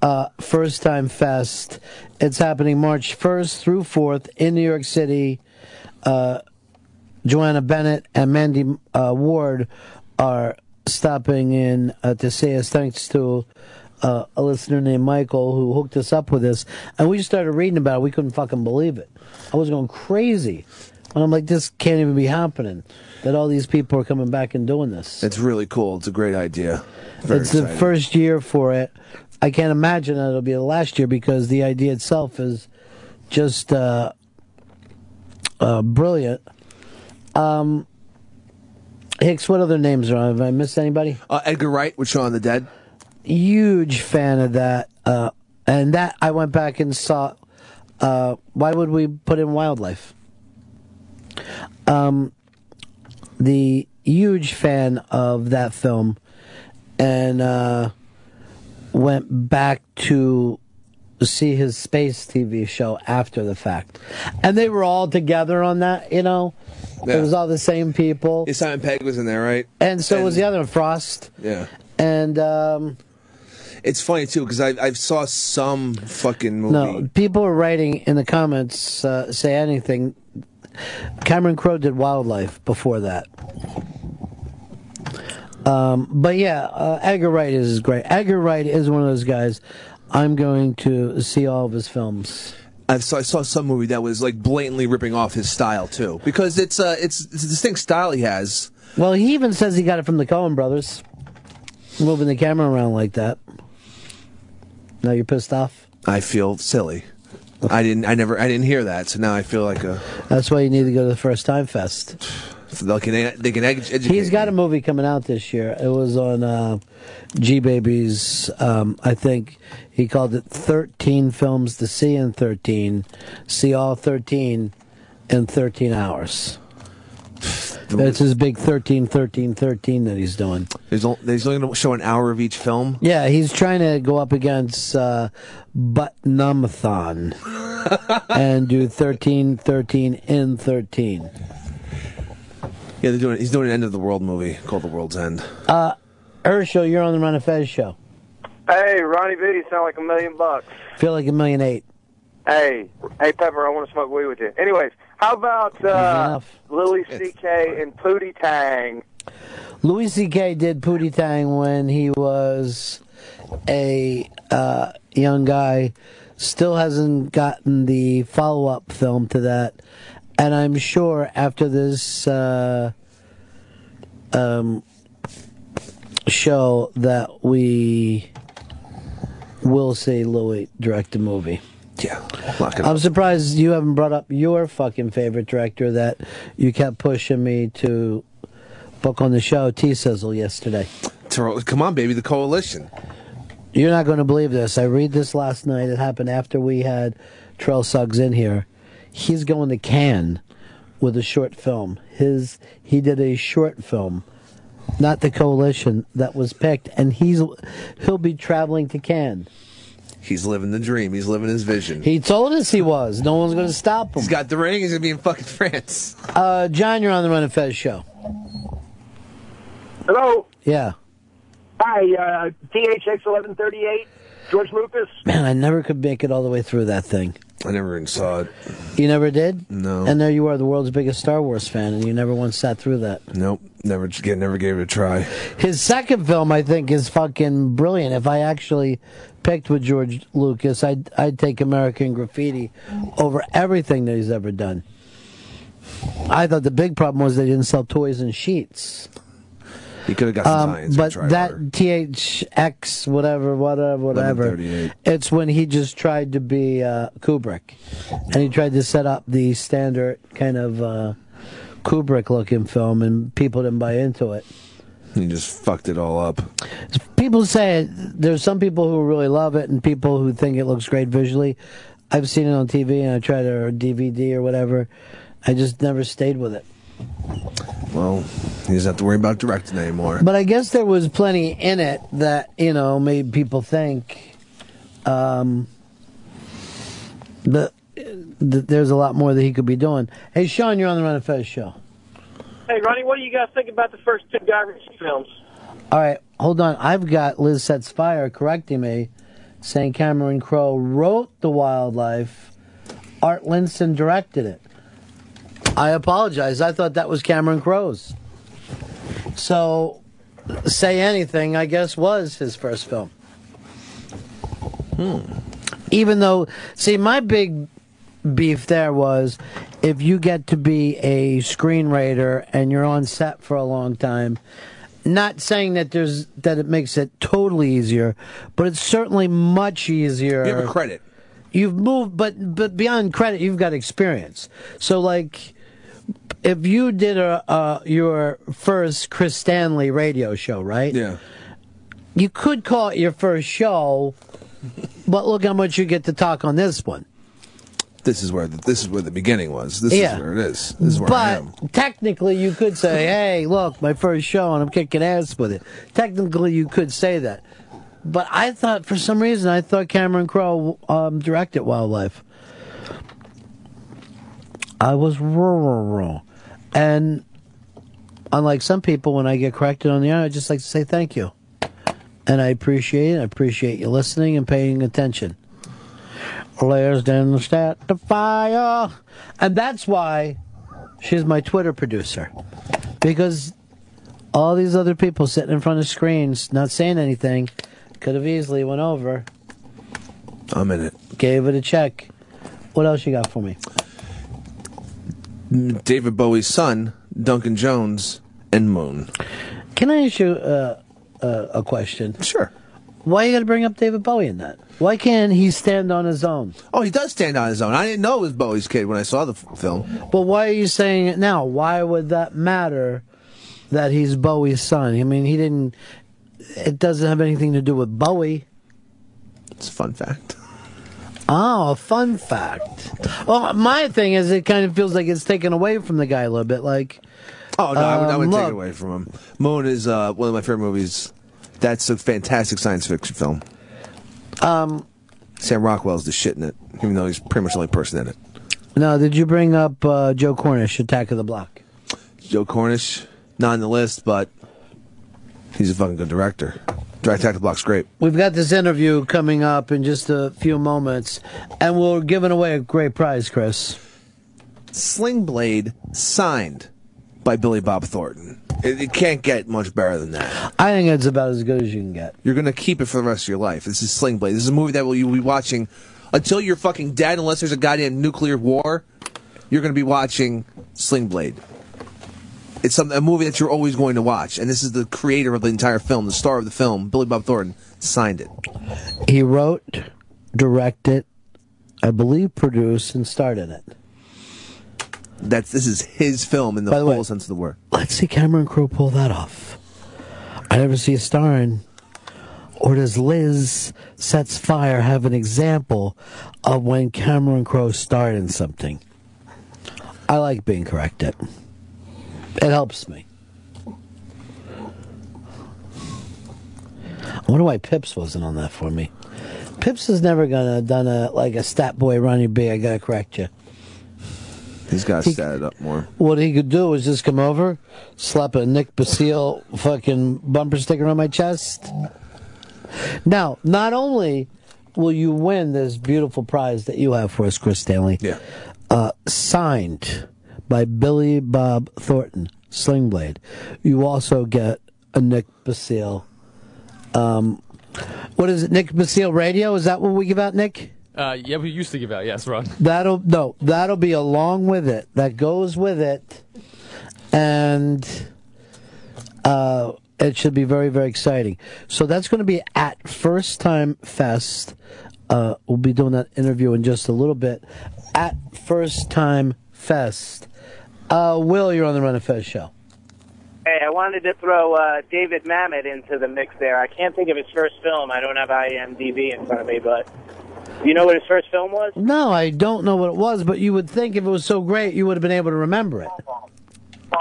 Uh, First Time Fest. It's happening March 1st through 4th in New York City. Uh, Joanna Bennett and Mandy uh, Ward are stopping in uh, to see us, thanks to uh, a listener named Michael who hooked us up with this. And we just started reading about it. We couldn't fucking believe it. I was going crazy. And I'm like, this can't even be happening that all these people are coming back and doing this. It's really cool. It's a great idea. Very it's the exciting. first year for it. I can't imagine that it'll be the last year because the idea itself is just uh, uh, brilliant. Um, Hicks, what other names are on? Have I missed anybody? Uh, Edgar Wright with Shaun of the Dead. Oh. Huge fan of that. Uh, and that I went back and saw. Uh, why would we put in wildlife? Um, the huge fan of that film and uh, went back to see his space TV show after the fact. And they were all together on that, you know? It Yeah. was all the same people. Yeah, Simon Pegg was in there, right? And so was the other one, Frost. Yeah. And um, It's funny too because I I saw some fucking movie. no, people are writing in the comments, uh, say anything. Cameron Crowe did Wildlife before that. Um, but yeah, uh, Edgar Wright is great. Edgar Wright is one of those guys. I'm going to see all of his films. I saw I saw some movie that was like blatantly ripping off his style too because it's uh it's, it's a distinct style he has. Well, he even says he got it from the Coen brothers, moving the camera around like that. Now you're pissed off. I feel silly. I didn't I never I didn't hear that so now I feel like a That's why you need to go to the first time fest. they can they can ed- educate. He's got a movie coming out this year. It was on uh, G Baby's. Um, I think he called it 13 films to see in 13. See all 13 in 13 hours. That's his big 13, 13, 13 that he's doing. There's only, there's only going to show an hour of each film. Yeah, he's trying to go up against uh, Butt Numathon and do 13, 13 in 13. Yeah, they're doing. He's doing an end of the world movie called The World's End. Uh, Urshel, you're on the Run of Fez show. Hey, Ronnie B, you sound like a million bucks. Feel like a million eight. Hey, hey, Pepper, I want to smoke weed with you. Anyways, How about uh, Enough. Lily C.K. and Pootie Tang? Louis C.K. did Pootie Tang when he was a uh, young guy. Still hasn't gotten the follow up film to that. And I'm sure after this uh, um, show that we will see Louis direct a movie. Yeah. I'm surprised you haven't brought up your fucking favorite director that you kept pushing me to book on the show, T Sizzle, yesterday. Toro- Come on, baby, the coalition. You're not going to believe this. I read this last night. It happened after we had Trell Suggs in here. He's going to Cannes with a short film. His he did a short film, not the coalition that was picked, and he's he'll be traveling to Cannes. He's living the dream. He's living his vision. He told us he was. No one's going to stop him. He's got the ring. He's gonna be in fucking France. Uh, John, you're on the Run and Fez show. Hello. Yeah, Hi, uh, THX 1138, George Lucas. man, I never could make it all the way through that thing. I never even saw it. You never did? No. And there you are, the world's biggest Star Wars fan, and you never once sat through that. Nope. Never again. Never gave it a try. His second film, I think, is fucking brilliant. If I actually picked with George Lucas, I'd, I'd take American Graffiti over everything that he's ever done. I thought the big problem was they didn't sell toys and sheets. He could have got some Um, science. but try that harder. THX, whatever, whatever, whatever, 1138. it's when he just tried to be uh, Kubrick. And he tried to set up the standard kind of uh, Kubrick looking film, and people didn't buy into it. he just fucked it all up. People say it- there's some people who really love it and people who think it looks great visually. I've seen it on TV and I tried it or DVD or whatever. I just never stayed with it. Well, he doesn't have to worry about directing anymore. But I guess there was plenty in it that you know made people think um, that, that there's a lot more that he could be doing. Hey, Sean, you're on the Run and Fez show. Hey, Ronnie, what do you guys think about the first two Guy Ritchie films? All right, hold on. I've got Liz Sets Fire correcting me, saying Cameron Crowe wrote The Wildlife, Art Linson directed it. I apologize. I thought that was Cameron Crowe's. So, Say Anything, I guess, was his first film. Hmm. Even though, see, my big beef there was if you get to be a screenwriter and you're on set for a long time, not saying that there's that it makes it totally easier, but it's certainly much easier. Give her credit. You've moved, but but beyond credit, you've got experience. So like, if you did a uh, your first Chris Stanley radio show, right? Yeah. You could call it your first show, but look how much you get to talk on this one. This is where the, this is where the beginning was. This Yeah. is where it is. This is where I but am. technically, you could say, "Hey, look, my first show, and I'm kicking ass with it." Technically, you could say that. But I thought, for some reason, I thought Cameron Crowe um, directed Wildlife. I was wrong, wrong, and unlike some people, when I get corrected on the air, I just like to say thank you, and I appreciate it. I appreciate you listening and paying attention. Let's then start the fire. And that's why she's my Twitter producer. Because all these other people sitting in front of screens, not saying anything, could have easily went over, I'm in it. gave it a check. What else you got for me? David Bowie's son, Duncan Jones, and Moon. Can I ask you uh, uh, a question? Sure. Why you got to bring up David Bowie in that? Why can't he stand on his own? Oh, he does stand on his own. I didn't know it was Bowie's kid when I saw the f- film. But why are you saying it now? Why would that matter that he's Bowie's son? I mean, he didn't. It doesn't have anything to do with Bowie. It's a fun fact. Oh, a fun fact. Well, my thing is, it kind of feels like it's taken away from the guy a little bit. Like, Oh no, I would, I would um, take look, it away from him. Moon is uh, one of my favorite movies. That's a fantastic science fiction film. Um, Sam Rockwell's the shit in it, even though he's pretty much the only person in it. No, did you bring up uh, Joe Cornish, Attack of the Block? Joe Cornish, not on the list, but he's a fucking good director. Direct Attack the Block's great. We've got this interview coming up in just a few moments, and we're giving away a great prize, Chris. Sling Blade signed by Billy Bob Thornton. It, it can't get much better than that. I think it's about as good as you can get. You're going to keep it for the rest of your life. This is Sling Blade. This is a movie that will you will be watching until you're fucking dead, unless there's a goddamn nuclear war. You're going to be watching Sling Blade. It's some, a movie that you're always going to watch, and this is the creator of the entire film, the star of the film, Billy Bob Thornton, signed it. He wrote, directed, I believe produced, and starred in it. That's this is his film in the, By the way- full sense of the word. Let's see Cameron Crowe pull that off. I never see a starring. Or does Liz Sets Fire have an example of when Cameron Crowe starred in something? I like being corrected. It helps me. I wonder why Pips wasn't on that for me. Pips is never gonna done a like a stat boy Ronnie B. I gotta correct you. He's got to stat it up more. What he could do was just come over, slap a Nick Basile fucking bumper sticker on my chest. Now, not only will you win this beautiful prize that you have for us, Chris Stanley, yeah. uh, signed by Billy Bob Thornton, Slingblade, you also get a Nick Basile. Um, what is it, Nick Basile Radio? Is that what we give out, Nick? Uh, yeah, we used to give out. Yes, Ron. That'll no, that'll be along with it. That goes with it, and uh, it should be very very exciting. So that's going to be at First Time Fest. Uh, we'll be doing that interview in just a little bit at First Time Fest. Uh, Will, you're on the Run and Fez show. Hey, I wanted to throw uh, David Mamet into the mix there. I can't think of his first film. I don't have IMDb in front of me, but you know what his first film was? No, I don't know what it was, but you would think if it was so great, you would have been able to remember it.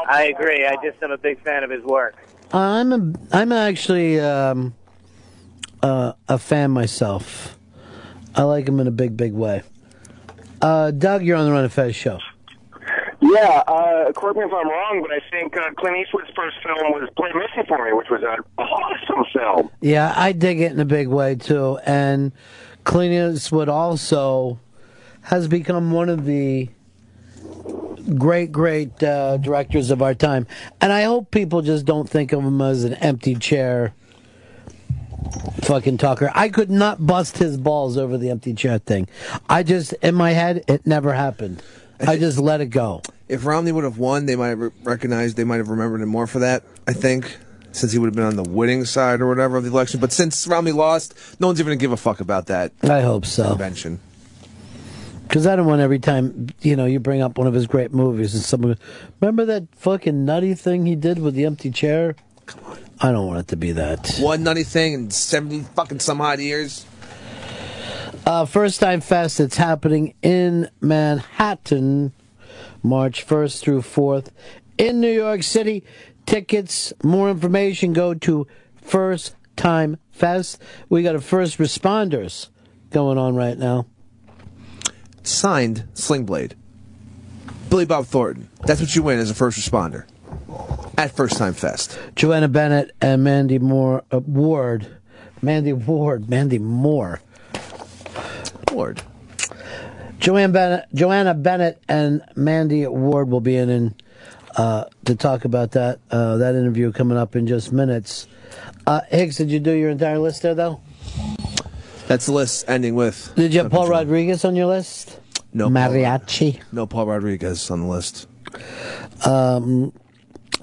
I agree. I just am a big fan of his work. I'm a, I'm actually um, uh, a fan myself. I like him in a big, big way. Uh, Doug, you're on the Run of Fez show. Yeah, uh, correct me if I'm wrong, but I think uh, Clint Eastwood's first film was Play Missy for Me, which was an awesome film. Yeah, I dig it in a big way too. And Clint Eastwood also has become one of the great, great uh, directors of our time. And I hope people just don't think of him as an empty chair fucking talker. I could not bust his balls over the empty chair thing. I just, in my head, it never happened. I just let it go. If Romney would have won, they might have re- recognized, they might have remembered him more for that. I think, since he would have been on the winning side or whatever of the election. But since Romney lost, no one's even gonna give a fuck about that. I hope so. Convention. Because I don't want every time you know you bring up one of his great movies and someone remember that fucking nutty thing he did with the empty chair. Come on, I don't want it to be that. One nutty thing in seventy fucking some odd years. Uh, first time fest. It's happening in Manhattan, March first through fourth, in New York City. Tickets. More information. Go to First Time Fest. We got a first responders going on right now. Signed Slingblade. Billy Bob Thornton. That's what you win as a first responder. At First Time Fest. Joanna Bennett and Mandy Moore uh, Ward, Mandy Ward, Mandy Moore, Ward. Joanna Bennett, Joanna Bennett and Mandy Ward will be in, in uh, to talk about that uh, that interview coming up in just minutes. Uh, Hicks, did you do your entire list there though? That's the list ending with Did you have Paul Rodriguez on your list? No Mariachi. No Paul Rodriguez on the list. Um,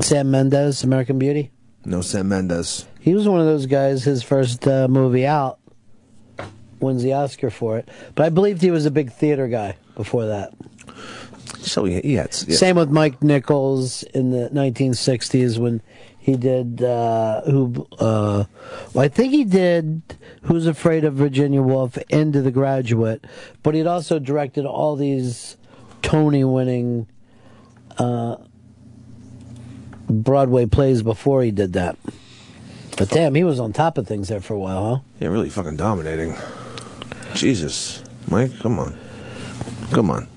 Sam Mendes, American Beauty. No Sam Mendes. He was one of those guys. His first uh, movie out wins the Oscar for it, but I believed he was a big theater guy before that. So he, he had yeah. Same with Mike Nichols in the 1960s when he did uh, who uh, well, I think he did Who's Afraid of Virginia Woolf into The Graduate, but he'd also directed all these Tony-winning uh, Broadway plays before he did that. But damn, he was on top of things there for a while, huh? Yeah, really fucking dominating. Jesus, Mike, come on, come on.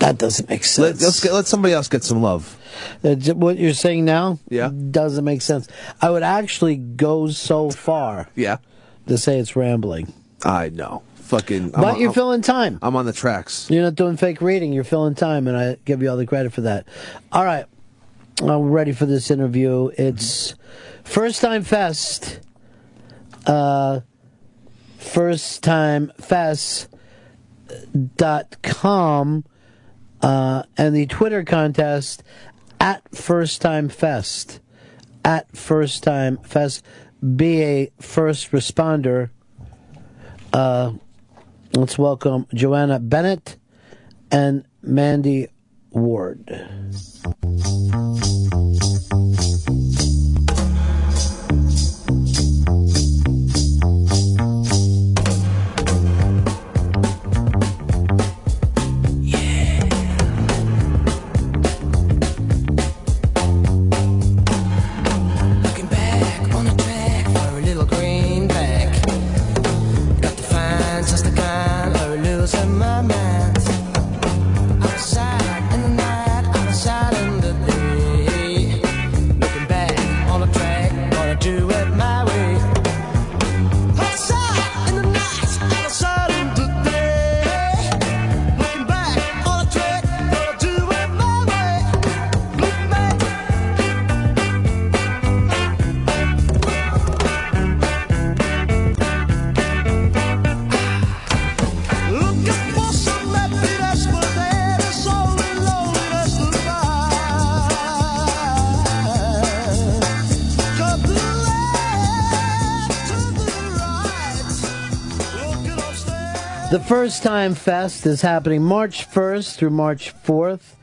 That doesn't make Let, sense. let's get, let somebody else get some love. Uh, j- what you're saying now Yeah. doesn't make sense. I would actually go so far Yeah, to say it's rambling. I know. fucking. I'm But on- you're filling time. I'm on the tracks. You're not doing fake reading. You're filling time, and I give you all the credit for that. All right, Uh, we're ready for this interview. It's first time fest. Uh, first time fest dot com uh, and the Twitter contest at First Time Fest at First Time Fest. Be a first responder. Uh, let's welcome Joanna Bennett and Mandy Ward. Looking back on the track for a little greenback. Got to find just the kind or losing my mind. Outside in the night, outside in the day. Looking back on the track, gonna do it my way. Outside in the night, outside in the day. Looking back on the track, gonna do it my way. Looking back. Looking for some happiness, but there is only loneliness to find. Cut the left to the right. Looking upstairs. The First Time Fest is happening March 1st through March 4th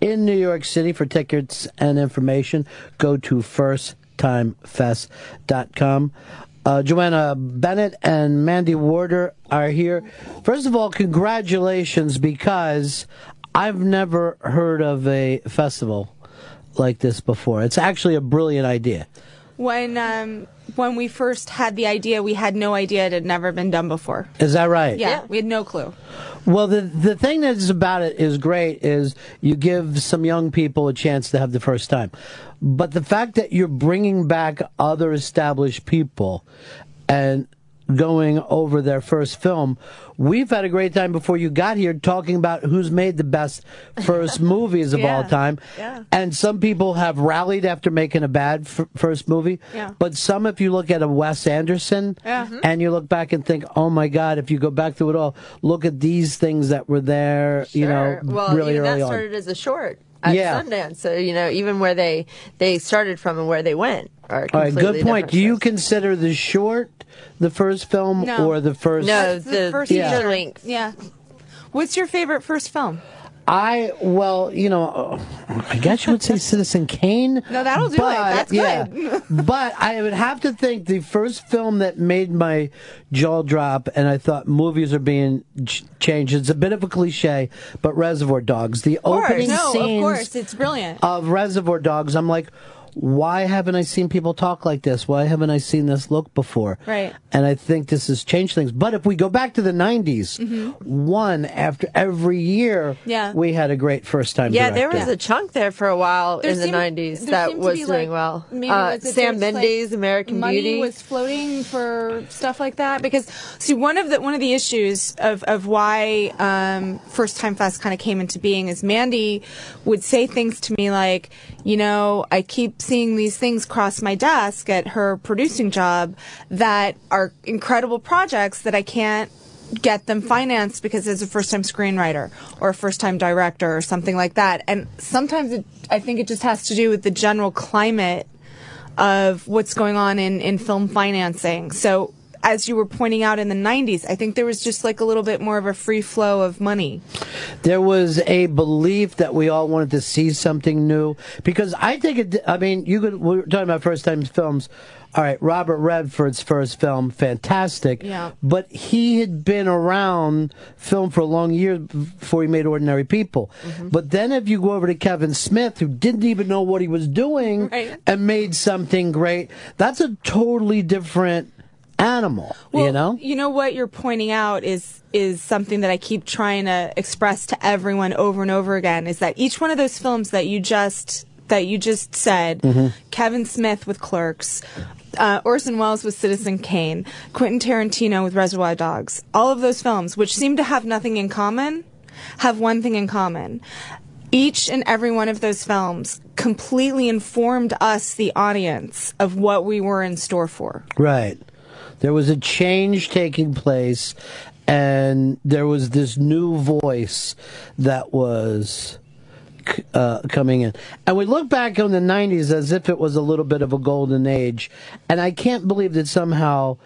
in New York City. For tickets and information, go to firsttimefest.com. Uh, Joanna Bennett and Mandy Warder are here. First of all, congratulations because I've never heard of a festival like this before. It's actually a brilliant idea. When um, when we first had the idea, we had no idea it had never been done before. Is that right? Yeah, we had no clue. Well, the the thing that's about it is great is you give some young people a chance to have the first time, but the fact that you're bringing back other established people and going over their first film, we've had a great time before you got here talking about who's made the best first movies of all Yeah, time, yeah. and some people have rallied after making a bad f- first movie, Yeah. but some, if you look at a Wes Anderson Yeah. Mm-hmm. Mhm. and you look back and think, oh my God, if you go back through it all, look at these things that were there, you know, Sure. well, really even early that on. started as a short at Yeah. Sundance. So you know, even where they they started from and where they went are All right, completely good point. different. Do you consider the short the first film No. or the first? No, It's the the first yeah. feature length. Yeah. What's your favorite first film? I well, you know, uh, I guess you would say Citizen Kane. No, that'll do it. That's Yeah, but I would have to think the first film that made my jaw drop, and I thought movies are being ch- changed. It's a bit of a cliche, but Reservoir Dogs, the Of course. opening No, of scenes course. It's brilliant. of Reservoir Dogs, I'm like, why haven't I seen people talk like this? Why haven't I seen this look before? Right. And I think this has changed things. But if we go back to the 90s, Mhm. Mm-hmm. one after every year, Yeah. we had a great first time Yeah, director. there was a chunk there for a while There in the seemed- '90s there that seemed to was be, like, doing well. maybe Uh, was it Sam there's, like, Mendes, American money Beauty. was floating for stuff like that because see one of the one of the issues of of why um, first time fest kind of came into being is Mandy would say things to me like you know I keep seeing these things cross my desk at her producing job that are incredible projects that I can't get them financed because it's a first time screenwriter or a first time director or something like that and sometimes it, I think it just has to do with the general climate of what's going on in, in film financing. So, as you were pointing out in the 90s, I think there was just like a little bit more of a free flow of money. there was a belief that we all wanted to see something new because I think it. I mean, you could. We're talking about first time films. All right, Robert Redford's first film, fantastic. Yeah. But he had been around film for a long year before he made Ordinary People. But then if you go over to Kevin Smith, who didn't even know what he was doing and made something great, that's a totally different animal, you know? You know what you're pointing out is is something that I keep trying to express to everyone over and over again is that each one of those films that you just that you just said, Mm-hmm. Mm-hmm. Mhm. Kevin Smith with Clerks, uh, Orson Welles with Citizen Kane, Quentin Tarantino with Reservoir Dogs, all of those films, which seem to have nothing in common, have one thing in common. Each and every one of those films completely informed us, the audience, of what we were in store for. Right. There was a change taking place, and there was this new voice that was c- uh, coming in. And we look back on the 90s as if it was a little bit of a golden age, and I can't believe that somehow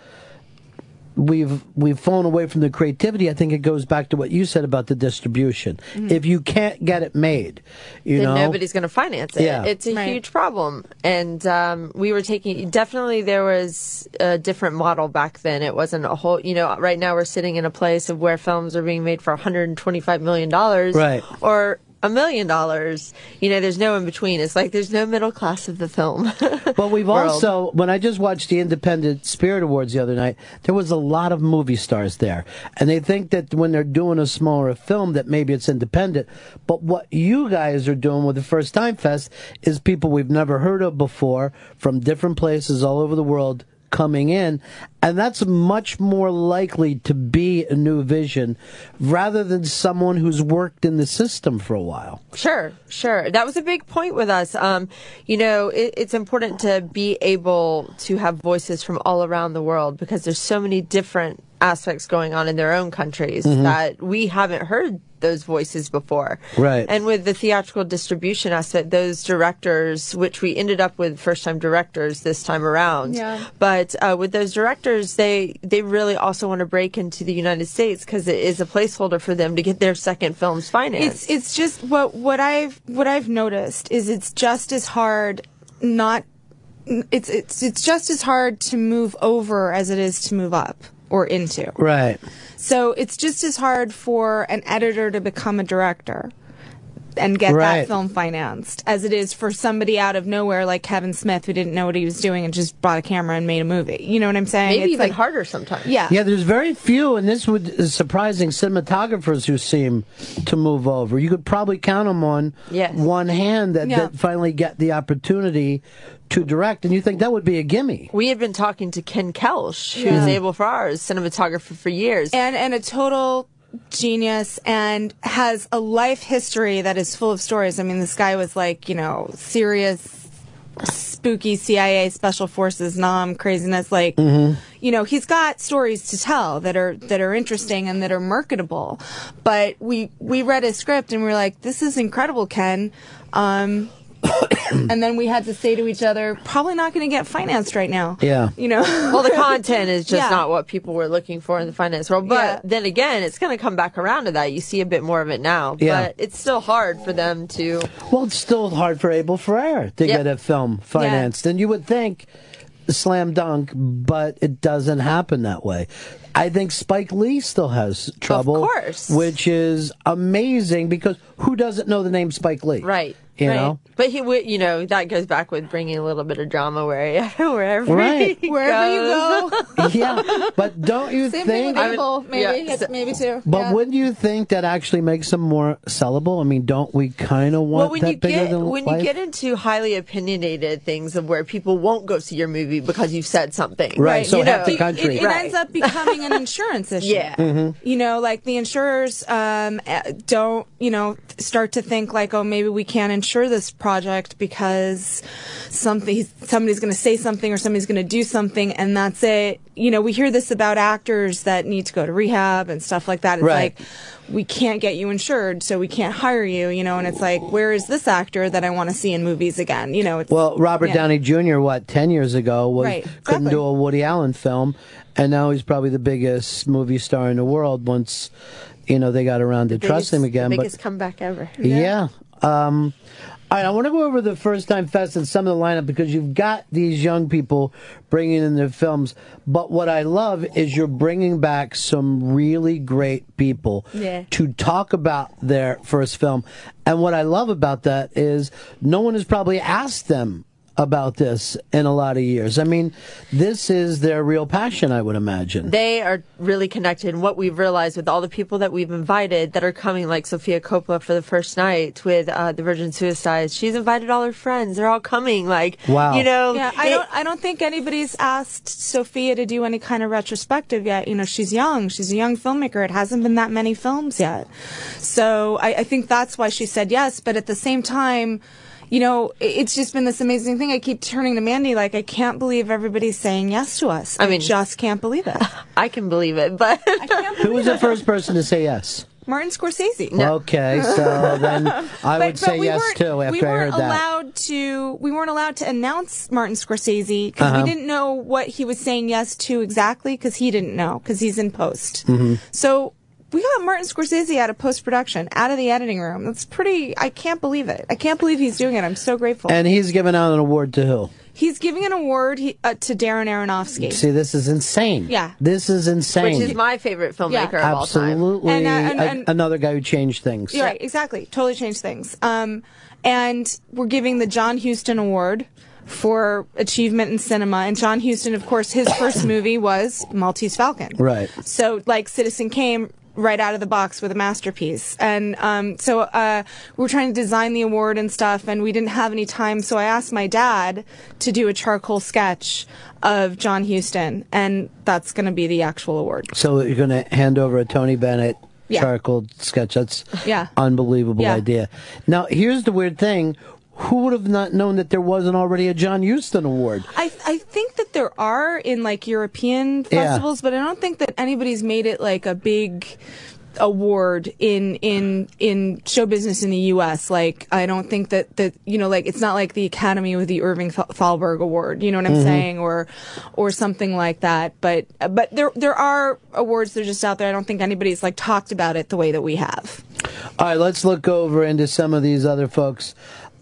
we've we've fallen away from the creativity. I think it goes back to what you said about the distribution. If you can't get it made, you then know, nobody's going to finance it. Yeah. It's a Right. huge problem. And um, we were taking, definitely there was a different model back then. It wasn't a whole, you know, right now we're sitting in a place of where films are being made for $125 million Right. or a million dollars. You know, there's no in between. It's like there's no middle class of the film. But we've world. also, when I just watched the Independent Spirit Awards the other night, there was a lot of movie stars there, and they think that when they're doing a smaller film, that maybe it's independent. But what you guys are doing with the First Time Fest is people we've never heard of before from different places all over the world coming in and that's much more likely to be a new vision rather than someone who's worked in the system for a while Sure, sure. That was a big point with us. Um, you know, it, it's important to be able to have voices from all around the world because there's so many different aspects going on in their own countries Mhm. that we haven't heard those voices before. Right. And with the theatrical distribution aspect, those directors, which we ended up with first time directors this time around. Yeah. But uh, with those directors, they, they really also want to break into the United States because it is a placeholder for them to get their second films It's financed. it's just what what I've what I've noticed is it's just as hard not it's it's it's just as hard to move over as it is to move up or into. right So it's just as hard for an editor to become a director and get Right. that film financed as it is for somebody out of nowhere like Kevin Smith who didn't know what he was doing and just bought a camera and made a movie. You know what I'm saying? Maybe it's even like harder sometimes. Yeah. Yeah, there's very few, and this would is surprising cinematographers who seem to move over. You could probably count them on Yes. one hand that, Yeah. that finally get the opportunity to direct, and you think that would be a gimme. We had been talking to Ken Kelsch, who's Yeah. Abel Farrar's cinematographer for years. and and a total genius and has a life history that is full of stories. I mean, this guy was like, you know, serious spooky CIA special forces nom craziness like Mhm. you know, he's got stories to tell that are that are interesting and that are marketable. But we we read his script and we are like, this is incredible, Ken. Um and then we had to say to each other, probably not going to get financed right now. Yeah. You know. well, the content is just Yeah. not what people were looking for in the finance world. But then again, it's going to come back around to that. You see a bit more of it now, Yeah. but it's still hard for them to. Well, it's still hard for Abel Ferrer to Yeah. get a film financed, and you would think slam dunk, but it doesn't happen that way. I think Spike Lee still has trouble, of course, which is amazing because who doesn't know the name Spike Lee? Right. You right. know? but he would, you know, that goes back with bringing a little bit of drama where, wherever, Right. he Wherever you goes. go. yeah, but don't you Same thing think? with Abel, maybe, maybe too. But Yeah. wouldn't you think that actually makes them more sellable? I mean, don't we kind of want Well, when that you bigger get than when life? you get into highly opinionated things of where people won't go see your movie because you've said something, Right, so you half know? the country. It, it ends up becoming an insurance issue. Yeah. Mhm. You know, like the insurers um, eh, don't, you know, start to think like, oh, maybe we can't insure this project because something somebody's going to say something or somebody's going to do something, and that's it. You know, we hear this about actors that need to go to rehab and stuff like that. It's Right. like we can't get you insured, so we can't hire you. You know, and it's like, where is this actor that I want to see in movies again? You know, it's well, Uh, Robert yeah. Downey Jr. What ten years ago was Right, couldn't exactly. do a Woody Allen film, and now he's probably the biggest movie star in the world. Once you know they got around to trust him again, but biggest comeback ever. Yeah. Um, all right, I want to go over the first time fest and some of the lineup because you've got these young people bringing in their films. But what I love is you're bringing back some really great people Yeah. to talk about their first film. And what I love about that is no one has probably asked them about this in a lot of years. I mean, this is their real passion, I would imagine. They are really connected. And what we've realized with all the people that we've invited that are coming, like Sophia Coppola for the first night with uh, the Virgin Suicides, she's invited all her friends. They're all coming. Like, you know, yeah, I it- don't. I don't think anybody's asked Sophia to do any kind of retrospective yet. You know, she's young. She's a young filmmaker. It hasn't been that many films yet, so I, I think that's why she said yes. But at the same time. You know, i- it's just been this amazing thing. I keep turning to Mandy like, I can't believe everybody's saying yes to us. I, mean- just can't believe it. I can believe it, but Who was the first person to say yes? Martin Scorsese. Okay, so then I would say yes too after we I weren't heard that. allowed to we weren't allowed to announce Martin Scorsese because Uh-huh. we didn't know what he was saying yes to exactly because he didn't know because he's in post. Mm-hmm. So we got Martin Scorsese out of post production, out of the editing room. That's pretty. I can't believe it. I can't believe he's doing it. I'm so grateful. And he's giving out an award to who? he's giving an award he, uh, to Darren Aronofsky. See, this is insane. Yeah. This is insane. which is my favorite filmmaker Yeah. of all time. Absolutely. And, uh, and- a- and- another guy who changed things. Yeah, Right, exactly. Totally changed things. Um, and we're giving the John Huston Award for achievement in cinema. And John Huston, of course, his first movie was Maltese Falcon. Right. So, like, Citizen came right out of the box with a masterpiece. And um, so uh, we were trying to design the award and stuff, and we didn't have any time. So I asked my dad to do a charcoal sketch of John Huston, and that's going to be the actual award. So you're going to hand over a Tony Bennett Yeah. charcoal sketch. That's Yeah. unbelievable Yeah. idea. Now, here's the weird thing. Who would have not known that there wasn't already a John Huston Award? I, I think that there are in like European Yeah. festivals, but I don't think that anybody's made it like a big award in in in show business in the U.S. Like I don't think that that you know like it's not like the Academy with the Irving Tha- Thalberg Award, you know what I'm Mhm. saying, or or something like that. But but there there are awards that are just out there. I don't think anybody's like talked about it the way that we have. All right, let's look over into some of these other folks.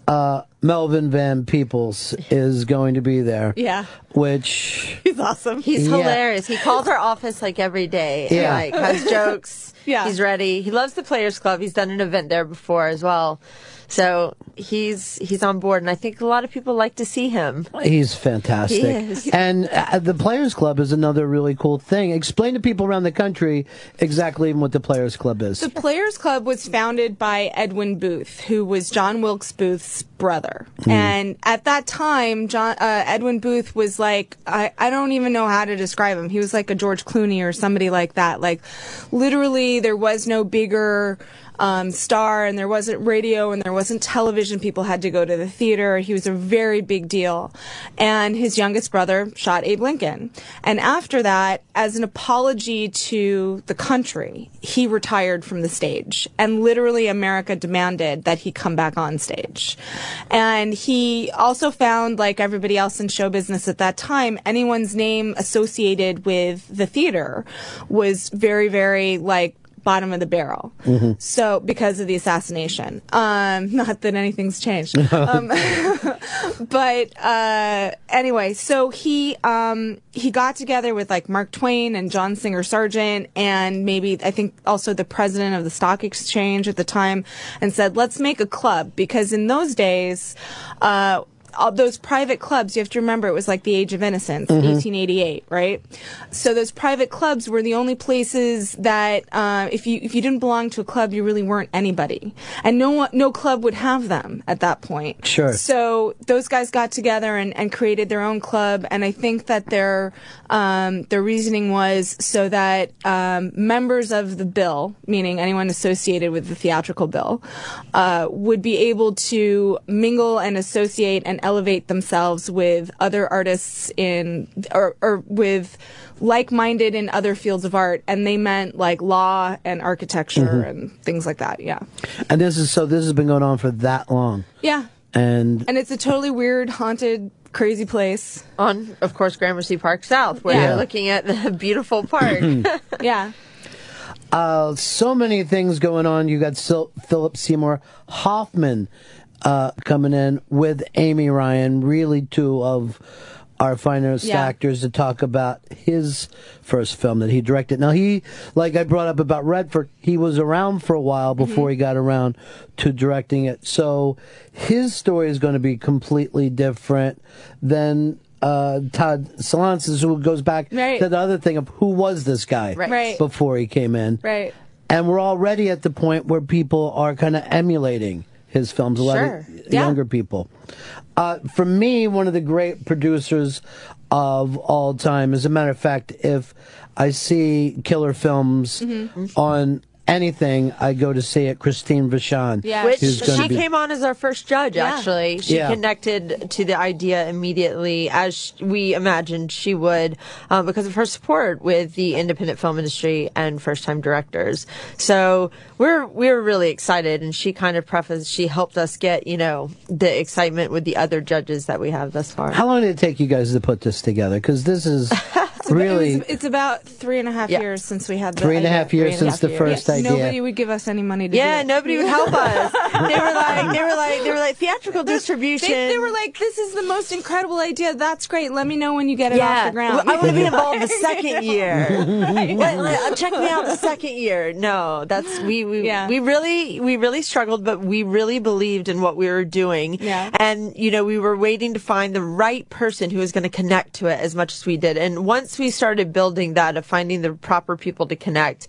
Uh, Melvin Van Peoples is going to be there. Yeah. Which He's awesome. He's Yeah. hilarious. He calls our office like every day and Yeah. like has jokes. yeah. He's ready. He loves the Players Club. He's done an event there before as well. So he's he's on board and I think a lot of people like to see him. He's fantastic. He is. And uh, the Players Club is another really cool thing. Explain to people around the country exactly what the Players Club is. The Players Club was founded by Edwin Booth, who was John Wilkes Booth's brother. And at that time, John uh, Edwin Booth was like I, I don't even know how to describe him. He was like a George Clooney or somebody like that. Like literally, there was no bigger um, star, and there wasn't radio, and there wasn't television. People had to go to the theater. He was a very big deal. And his youngest brother shot Abe Lincoln. And after that, as an apology to the country, he retired from the stage. And literally, America demanded that he come back on stage. And he also found, like everybody else in show business at that time, anyone's name associated with the theater was very, very like bottom of the barrel. Mm-hmm. So, because of the assassination, um, not that anything's changed. um, but uh, anyway, so he um, he got together with like Mark Twain and John Singer Sargent, and maybe I think also the president of the stock exchange at the time, and said, "Let's make a club," because in those days. Uh, all those private clubs, you have to remember it was like the age of innocence, Mhm. 1888, right? So those private clubs were the only places that uh, if you if you didn't belong to a club, you really weren't anybody, and no one, no club would have them at that point. Sure. So those guys got together and, and created their own club, and I think that their um, their reasoning was so that um, members of the bill, meaning anyone associated with the theatrical bill, uh, would be able to mingle and associate and elevate themselves with other artists in or, or with like-minded in other fields of art, and they meant like law and architecture Mhm. and things like that. Yeah, and this is so this has been going on for that long. yeah. And And it's a totally weird, haunted, crazy place. On, of course, Gramercy Park South, where Yeah. you're looking at the beautiful park. yeah. uh, so many things going on. You got Sil- Philip Seymour Hoffman uh, coming in with Amy Ryan, really two of our finest Yeah. actors to talk about his first film that he directed. Now he, like I brought up about Redford, he was around for a while Mm-hmm. before he got around to directing it. So his story is going to be completely different than uh, Todd Salance's, who goes back Right. to the other thing of who was this guy Right. Right. before he came in. Right. And we're already at the point where people are kind of emulating his films, a lot Sure. of Yeah. younger people. Uh, for me, one of the great producers of all time, as a matter of fact, if I see killer films Mm-hmm. Mhm. on anything, I go to see it, Christine Vachon. Which who's gonna she be- came on as our first judge, Yeah. actually. She Yeah. connected to the idea immediately, as sh- we imagined she would, uh, because of her support with the independent film industry and first time directors. So we're, we're really excited. And she kind of prefaced, she helped us get, you know, the excitement with the other judges that we have thus far. How long did it take you guys to put this together? Because this is really. It's, it's about three and a half years since we had the Three and a idea. half years Three and a since half the years. first Yeah, idea. Nobody would give us any money to Yeah, do it. nobody would help us. They were like, they were like, they were like theatrical distribution. They, they were like, "This is the most incredible idea. That's great. Let me know when you get it off Yeah. the ground." Well, I wanna be involved the second year. Right. Let- let- check me out the second year. No, that's we we we really we really struggled, but we really believed in what we were doing. Yeah. And you know, we were waiting to find the right person who was going to connect to it as much as we did. And once we started building that of finding the proper people to connect,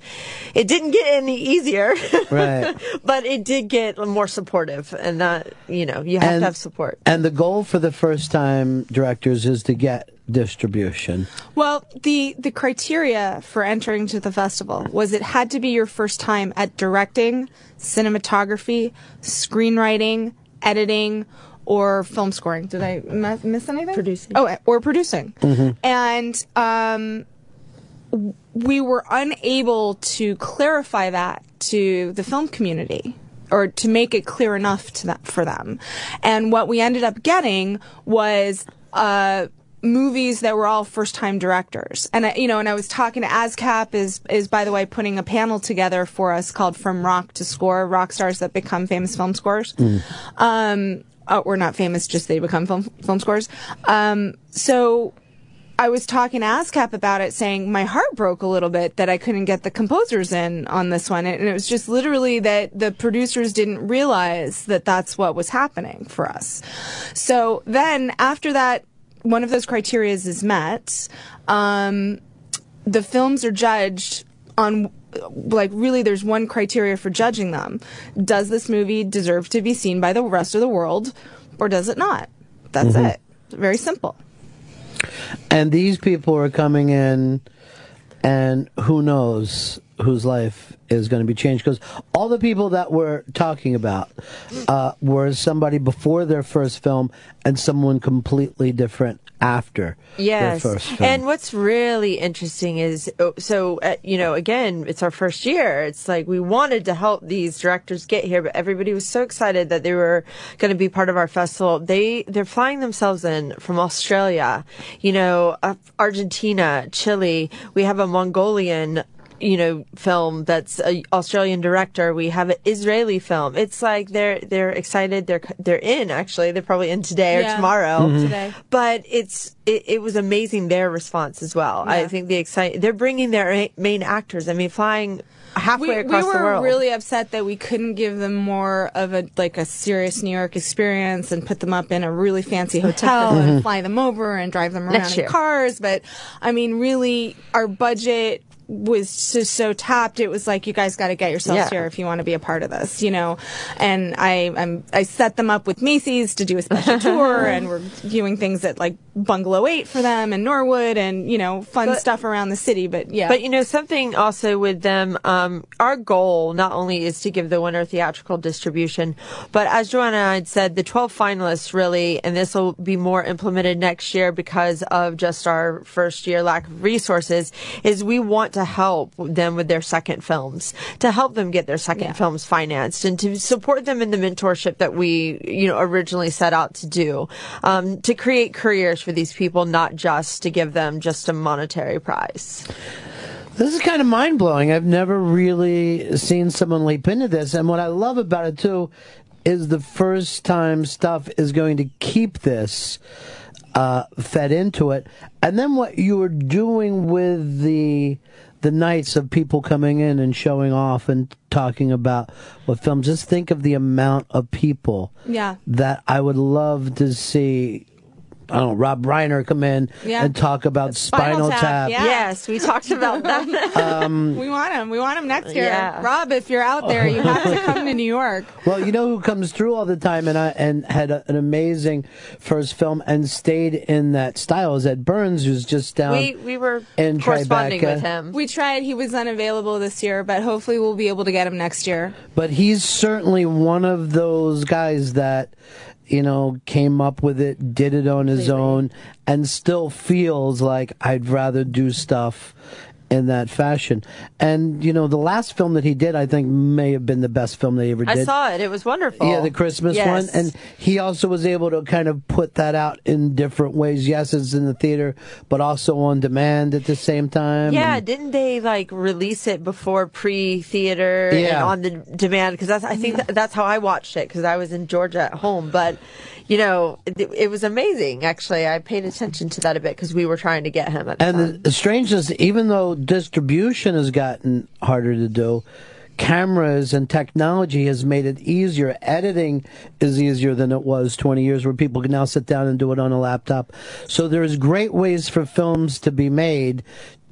it didn't get any easier. Right. but it did get more supportive, and that you know you have And- to have support. And the goal for the first time directors is to get distribution. Well, the the criteria for entering to the festival was it had to be your first time at directing, cinematography, screenwriting, editing, or film scoring. Did I mi- miss anything? Producing. Oh, or producing. Mhm. And um, w- we were unable to clarify that to the film community or to make it clear enough to that for them. And what we ended up getting was uh, movies that were all first-time directors. And I, you know, and I was talking to ASCAP is is by the way putting a panel together for us called From Rock to Score: Rock Stars That Become Famous Film Scores Mm-hmm. um, uh, or not famous, just they become film, film scores. Um, so I was talking to ASCAP about it, saying my heart broke a little bit that I couldn't get the composers in on this one. And it was just literally that the producers didn't realize that that's what was happening for us. So then after that, one of those criteria is met. Um, the films are judged on like really there's one criteria for judging them does this movie deserve to be seen by the rest of the world or does it not that's Mhm. it very simple And these people are coming in, and who knows whose life is going to be changed. Because all the people that we're talking about uh, were somebody before their first film and someone completely different after Yes. their first film. And what's really interesting is oh, so, uh, you know, again, it's our first year. It's like we wanted to help these directors get here, but everybody was so excited that they were going to be part of our festival. They, they're flying themselves in from Australia, you know, uh, Argentina, Chile. We have a Mongolian you know film that's an Australian director. We have an Israeli film. It's like they're they're excited. They're they're in actually. They're probably in today Yeah. or tomorrow. Mhm. Today. But it's it, it was amazing their response as well. I think the excite they're bringing their a- main actors. I mean, flying halfway we, we across were the world. really upset that we couldn't give them more of a like a serious new york experience and put them up in a really fancy hotel Mhm. and fly them over and drive them around Next in year. cars but i mean really our budget was just so tapped it was like you guys got to get yourselves Yeah. here if you want to be a part of this you know and i I'm, i set them up with macy's to do a special tour and we're doing things at like bungalow 8 for them and norwood and you know fun But- stuff around the city but yeah But you know, something also with them, um, our goal not only is to give the winner theatrical distribution, but as Joanna had said, the 12 finalists really, and this will be more implemented next year because of just our first year lack of resources, is we want to help them with their second films, to help them get their second films financed and to support them in the mentorship that we, you know, originally set out to do, um, to create careers for these people, not just to give them just a monetary prize. This is kind of mind blowing. I've never really seen someone leap into this. And what I love about it, too, is the first time stuff is going to keep this uh, fed into it, and then what you were doing with the the nights of people coming in and showing off and talking about what films. Just think of the amount of people Yeah. that I would love to see. I don't know, Rob Reiner come in Yeah. and talk about Spinal, Tap. yeah. Yes, we talked about that. Um, we want him. We want him next year. Yeah. Rob, if you're out there, you have to come to New York. Well, you know who comes through all the time and I, and had a, an amazing first film and stayed in that style is Ed Burns, who's just down. We- we were in Tribeca. We tried. He was unavailable this year, but hopefully we'll be able to get him next year. But he's certainly one of those guys that, you know, came up with it, did it on his own, and still feels like I'd rather do stuff in that fashion. And, you know, the last film that he did, I think, may have been the best film they ever did. I saw it. It was wonderful. Yeah, the Christmas Yes. one. And he also was able to kind of put that out in different ways. Yes, it's in the theater, but also on demand at the same time. yeah, And- didn't they like release it before pre-theater and Yeah. on the demand? Because that's I think that, that's how I watched it because I was in Georgia at home. But you know, it, it was amazing. Actually, I paid attention to that a bit because we were trying to get him at the time. and the strangeness, even though distribution has gotten harder to do, cameras and technology has made it easier. Editing is easier than it was 20 years, where people can now sit down and do it on a laptop. So there's great ways for films to be made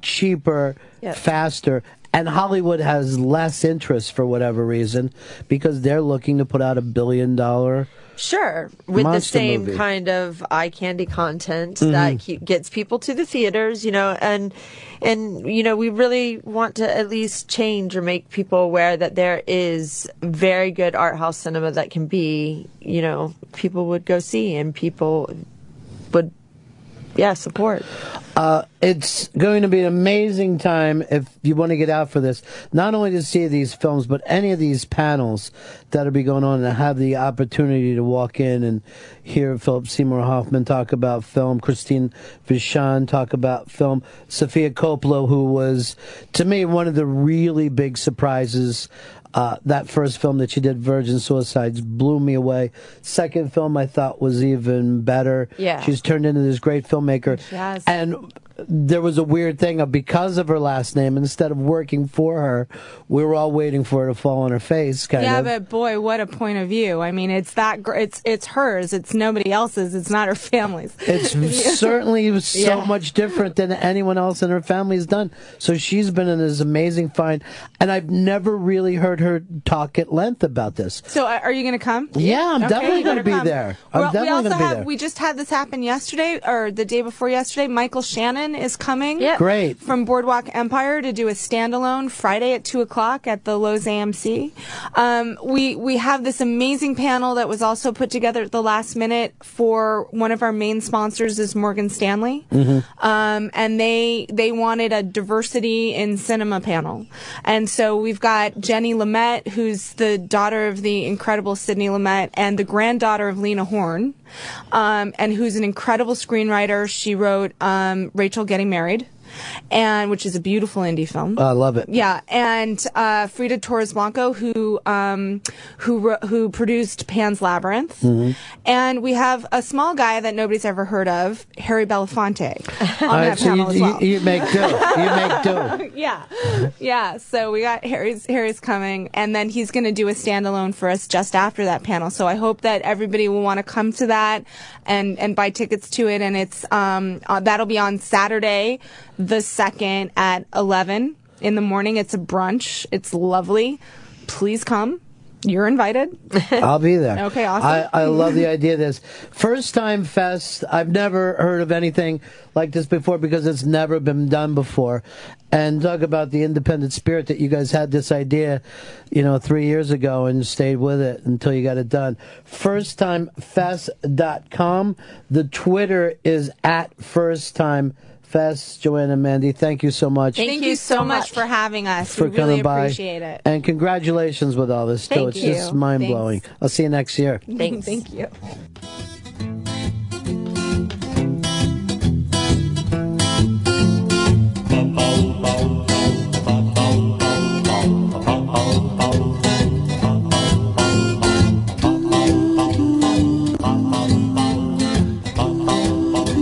cheaper, Yes. faster. And Hollywood has less interest for whatever reason because they're looking to put out a billion dollar. Sure, with the Monster same movie. kind of eye candy content Mhm. that keep, gets people to the theaters, you know, and and you know we really want to at least change or make people aware that there is very good art house cinema that can be, you know, people would go see and people would, yeah, support. Uh, it's going to be an amazing time if you want to get out for this. Not only to see these films, but any of these panels that'll be going on and have the opportunity to walk in and hear Philip Seymour Hoffman talk about film, Christine Vishan talk about film, Sophia Coppola, who was, to me, one of the really big surprises uh, that first film that she did, Virgin Suicides, blew me away. Second film I thought was even better. Yeah. She's turned into this great filmmaker. She has. And there was a weird thing of because of her last name, instead of working for her, we were all waiting for her to fall on her face, kind yeah, of. but boy, what a point of view! I mean, it's that gr- it's it's hers. It's nobody else's. It's not her family's. it's certainly so Yeah. much different than anyone else in her family has done. So she's been in this amazing find, and I've never really heard her talk at length about this. So, uh, are you going to come? Yeah, I'm Okay, definitely you going better to be come. there. I'm well, we definitely also going to be have there. we just had this happen yesterday or the day before yesterday. Michael Shannon is coming. Yeah, Great. From Boardwalk Empire to do a standalone Friday at two o'clock at the Lowe's AMC. Um, we we have this amazing panel that was also put together at the last minute for one of our main sponsors is Morgan Stanley. Um, and they they wanted a diversity in cinema panel, and so we've got Jenny Lamette, who's the daughter of the incredible Sidney Lumet and the granddaughter of Lena Horne, um, and who's an incredible screenwriter. She wrote um, Rachel Getting Married, and which is a beautiful indie film. Uh. I love it. Yeah, and uh, Frida Torres Blanco, who um, who wro- who produced Pan's Labyrinth. Mhm. And we have a small guy that nobody's ever heard of, Harry Belafonte, on All right, that Uh, so panel you, as well. you, you make do. You make do. yeah, yeah. So we got Harry's Harry's coming, and then he's going to do a standalone for us just after that panel. So I hope that everybody will want to come to that and and buy tickets to it. And it's um uh, that'll be on Saturday, the second at eleven in the morning. It's a brunch. It's lovely. Please come. You're invited. I'll be there. Okay, awesome. I, I love the idea of this. First time fest. I've never heard of anything like this before because it's never been done before. And talk about the independent spirit that you guys had this idea, you know, three years ago and stayed with it until you got it done. Firsttimefest.com. The Twitter is at firsttimefest. Joanna Mandy, thank you so much. Thank, you so much for having us. for we really coming by. appreciate it. And congratulations with all this, too. Thank it's you. just mind blowing. I'll see you next year. Thanks. Thank you. Thank you.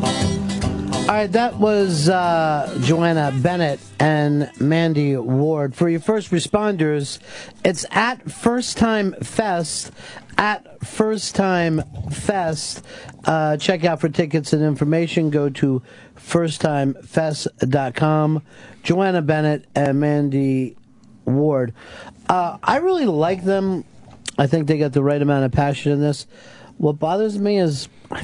right, that was uh, Joanna Bennett and Mandy Ward. For your first responders, it's at First Time Fest. At First Time Fest. Uh, check out for tickets and information. Go to firsttimefest.com. Joanna Bennett and Mandy Ward. Uh, I really like them. I think they got the right amount of passion in this. What bothers me is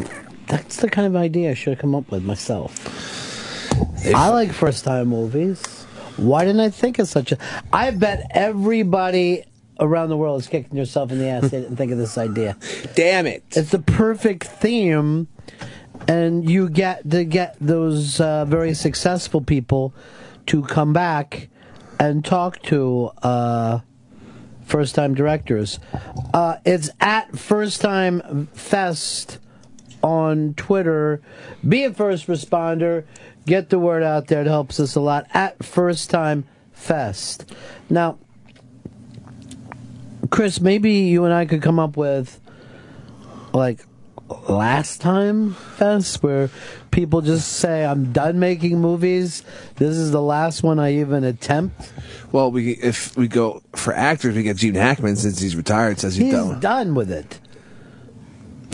that's the kind of idea I should have come up with myself. I like first time movies. Why didn't I think of such a? I bet everybody around the world is kicking yourself in the ass they didn't think of this idea. Damn it! It's the perfect theme, and you get to get those uh, very successful people to come back and talk to. Uh, first time directors. Uh, it's at First Time Fest on Twitter. Be a first responder. Get the word out there. It helps us a lot. At First Time Fest. Now, Chris, maybe you and I could come up with like last time fest where people just say i'm done making movies this is the last one i even attempt Well, we if we go for actors, we get Gene Hackman since he's retired. Says he's, He's done. done with it.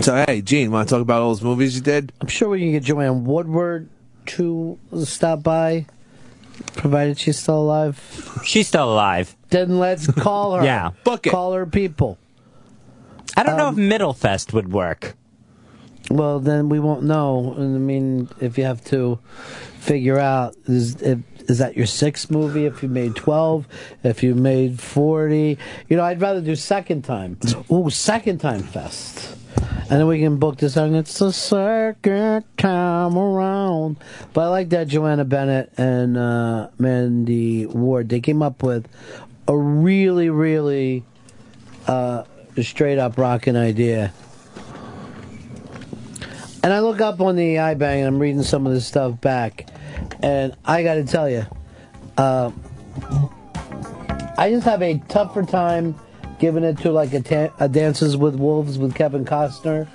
So hey, Gene, want to talk about all those movies you did? I'm sure we can get Joanne Woodward to stop by, provided she's still alive. She's still alive. Then let's call her. Yeah. book it. Call her people. Um, I don't know if Middlefest would work. Well, then we won't know. And I mean, if you have to figure out is if, is that your sixth movie? If you made twelve, if you made forty, you know, I'd rather do second time. Ooh, second time fest. And then we can book this song. It's the second time around. But I like that Joanna Bennett and uh, Mandy Ward. They came up with a really, really uh, straight up rocking idea. And I look up on the iBang and I'm reading some of this stuff back. And I got to tell you, uh, I just have a tougher time giving it to like a, ta- a Dances with Wolves with Kevin Costner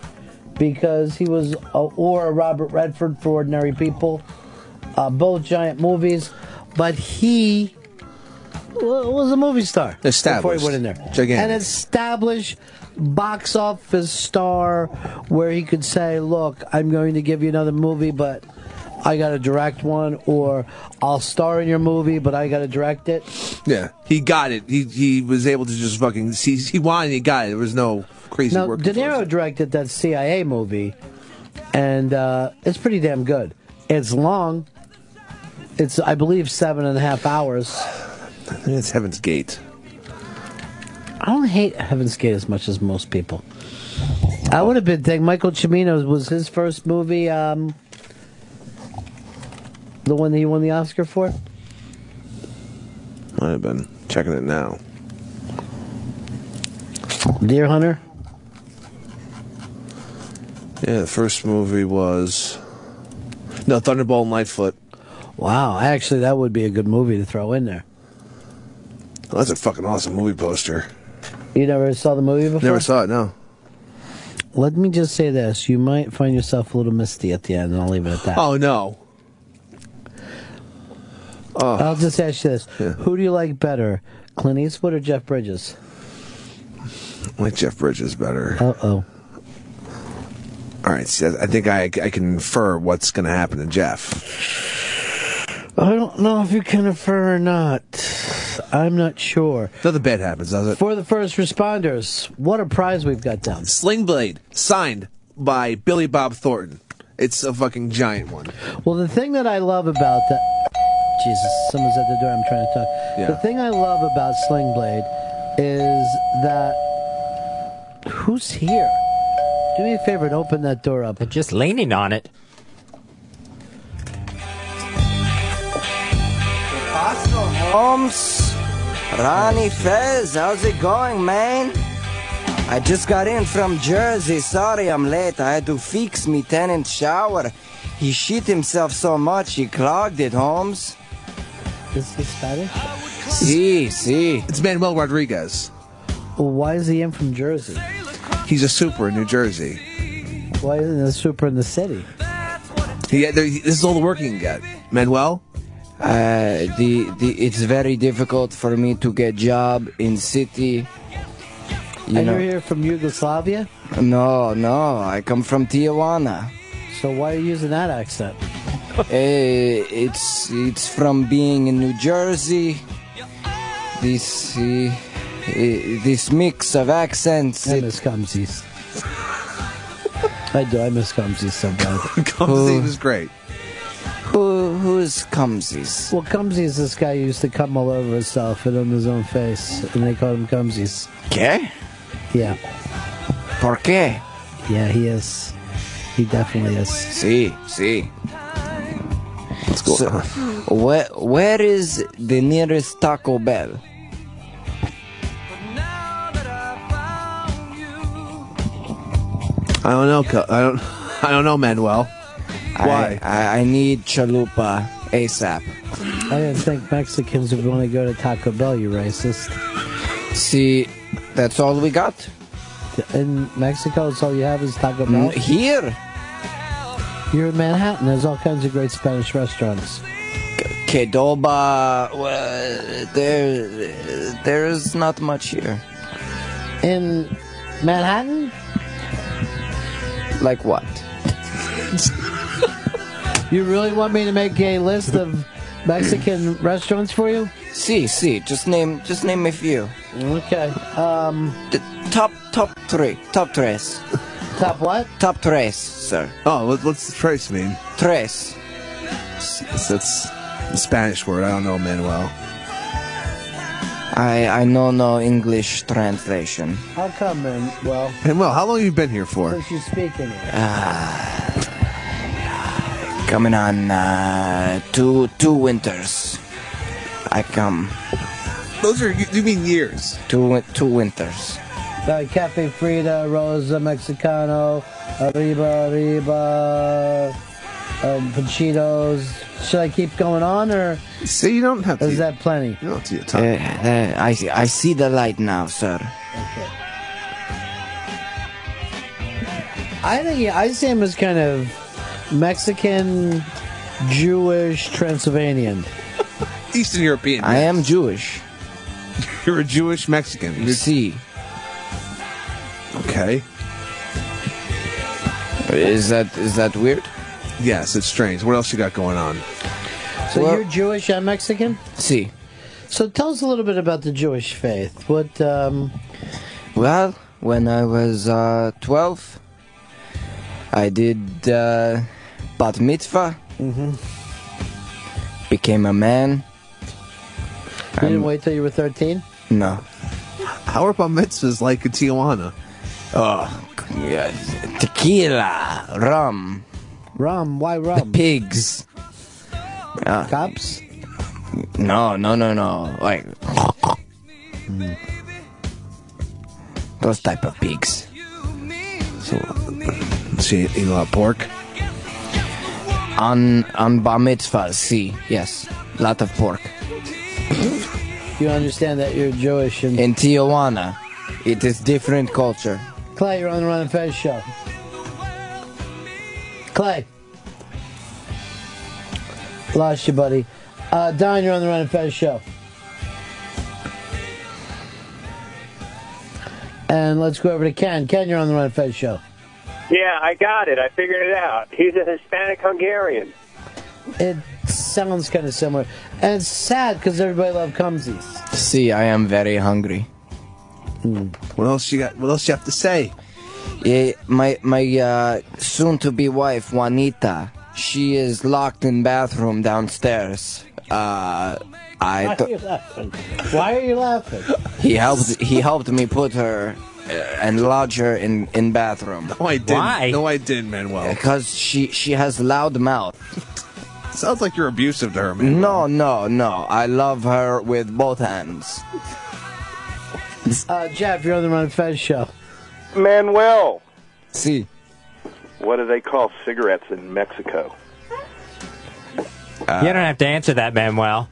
because he was, a, or a Robert Redford for Ordinary People, uh, both giant movies. But he wa- was a movie star before Established. he went in there. Gigantic. And established box office star where he could say, Look, I'm going to give you another movie, but I got to direct one, or I'll star in your movie, but I got to direct it. Yeah, he got it. He he was able to just fucking he, he wanted. He got it. There was no crazy now, work. De Niro directed that CIA movie, and uh, it's pretty damn good. It's long. It's, I believe, seven and a half hours. And it's Heaven's Gate. I don't hate Heaven's Gate as much as most people. I would have been thinking Michael Cimino was his first movie, um, the one that he won the Oscar for. Might have been checking it now. Deer Hunter. Yeah, the first movie was no Thunderball and Lightfoot. Wow, actually, that would be a good movie to throw in there. Well, that's a fucking awesome movie poster. You never saw the movie before? Never saw it. No. Let me just say this: you might find yourself a little misty at the end, and I'll leave it at that. Oh no. I'll just ask you this: Who do you like better, Clint Eastwood or Jeff Bridges? I like Jeff Bridges better. Uh oh. All right, see, I I think I, I can infer what's going to happen to Jeff. I don't know if you can infer or not. I'm not sure. Nothing bad happens, does it? For the first responders, what a prize we've got down. Sling Blade, signed by Billy Bob Thornton. It's a fucking giant one. Well, the thing that I love about that. Jesus, someone's at the door. I'm trying to talk. Yeah. The thing I love about Sling Blade is that. Who's here? Do me a favor and open that door up. Just leaning on it. Oscar Holmes, Ronnie Fez, how's it going, man? I just got in from Jersey. Sorry I'm late. I had to fix me tenant's shower. He shit himself so much he clogged it, Holmes. Is he Spanish? Si, si. It's Manuel Rodriguez. Well, why is he in from Jersey? He's a super in New Jersey. Why isn't the super in the city? Yeah, there, this is all the working you get. Manuel? Uh, the, the, it's very difficult for me to get job in city. and you're here from Yugoslavia? No, no, I come from Tijuana. So why are you using that accent? uh, it's it's from being in New Jersey. This uh, uh, this mix of accents. I miss Cumsies. I do. I miss Cumsies so bad. Cumsies is great. Who who's Cumsies? Well, Cumsies is this guy who used to come all over himself and on his own face, and they called him Cumsies. Okay. Yeah. Por qué? Yeah, he is. He definitely is. See, see. Let's go. where where is the nearest Taco Bell? I don't know. Col- I don't. I don't know, Manuel. Why? I, I need chalupa ASAP. I didn't think Mexicans would want to go to Taco Bell. You racist. See, that's all we got. In Mexico, it's all you have is Taco Bell. Mm, here. You're in Manhattan. There's all kinds of great Spanish restaurants. Kedoba. Well, there there is not much here. In Manhattan? Like what? You really want me to make a list of Mexican restaurants for you? See, see. Just name just name a few. Okay. Um. The top top three. Top tres. Top what? Top tres, sir. Oh, what, what's the trace mean? Tres. That's, that's a Spanish word. I don't know, Manuel. I I know no English translation. How come then? Well, Manuel, how long have you been here for? since you speak in it. Ah, coming on uh, two two winters. I come Those are. You, you mean years? two win- two winters. Uh, Cafe Frida, Rosa Mexicano, Arriba, Arriba, um, Panchitos. Should I keep going on or? See, you don't have to. Is that plenty? You don't have to. Uh, uh, I see- I see the light now, sir. I think yeah, I see him as kind of Mexican, Jewish, Transylvanian. Eastern European. I am Jewish. You're a Jewish Mexican. You see. Okay. Is that is that weird? Yes, it's strange. What else you got going on? So Well- you're Jewish and Mexican. See. So tell us a little bit about the Jewish faith. What? Um, Well, when I was uh, 12, I did uh, bat mitzvah, mhm. became a man. You didn't wait till you were 13. No. How are bar mitzvahs like in Tijuana? Uh, Oh, yeah, tequila, rum, Rum? Why rum? pigs. Yeah. Cops? No, no, no, no. Like those type of pigs. So, she eat a lot of pork. On on bar mitzvah, see, yes, lot of pork. You understand that you're Jewish and In Tijuana, it is different culture. Clay, you're on the Run and Fez show. Clay. Lost you, buddy. Uh, Don, you're on the Run and Fez show. And let's go over to Ken. Ken, you're on the Run and Fez show. Yeah, I got it. I figured it out. He's a Hispanic Hungarian. It sounds kind of similar. And it's sad because everybody loved Cumsies. See, I am very hungry. Hmm. What else you got? What else you have to say? Yeah, my my uh, soon-to-be wife Juanita, she is locked in bathroom downstairs. Uh, I Why are you th- laughing? Why are you laughing? he helped he helped me put her uh, and lodge her in in bathroom. No, I didn't. Why? No, I didn't, Manuel. Because she she has loud mouth. Sounds like you're abusive to her, man. No, no, no. I love her with both hands. Uh, Jeff, you're on the Run and Fez show. Manuel. See. What do they call cigarettes in Mexico? Uh, you don't have to answer that, Manuel.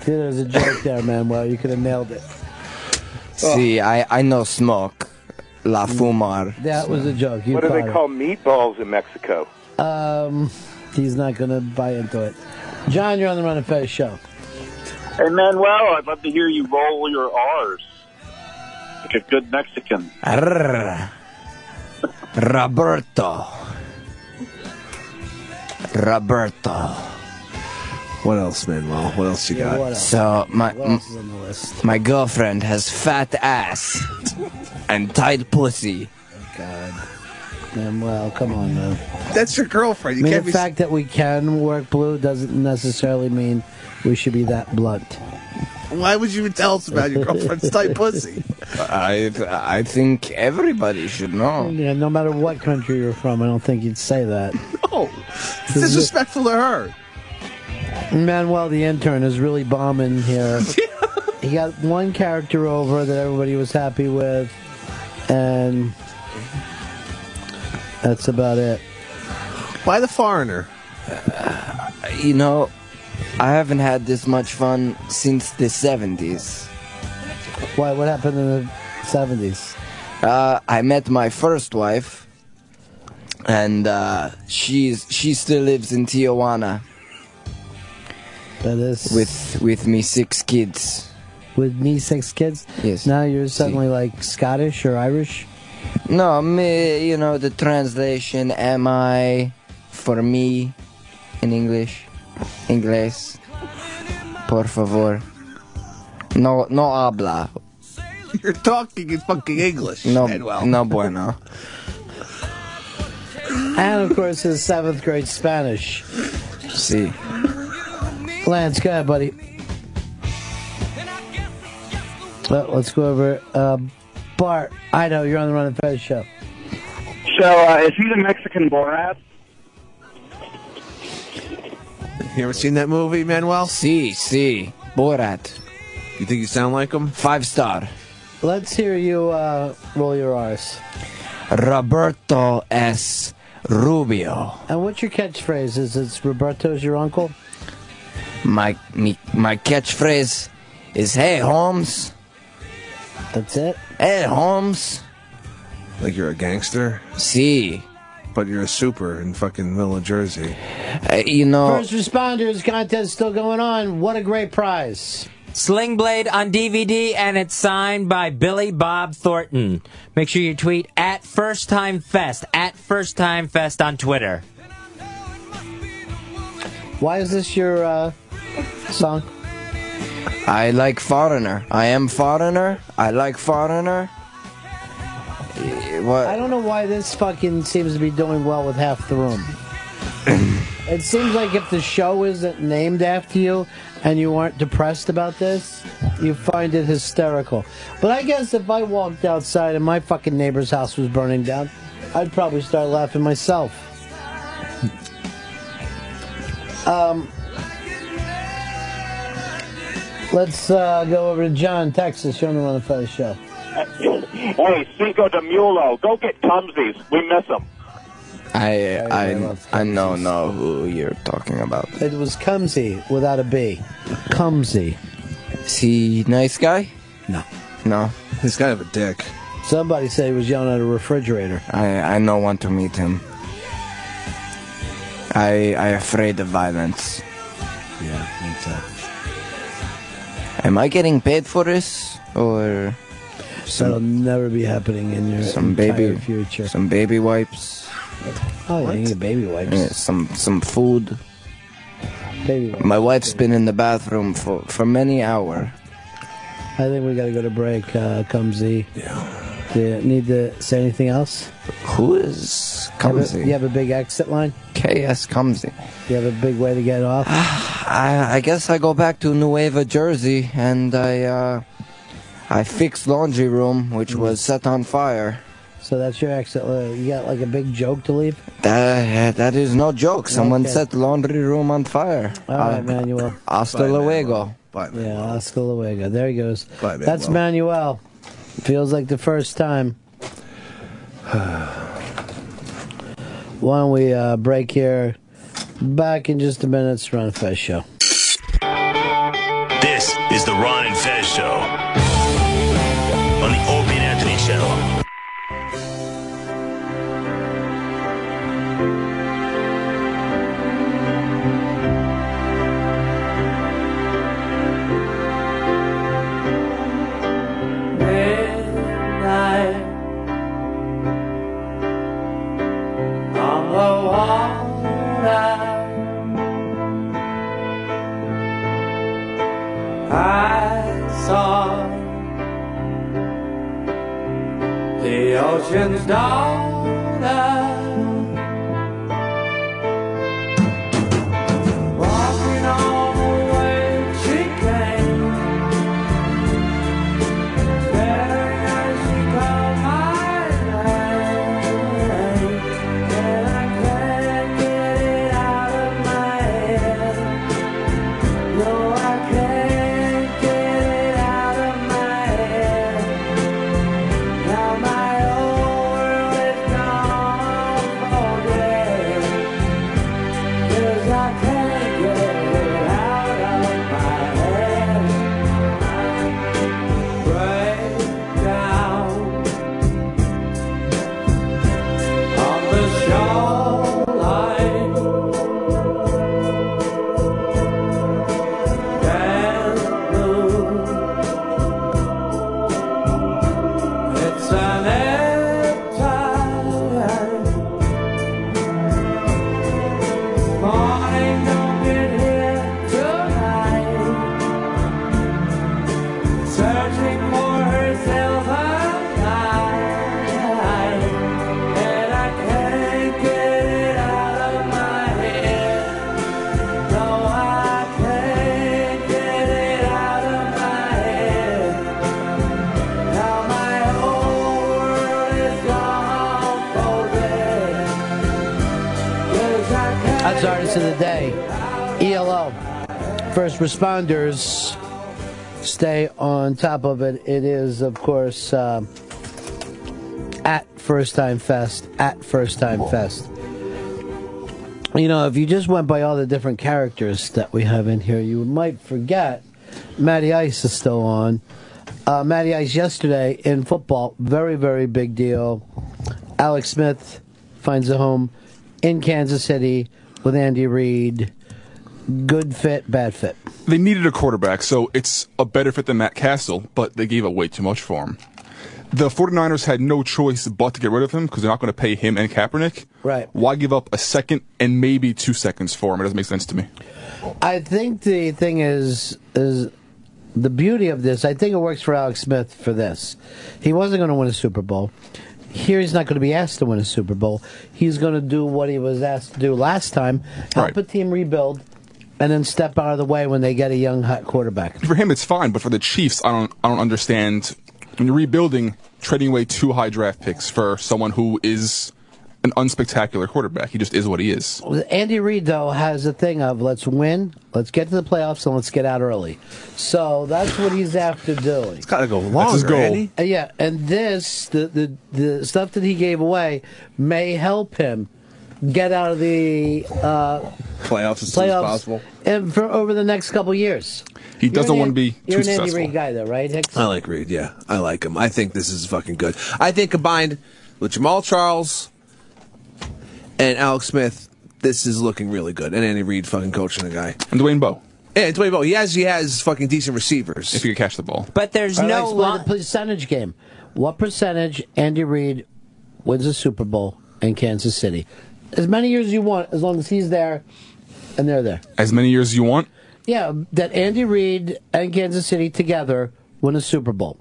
See, there's a joke there, man. Well, you could have nailed it. See, I I no smoke. La fumar. That was a joke. You what do they Oh, caught it. call meatballs in Mexico? Um, He's not going to buy into it. John, you're on the Run and Fez show. Hey, Manuel, I'd love to hear you roll your R's. Like a good Mexican. Arr. Roberto. Roberto. What else, Manuel? What else you Yeah, got? what else? So, my- What else is on the list? My girlfriend has fat ass and tight pussy. God. Manuel, come on now. That's your girlfriend. You I mean, can't be. the fact that we can work blue doesn't necessarily mean we should be that blunt. Why would you even tell us about your girlfriend's tight pussy? I I think everybody should Oh. know. Yeah, no matter what country you're from, I don't think you'd say that. No, it's disrespectful to her. Manuel, the intern, is really bombing here. he got one character over that everybody was happy with, and that's about it. Why the foreigner? You know, I haven't had this much fun since the 70s. Why? What happened in the 70s? Uh, I met my first wife, and uh, she's she still lives in Tijuana. That is with with me six kids. With me, six kids. Yes. Now you're suddenly like Scottish or Irish. No, me, you know the translation. Am I for me in English? Inglés, por favor. No, no habla. You're talking in fucking English. No, Manuel. no bueno. And of course, his seventh grade Spanish. See. Lance, go ahead, buddy. Well, let's go over. Uh, Bart, I know you're on the Run and Fez show. So, uh, is he the Mexican Borat? You ever seen that movie, Manuel? See, see, Borat. You think you sound like him? Five star. Let's hear you uh, roll your R's. Roberto S. Rubio. And what's your catchphrase? Is it's Roberto's your uncle? My me, my catchphrase is "Hey Holmes." That's it. Hey Holmes. Like you're a gangster? See. But you're a super in fucking middle of Jersey. Uh, you Oh. know. First responders contest still going on. What a great prize! Sling Blade on DVD, and it's signed by Billy Bob Thornton. Make sure you tweet at First Time Fest, at First Time Fest on Twitter. Why is this your uh, song? I like foreigner. I am foreigner. I like foreigner. Eh, I What? don't know why this fucking seems to be doing well with half the room. it seems like if the show isn't named after you and you aren't depressed about this, you find it hysterical. But I guess if I walked outside and my fucking neighbor's house was burning down, I'd probably start laughing myself. Um, let's uh, go over to John, Texas. You're on the Run and Fez show. Hey, Cinco de Mulo, go get Tumsies. We miss them. I I I know know who you're talking about. It was Cumsy without a B. Cumsy. Is he nice guy? No. No. He's kind of a dick. Somebody said he was yelling at a refrigerator. I I no want to meet him. I I afraid of violence. Yeah, me Am I getting paid for this or That'll never be happening in your some entire baby future. some baby wipes? Oh, yeah, you need baby wipes. Yeah, some some food. Baby wipes. My wife's been in the bathroom for for many hours. I think we got to go to break. Uh, Cumsy. Yeah. Do you need to say anything else? Who is You Cumsy? have a, you have a big exit line. KS Cumsy. You have a big way to get off. Ah. I, I guess I go back to Nueva Jersey and I uh, I fix laundry room which was set on fire. so that's your exit. line. You got like a big joke to leave. That that is no joke. Someone Okay. set laundry room on fire. Uh, All right, Manuel. Hasta luego. Yeah, Oscar Luego. There he goes. Bye, That's Manuel. Feels like the first time. Why don't we uh, break here? Back in just a minute. It's the Ron and Fez show. This is the Ron and Fez Show on the Opie and Anthony channel. I saw the ocean's daughter walking on the way she came, staring as she called my name, and I can't get it out of my head. No, I can't get it out of my head. Now my whole world is gone for dead. 'Cause I can't get it out of my head. Break down on the shoreline. It's an airtime. Morning don't get here tonight. Searching for her silver light. And I can't get it out of my head. No, I can't get it out of my head. Now my whole world is gone for dead. 'Cause I can't That's Artist of the Day. ELO. First responders stay on top of it. It is, of course, uh, at First Time Fest. At First Time Fest. You know, if you just went by all the different characters that we have in here, you might forget Matty Ice is still on. Uh, Matty Ice yesterday in football, very, very big deal. Alex Smith finds a home in Kansas City with Andy Reid. Good fit, bad fit. They needed a quarterback, so it's a better fit than Matt Castle, but they gave up way too much for him. The 49ers had no choice but to get rid of him because they're not going to pay him and Kaepernick. Right. Why give up a second and maybe two seconds for him? It doesn't make sense to me. I think the thing is is the beauty of this. I think it works for Alex Smith for this. He wasn't going to win a Super Bowl. Here he's not going to be asked to win a Super Bowl. He's going to do what he was asked to do last time: help a team rebuild, and then step out of the way when they get a young hot quarterback. For him, it's fine, but for the Chiefs, I don't, I don't understand. When you're rebuilding, trading away two high draft picks for someone who is an unspectacular quarterback, he just is what he is. Andy Reid though has a thing of let's win, let's get to the playoffs, and let's get out early. So that's what he's after doing. It's got to go longer. That's his goal. Andy. Uh, yeah, and this the, the the stuff that he gave away may help him get out of the uh, Playoffs as soon as playoffs possible. and for over the next couple years. He You're doesn't an wanna An- be too You're an successful. Andy Reid guy, though, right? Hicks? I like Reed. Yeah, I like him. I think this is fucking good. I think combined with Jamal Charles and Alex Smith, this is looking really good. And Andy Reid fucking coaching the guy. And Dwayne Bowe. Yeah, and Dwayne Bowe. He has he has fucking decent receivers. If he could catch the ball. But there's All right, no let's play line. the percentage game. What percentage Andy Reid wins the Super Bowl in Kansas City? As many years as you want, as long as he's there and they're there. As many years as you want. Yeah, that Andy Reid and Kansas City together win a Super Bowl.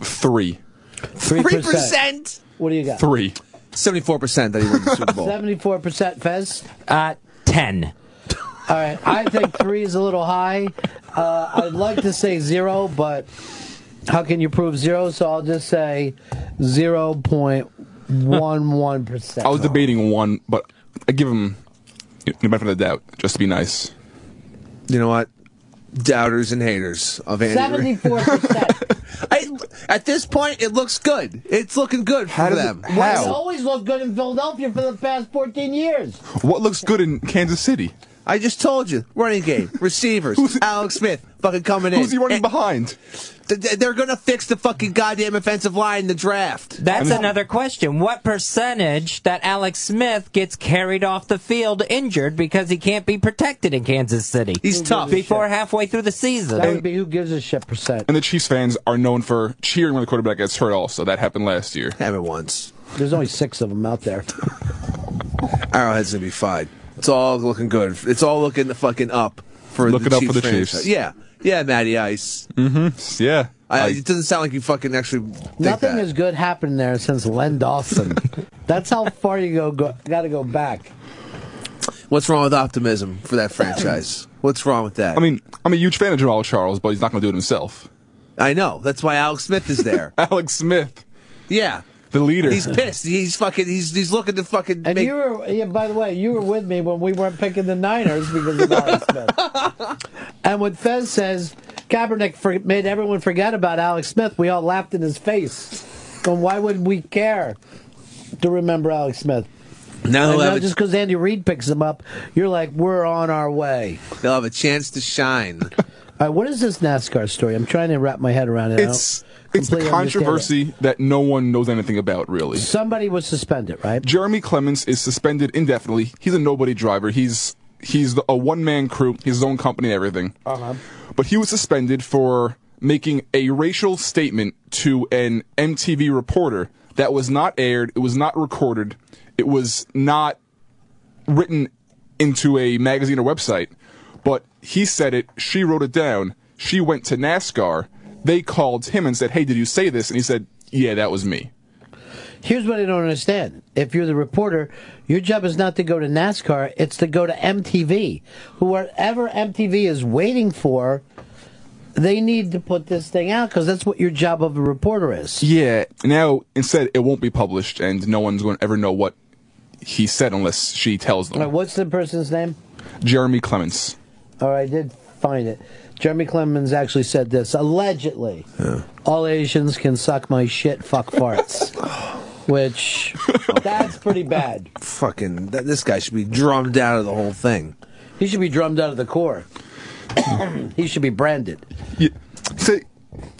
Three. Three percent. What do you got? Three. Seventy-four percent that he won the Super Bowl. Seventy-four percent, Fez. Uh, ten. All right, I think three is a little high. Uh, I'd like to say zero, but how can you prove zero? So I'll just say zero point one one percent. I was debating one, but I give him the benefit of the doubt just to be nice. You know what? Doubters and haters of Andy Reid. Seventy-four percent. At this point, it looks good. It's looking good for them. It's always looked good in Philadelphia for the past fourteen years. What looks good in Kansas City? I just told you. Running game, receivers, Alex Smith fucking coming in. Eh, Who's he running behind? They're going to fix the fucking goddamn offensive line in the draft. That's another question. What percentage that Alex Smith gets carried off the field injured because he can't be protected in Kansas City? He's tough. Before halfway through the season. That would be who gives a shit percent. And the Chiefs fans are known for cheering when the quarterback gets hurt. Also, that happened last year. Happened once. There's only six of them out there. Arrowhead's going to be fine. It's all looking good. It's all looking the fucking up for Look the it up Chiefs for the franchise. Chiefs. Yeah. Yeah, Matty Ice. Mm-hmm. Yeah. I, it doesn't sound like you fucking actually think Nothing that. has good happened there since Len Dawson. That's how far you go. go Got to go back. What's wrong with optimism for that franchise? What's wrong with that? I mean, I'm a huge fan of Jamal Charles, but he's not going to do it himself. I know. That's why Alex Smith is there. Alex Smith. Yeah. The leader. He's pissed. He's fucking. He's he's looking to fucking. And make, you were, yeah, by the way, you were with me when we weren't picking the Niners because of Alex Smith. And when Fez says Kaepernick for, made everyone forget about Alex Smith, we all laughed in his face. And why would we care to remember Alex Smith? Now And he'll have now a- just because Andy Reid picks him up, you're like, we're on our way. they'll have a chance to shine. All right, what is this NASCAR story? I'm trying to wrap my head around it. I It's don't it's the completely understand it. controversy that no one knows anything about, really. Somebody was suspended, right? Jeremy Clemens is suspended indefinitely. He's a nobody driver. He's he's the, a one man crew. His own company and everything. Uh-huh. But he was suspended for making a racial statement to an MTV reporter that was not aired. It was not recorded. It was not written into a magazine or website, but he said it. She wrote it down. She went to NASCAR. They called him and said, "Hey, did you say this?" And he said, "Yeah, that was me." Here's what I don't understand. If you're the reporter, your job is not to go to NASCAR, it's to go to MTV. Whoever MTV is waiting for, they need to put this thing out because that's what your job of a reporter is. Yeah. Now instead, it won't be published, and no one's going to ever know what he said unless she tells All them. right, what's the person's name? Jeremy Clements. All right, I did find it. Jeremy Clemens actually said this allegedly. All Asians can suck my shit, fuck farts. Which, that's pretty bad. Fucking. That, this guy should be drummed out of the whole thing. He should be drummed out of the core. he should be branded. Yeah. He said,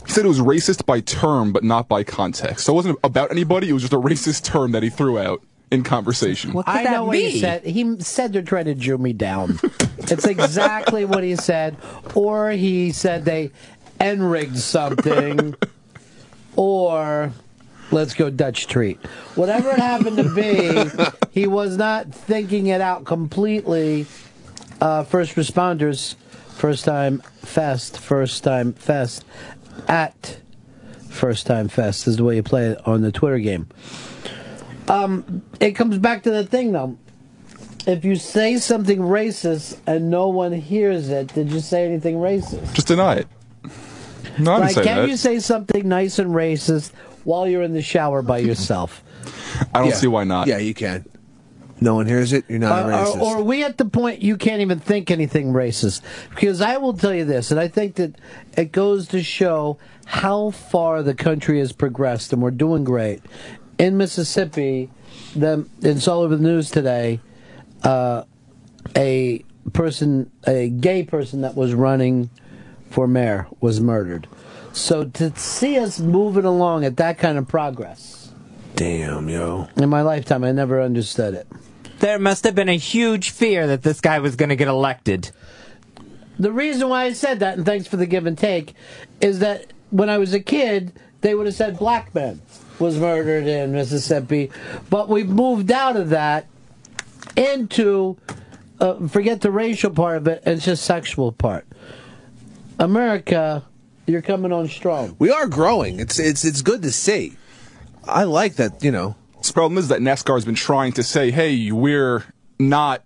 he said it was racist by term, but not by context. So it wasn't about anybody. It was just a racist term that he threw out in conversation. I know what he said. He said they're trying to Jew me down. it's exactly what he said. Or he said they n rigged something. or let's go Dutch treat. Whatever it happened to be, he was not thinking it out completely. Uh, first responders, first time fest, first time fest at first time fest is the way you play it on the Twitter game. Um, it comes back to the thing though. If you say something racist and no one hears it, did you say anything racist? Just deny it. No, I didn't like, say can that. you say something nice and racist while you're in the shower by yourself? I don't Yeah. see why not. Yeah, you can. No one hears it. You're not a Uh, Or- racist. or, or are we at the point you can't even think anything racist? Because I will tell you this, and I think that it goes to show how far the country has progressed, and we're doing great. In Mississippi, them it's all over the news today. Uh, a person, a gay person that was running for mayor, was murdered. So to see us moving along at that kind of progress Damn, yo. in my lifetime, I never understood it. There must have been a huge fear that this guy was going to get elected. The reason why I said that, and thanks for the give and take, is that when I was a kid, they would have said black man was murdered in Mississippi, but we've moved out of that into uh, forget the racial part of it, it's just sexual part. America, you're coming on strong. We are growing. It's it's it's good to see. I like that, you know. The problem is that NASCAR has been trying to say, hey, we're not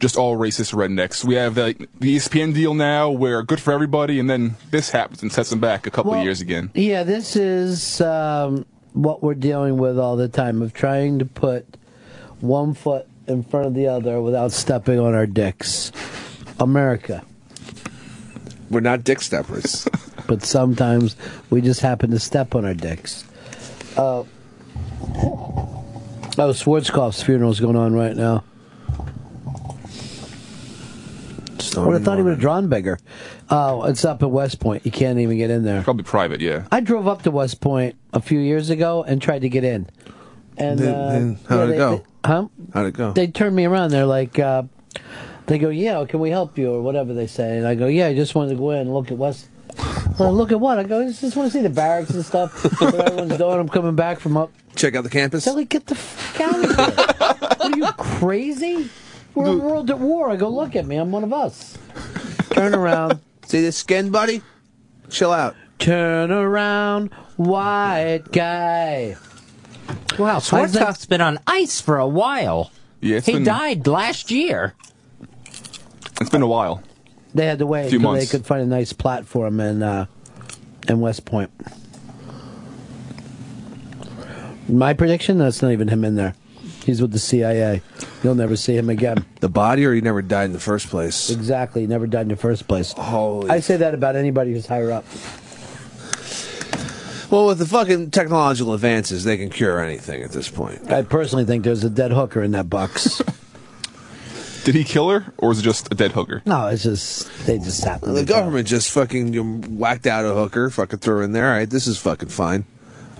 just all racist rednecks. We have like, the E ESPN deal now, we're good for everybody, and then this happens and sets them back a couple of years again. Yeah, this is um, what we're dealing with all the time of trying to put one foot in front of the other without stepping on our dicks. America. We're not dick steppers. but sometimes we just happen to step on our dicks. Uh, oh, Schwarzkopf's funeral is going on right now. I would have thought he would have drawn bigger. Oh, it's up at West Point. You can't even get in there. Probably private, yeah. I drove up to West Point a few years ago and tried to get in. And Then- uh, then how'd it they- go? they- huh? How'd it go? They turned me around. They're like, uh, they go, yeah, can we help you or whatever they say. And I go, yeah, I just wanted to go in and look at West. Well, look at what? I go, I just want to see the barracks and stuff. what everyone's doing. I'm coming back from up. Check out the campus. Sally, get the fuck out of here. Are you crazy? We're in world at war. I go, look at me. I'm one of us. Turn around. See this skin, buddy? Chill out. Turn around, white guy. Wow, Schwarzkopf's been on ice for a while. Yeah, it's he been- died last year. It's been a while. They had to wait Few until they months. could find a nice platform in uh, in West Point. My prediction: that's not even him in there. He's with the CIA. You'll never see him again. The body, or he never died in the first place. Oh. Exactly. He never died in the first place. Holy. I say that about anybody who's higher up. well, with the fucking technological advances, they can cure anything at this point. I personally think there's a dead hooker in that box. Did he kill her, or is it just a dead hooker? no, it's just they just happen. The government just fucking you know, whacked out a hooker, fucking threw her in there. All right, this is fucking fine.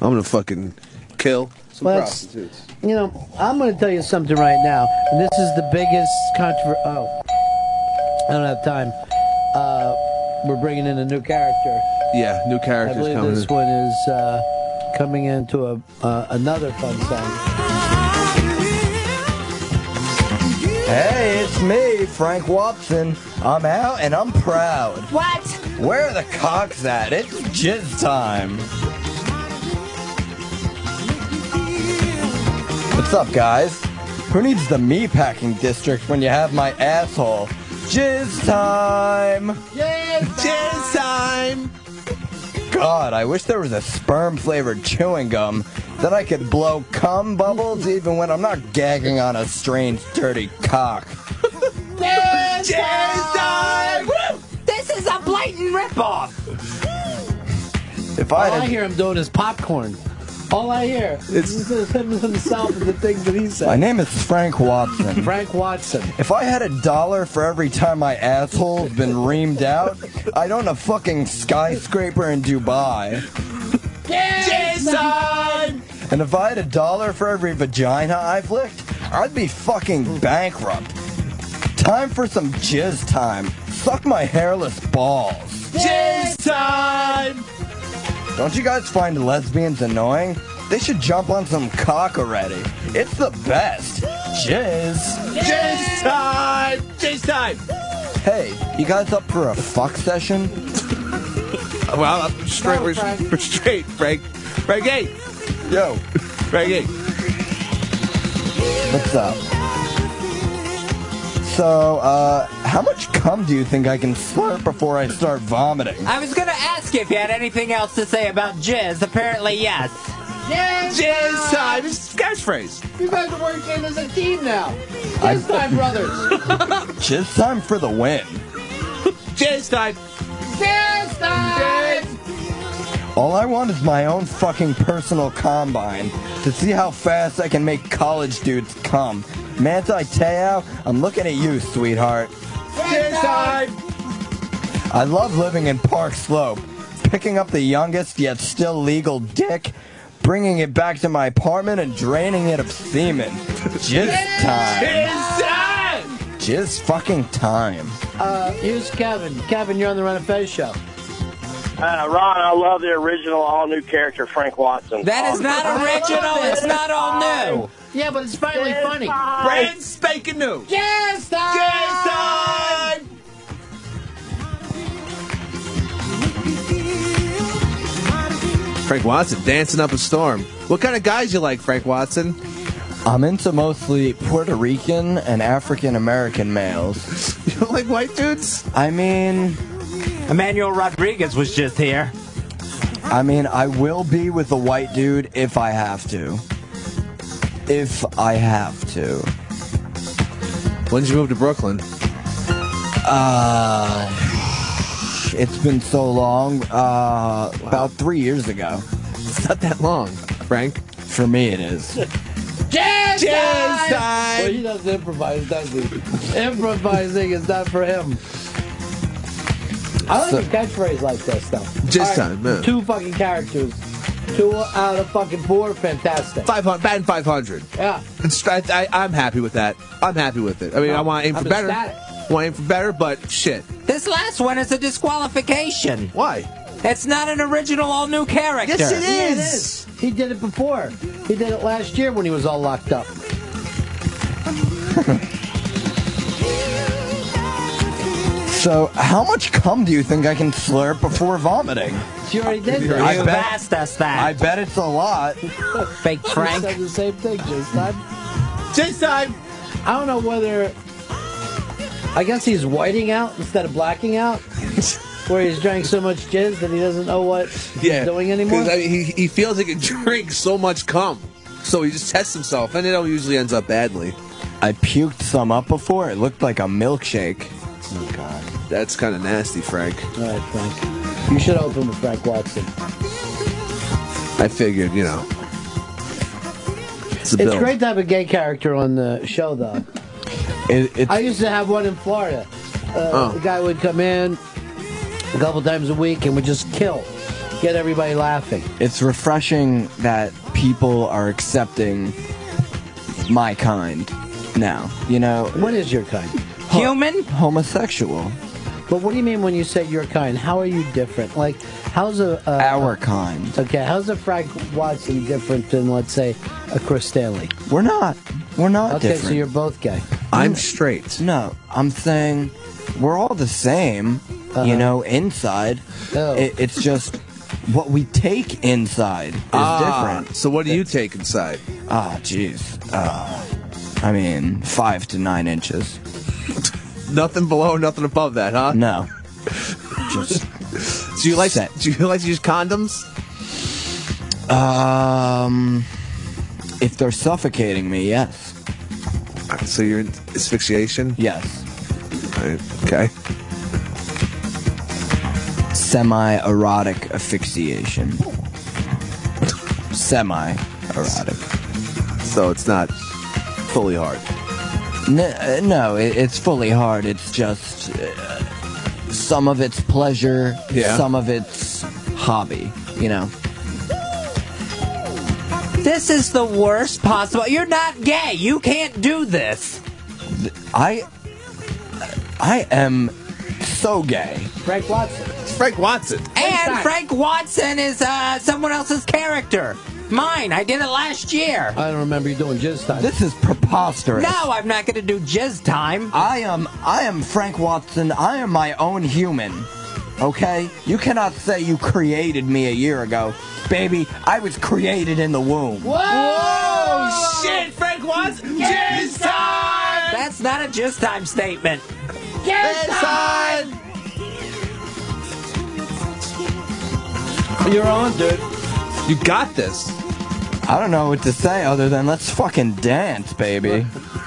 I'm gonna fucking kill some Well, that's- prostitutes. You know, I'm going to tell you something right now, and this is the biggest controversy. Oh, I don't have time. Uh, we're bringing in a new character. Yeah, new I characters believe coming. this in. one is uh, coming into a uh, another fun song. Hey, it's me, Frank Watson. I'm out and I'm proud. What? Where are the cocks at? It's jizz time. What's up, guys? Who needs the me packing district when you have my asshole? Jizz time! Jizz time! God, I wish there was a sperm flavored chewing gum that I could blow cum bubbles even when I'm not gagging on a strange, dirty cock. Jazz time! This is a blatant ripoff! If All I I had hear him doing is popcorn. All I hear is him himself and the things that he said. My name is Frank Watson. Frank Watson. If I had a dollar for every time my asshole's been reamed out, I'd own a fucking skyscraper in Dubai. Jazz time! And if I had a dollar for every vagina I've licked, I'd be fucking bankrupt. Time for some jizz time. Suck my hairless balls. Jazz time! Don't you guys find lesbians annoying? They should jump on some cock already. It's the best. Jizz. Jazz time! Jazz time! Hey, you guys up for a fuck session? Well, I'm straight. we're, we're straight, Frank. Frank, hey. Yo. Frank, hey. What's up? So, uh, how much cum do you think I can slurp before I start vomiting? I was gonna ask you if you had anything else to say about jizz. Apparently, yes. Yes. Jizz time! It's a catchphrase. You guys are working as a team now. This time, brothers. Jizz time for the win. Jizz time! Jazz time! All I want is my own fucking personal combine to see how fast I can make college dudes cum. Manti Te'o, I'm looking at you, sweetheart. Jazz time! I love living in Park Slope, picking up the youngest yet still legal dick, bringing it back to my apartment and draining it of semen. Jizz time. Jazz time! Jizz fucking time. Uh, here's Kevin. Kevin, you're on the Run and Fez show. Uh, Ron, I love the original all new character, Frank Watson. That is not Original, it's not all new. Yeah, but it's finally funny. Brand spanking new. Jazz time! Jazz time! Frank Watson dancing up a storm. What kind of guys you like, Frank Watson? I'm into mostly Puerto Rican and African American males. You don't like white dudes? I mean, Emmanuel Rodriguez was just here. I mean, I will be with a white dude if I have to. If I have to. When did you move to Brooklyn? Uh, it's been so long. Uh, About three years ago. It's not that long, Frank. For me, it is. Jazz, time! Well, he doesn't improvise, does he? Improvising is not for him. I like So- a catchphrase like this, though. Jizz All time, yeah. Two fucking characters. Two out of fucking four, fantastic. 500, batting 500. Yeah. It's, I, I, am happy with that. I'm happy with it. I mean, I want to aim I'm for better. ecstatic. want to aim for better, but shit. This last one is a disqualification. Why? It's not an original, all new character. Yeah, it is. He did it before. He did it last year when he was all locked up. So, how much cum do you think I can slurp before vomiting? You already did that. I You bet- asked us that. I bet it's a lot. Fake Frank said the same thing this time. This time, I don't know whether. I guess he's whiting out instead of blacking out, where he's drank so much jizz that he doesn't know what yeah, he's doing anymore. 'Cause, I mean, he, he feels he can drink so much cum, so he just tests himself, and it all usually ends up badly. I puked some up before. It looked like a milkshake. Oh, God. That's kind of nasty, Frank. All right, Frank. You should open with Frank Watson. I figured, you know. It's, a It's bill. great to have a gay character on the show, though. I used to have one in Florida. Uh, Oh. The guy would come in a couple times a week and would just kill, get everybody laughing. It's refreshing that people are accepting my kind now. You know, what is your kind? Human? Homosexual. But what do you mean when you say your kind? How are you different? Like, how's a. Uh, Our kind. Okay, how's a Frank Watson different than, let's say, a Chris Stanley? We're not. We're not Okay, so different. you're both gay. I'm straight. No, I'm saying we're all the same, Uh-huh. you know, inside. Oh. It, it's just what we take inside is Ah, different. So what do you take inside? Ah, jeez. Uh, I mean, five to nine inches. nothing below, nothing above that, huh? No. do you like do you like to use condoms? Um, if they're suffocating me, yes. So you're in asphyxiation? Yes. Okay. Semi erotic asphyxiation. Semi erotic. So it's not fully hard. No, uh, no it, it's fully hard. It's just uh, some of it's pleasure, Yeah. some of it's hobby, you know. This is the worst possible. You're not gay. You can't do this. I I am so gay. Frank Watson. Frank Watson. And Frank Watson is uh, someone else's character. Mine. I did it last year. I don't remember you doing jizz time. This is preposterous. No, I'm not going to do jizz time. I am I am Frank Watson. I am my own human. Okay? You cannot say you created me a year ago. Baby, I was created in the womb. Whoa! Oh, Shit, Frank Watson. Jizz time. That's not a jizz time statement. Jizz time. You're on, dude. You got this. I don't know what to say other than let's fucking dance, baby.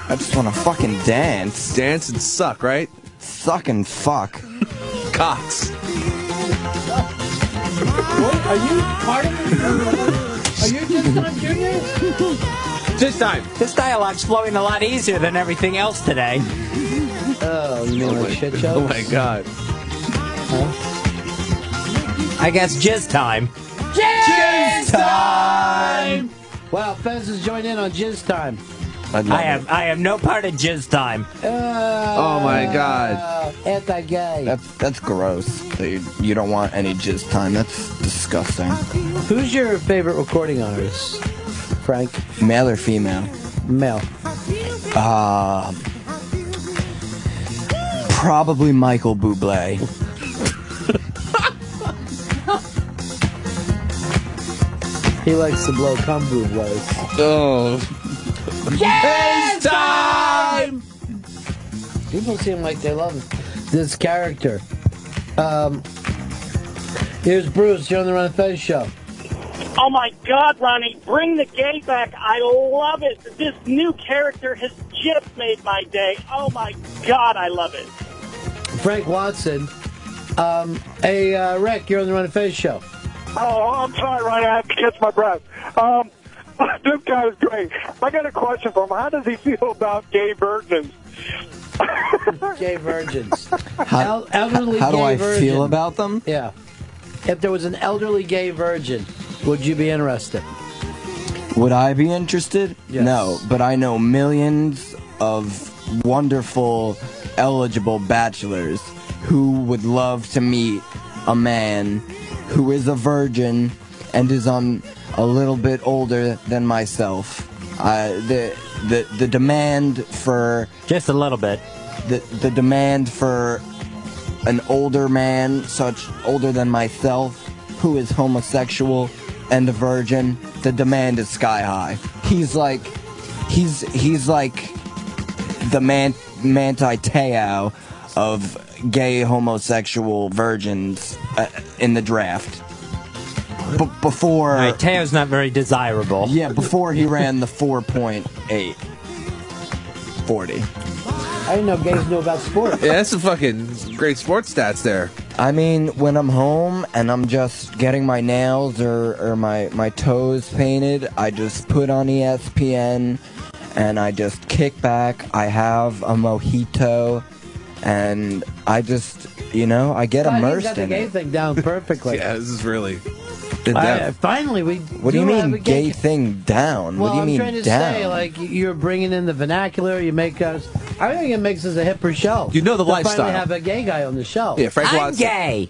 I just want to fucking dance. Dance and suck, right? Suck and fuck. Cox. What? Are you part of Are you just on Junior? This time. This dialogue's flowing a lot easier than everything else today. Oh, you mean like shit show? Oh my god. I guess jizz time. Jizz time! Wow, Fez has joined in on jizz time. I, I am. I am no part of jizz time. Uh, Oh my god. Anti-gay. That's that's gross. Dude, you don't want any jizz time. That's disgusting. Who's your favorite recording artist? Frank. Male or female? Male. Uh, probably Michael Bublé. He likes to blow cum booblays. Oh. Jizz time. People seem like they love this character. Um, here's Bruce. You're on the Run and Fez show. Oh my God, Ronnie, bring the gay back. I love it. This new character has just made my day. Oh my God, I love it. Frank Watson. Um, hey, uh, Rick. You're on the Run and Fez show. Oh, I'm sorry, Ronnie. I have to catch my breath. Um, this guy is great. I got a question for him. How does he feel about gay virgins? gay virgins. How, El- elderly how do gay I virgin. feel about them? Yeah. If there was an elderly gay virgin, would you be interested? Would I be interested? Yes. No, but I know millions of wonderful, eligible bachelors who would love to meet a man who is a virgin and is on a little bit older than myself. I, the, the, the demand for Just a little bit. the, the demand for an older man, such older than myself, who is homosexual and a virgin, the demand is sky high. He's like, he's he's like the man Manti Teo of gay homosexual virgins uh, in the draft. B- before All right, Teo's not very desirable. yeah, before he ran the 4.8 40. I didn't know gays knew about sports. Yeah, that's some fucking great sports stats there. I mean, when I'm home and I'm just getting my nails or, or my, my toes painted, I just put on E ESPN and I just kick back. I have a mojito and I just, you know, I get Well, you immersed got the in gay it. thing down perfectly. yeah, this is really. I- finally, we. What do you have mean, a gay? gay thing down? what Well, do you I'm mean trying to down? say, like, you're bringing in the vernacular. You make us. I think it makes us a hipper show. You know the to lifestyle. Finally, have a gay guy on the show. Yeah, Frank I'm Watson. Oh, gay.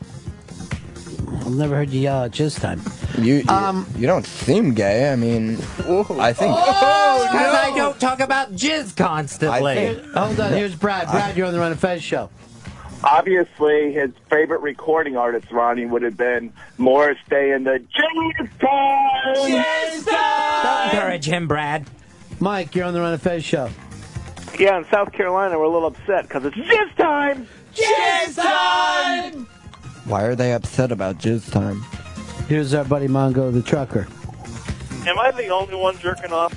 I've never heard you yell at this time. You, you, you don't seem gay. I mean, I think. Oh, Because I don't talk about jizz constantly. Hold on, here's Brad. Brad, you're on the Run and Fez show. Obviously, his favorite recording artist, Ronnie, would have been Morris Day and the Genius Time. Don't encourage him, Brad. Mike, you're on the Run and Fez show. Yeah, in South Carolina, we're a little upset because it's jizz time. Jizz time. Why are they upset about jizz time? Here's our buddy Mongo the trucker. Am I the only one jerking off?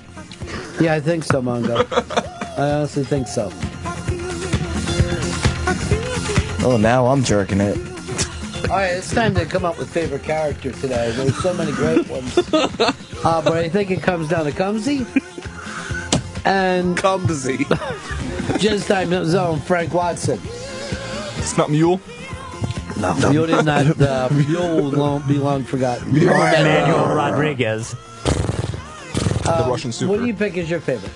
Yeah, I think so, Mongo. I honestly think so. Oh, now I'm jerking it. All right, it's time to come up with favorite character today. There's so many great ones. Uh, but I think it comes down to Cumsy. And Cumsy. Jizz Time Zone, Frank Watson. It's not Mule? No. Mule did not. Uh, Mule won't be long forgotten. Mule. Or Emmanuel Rodriguez. the Russian super. Um, What do you pick as your favorite?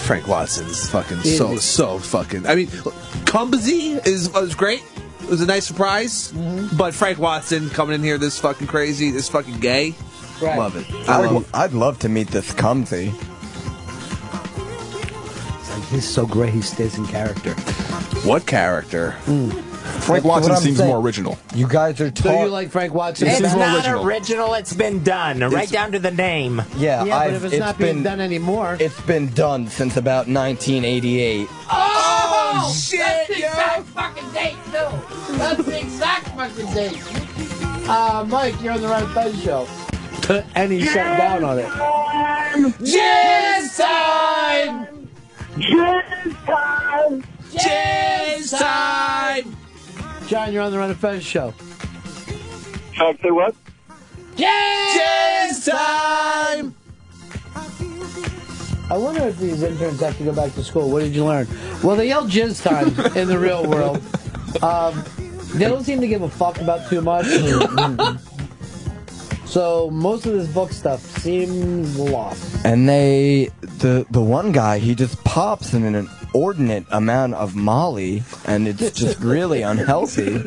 Frank Watson's fucking so Easy. so Oh, fucking. I mean, Cumbzy is was great. It was a nice surprise, Mm-hmm. but Frank Watson coming in here this fucking crazy, this fucking gay. Right. Love it. I I'd, love it. I'd love to meet this Cumsy. He's so great, he stays in character. What character? That's Frank what Watson I'm seems saying. more original. You guys are So you like Frank Watson? It's not original. It's been done, right It's- down to the name. Yeah, Yeah, I've, but if it's it's not been being done anymore. It's been done since about 1988. Oh, shit! That's the exact fucking date, too. That's the exact fucking date. Uh, Mike, you're on the Run and Fez show. and he shut down on it. Jizz time! Jizz time! Jizz time! John, you're on the Run and Fez show. I'd say what? Jizz time! I wonder if these interns have to go back to school. What did you learn? Well, they yell jizz time in the real world. Um, they don't seem to give a fuck about too much. so most of this book stuff seems lost. And they, the the one guy, he just pops an inordinate amount of Molly, and it's just really unhealthy.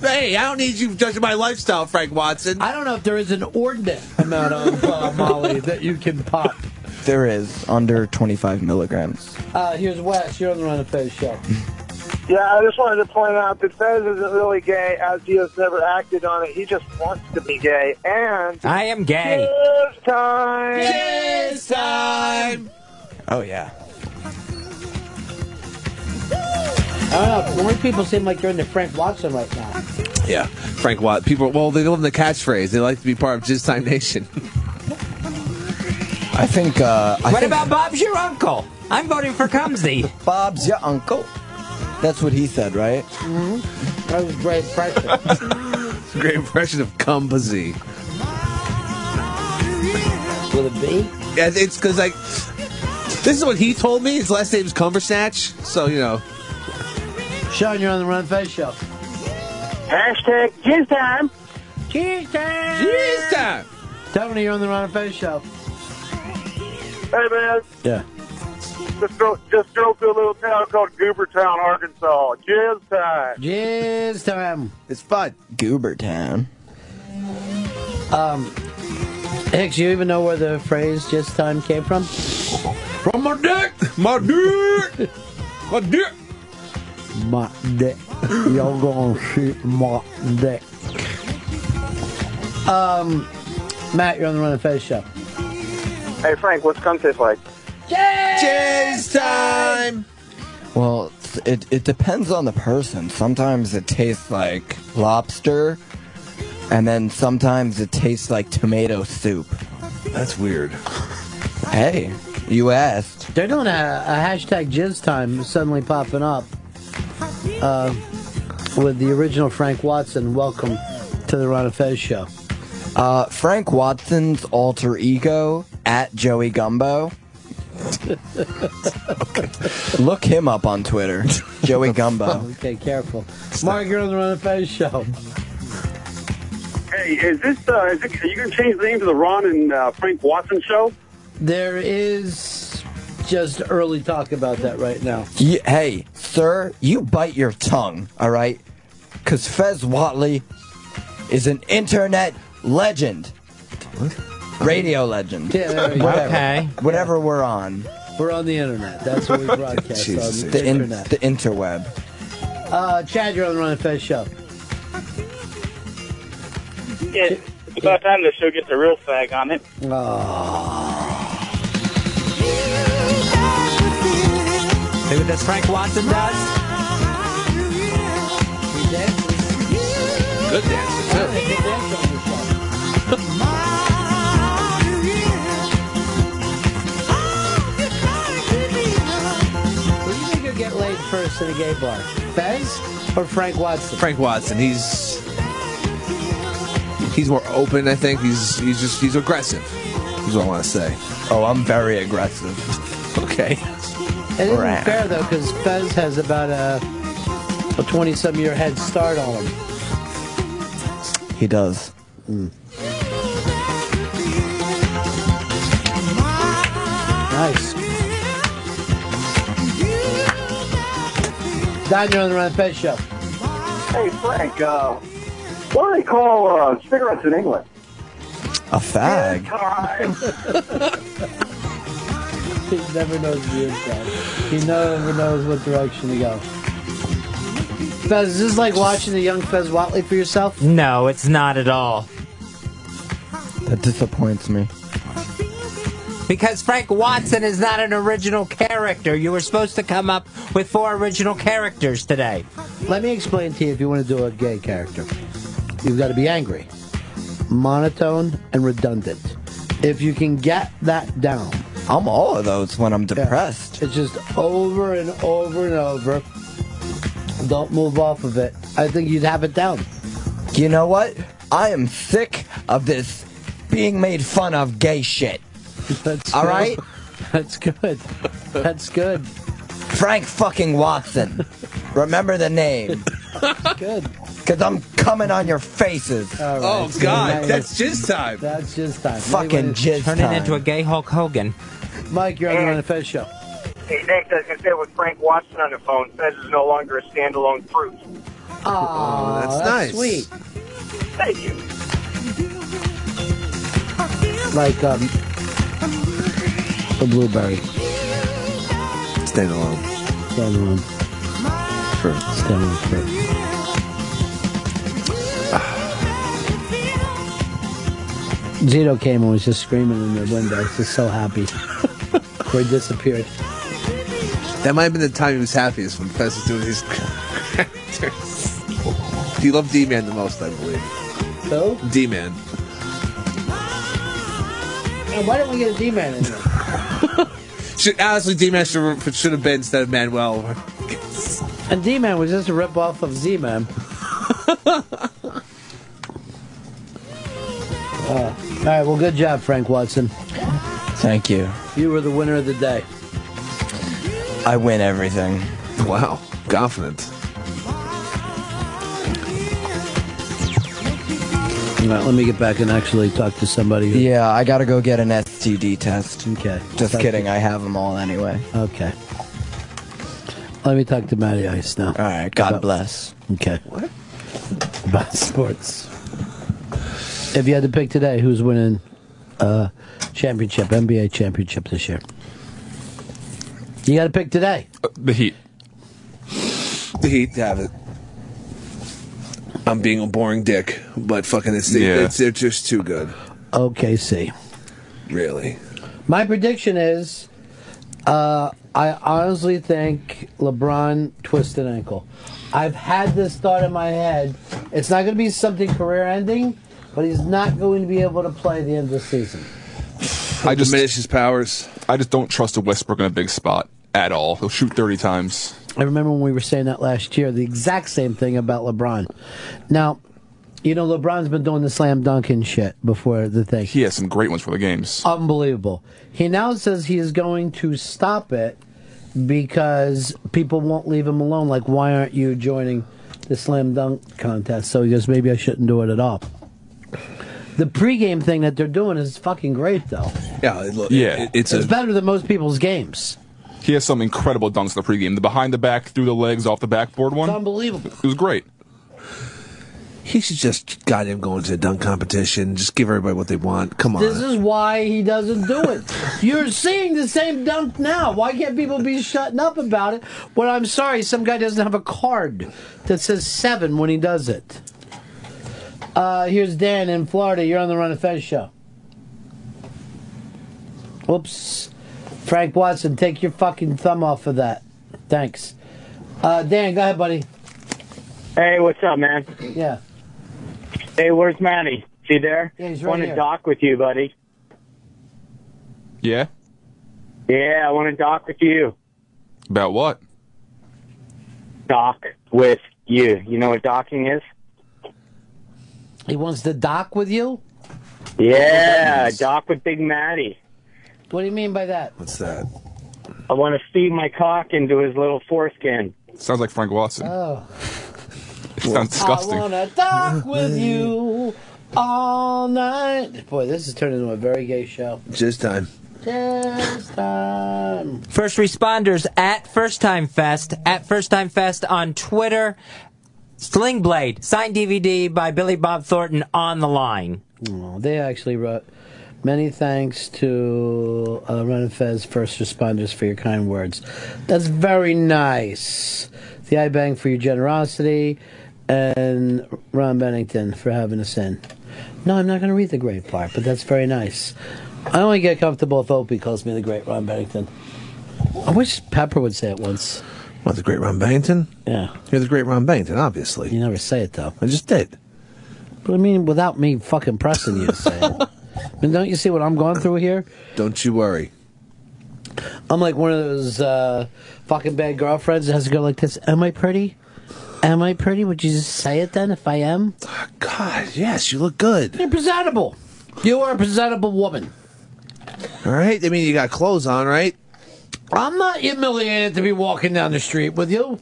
Hey, I don't need you judging my lifestyle, Frank Watson. I don't know if there is an ordinate amount of uh, Molly that you can pop. There is under 25 milligrams. Uh, here's Wes. You're on the Run of Fez show. Yeah, I just wanted to point out that Fez isn't really gay, as he has never acted on it. He just wants to be gay, and I am gay. Jizz time. Jizz time. Oh yeah. I don't know. More people seem like you're into Frank Watson right now. Yeah, Frank Watson. People, well, they love the catchphrase. They like to be part of Jizz Time Nation. I think. Uh, I what think about Bob's your uncle? I'm voting for Cumsy. Bob's your uncle? That's what he said, right? Mm-hmm. That was great pressure. Great impression of Cumbzy. Will it be? Yeah, it's because like this is what he told me. His last name's Cumbersnatch, so you know. Sean, you're on the Run of Fez show. Hashtag jizz time. Jizz time. Jizz time. Tony, you're on the Run of Fez show. Hey man, Yeah. just go, just go to a little town called Goobertown, Arkansas. Jizz time. Jizz time. It's fun. Goobertown. Um, Hicks, you even know where the phrase "just time" came from? From my dick, my dick, my dick, my dick. You're gonna shoot my dick. Um, Matt, you're on the Run and Fez show. Hey, Frank, what's cum taste like? Jizz time! Well, it's- it, it depends on the person. Sometimes it tastes like lobster, and then sometimes it tastes like tomato soup. That's weird. Hey, you asked. They're doing a, a hashtag jizz time suddenly popping up uh, with the original Frank Watson. Welcome to the Ron and Fez show. Uh, Frank Watson's alter ego at Joey Gumbo. Look him up on Twitter, Joey Gumbo. Okay, careful. Mark, you're on the Run and Fez show. Hey, is this, uh, is it, are you going to change the name to the Ron and uh, Frank Watson show? There is just early talk about that right now. Ye- hey, sir, you bite your tongue, all right? Because Fez Watley is an internet legend. Radio legend. Yeah, there we go. Whatever. Okay. Whatever we're on. We're on the internet. That's what we broadcast Jesus. on the, the, in- internet. the interweb. Uh, Chad, you're on the Run and Fez show. Yeah, it's about time the show gets a real fag on it. See what this Frank Watson does? Good dancer, too. Who do you think would get laid first in a gay bar? Fez or Frank Watson? Frank Watson, he's he's more open. I think he's he's just he's aggressive. Is what I want to say. Oh, I'm very aggressive. Okay. It isn't Right. fair though, because Fez has about a a twenty-some year head start on him. He does. Nice. Don, you're on the Run and Fez show. Hey, Frank, uh, what do they call uh, cigarettes in England? A fag. He never knows the inside. He never knows what direction to go. Fez, is this like watching the young Fez Watley for yourself? No, it's not at all. That disappoints me. Because Frank Watson is not an original character. You were supposed to come up with four original characters today. Let me explain to you if you want to do a gay character. You've got to be angry, monotone, and redundant. If you can get that down, I'm all of those when I'm depressed. it's just over and over and over. Don't move off of it. I think you'd have it down. You know what? I am sick of this being made fun of gay shit. That's All right? That's good. That's good. Frank fucking Watson. Remember the name. Good. Because I'm coming on your faces. All right. Oh so God, now that's jizz time. That's jizz time. Fucking jizz Turn time. it into a gay Hulk Hogan. Mike, you're on the Run and Fez show. Hey, Nick, I was going to say with Frank Watson on the phone, Fez is no longer a standalone fruit. Oh, that's nice. Sweet. Thank you. Like um, a blueberry. Stand alone. Stand alone. Stand alone fruit. Zito came and was just screaming in the window. Just so happy. Corey disappeared. That might have been the time he was happiest when Fez was doing these characters. He loved D-Man the most, I believe. Who? D-Man. And why didn't we get a D-man in there? Should, honestly, D-Man should, should have been instead of Uh, Manuel. And D-man was just a rip-off of Z-man. Uh, all right. Well, good job, Frank Watson. Thank you. You were the winner of the day. I win everything. Wow. Confident. All right, let me get back and actually talk to somebody. Who, Yeah, I gotta go get an STD test. Okay. Just kidding, I have them all anyway. Okay. Let me talk to Matty Ice now. All right. God bless. Okay. What? About sports. If you had to pick today, who's winning uh championship, NBA championship this year? You got to pick today. The Heat. The Heat have it. I'm being a boring dick, but fucking it's, Yeah. it's they're just too good. OKC. Really. My prediction is, uh, I honestly think LeBron twisted ankle. I've had this thought in my head. It's not going to be something career-ending, but he's not going to be able to play the end of the season. I just diminish his powers. I just don't trust a Westbrook in a big spot at all. He'll shoot thirty times. I remember when we were saying that last year, the exact same thing about LeBron. Now, you know, LeBron's been doing the slam dunk and shit before the thing. He has some great ones for the games. Um, Unbelievable. He now says he is going to stop it because people won't leave him alone. Like, why aren't you joining the slam dunk contest? So he goes, maybe I shouldn't do it at all. The pregame thing that they're doing is fucking great, though. Yeah, it, look, yeah. It's, better than most people's games. he has some incredible dunks in the pregame. The behind the back, through the legs, off the backboard one. It's unbelievable. It was great. He should just goddamn go into a dunk competition. Just give everybody what they want. Come on. This is why he doesn't do it. You're seeing the same dunk now. Why can't people be shutting up about it? Well, I'm sorry, some guy doesn't have a card that says seven when he does it. Uh, here's Dan in Florida. You're on the Run of Fez show. Whoops. Frank Watson, take your fucking thumb off of that. Thanks. Uh, Dan, go ahead, buddy. Hey, what's up, man? Yeah. Hey, where's Manny? Is he there? Yeah, he's right Want to here. dock with you, buddy? Yeah. Yeah, I want to dock with you. About what? Dock with you. You know what docking is? He wants to dock with you? Yeah, dock with Big Matty. What do you mean by that? What's that? I want to feed my cock into his little foreskin. Sounds like Frank Watson. Oh. It sounds disgusting. I wanna talk with you all night. Boy, this is turning into a very gay show. Just time. Just time. First responders at First Time Fest, at First Time Fest on Twitter. Sling Blade, signed DVD by Billy Bob Thornton on the line. Oh, they actually wrote. Many thanks to uh, Run and Fez first responders for your kind words. That's very nice. The I Bang for your generosity, and Ron Bennington for having us in. No, I'm not going to read the great part, but that's very nice. I only get comfortable if Opie calls me the great Ron Bennington. I wish Pepper would say it once. What, the great Ron Bennington? Yeah. You're the great Ron Bennington, obviously. You never say it, though. I just did. But I mean, without me fucking pressing you to say it. I mean, don't you see what I'm going through here? Don't you worry. I'm like one of those uh, fucking bad girlfriends that has to go like this. Am I pretty? Am I pretty? Would you just say it then if I am? Ah, God, yes, you look good. You're presentable. You are a presentable woman. All right? I mean, you got clothes on, right? I'm not humiliated to be walking down the street with you.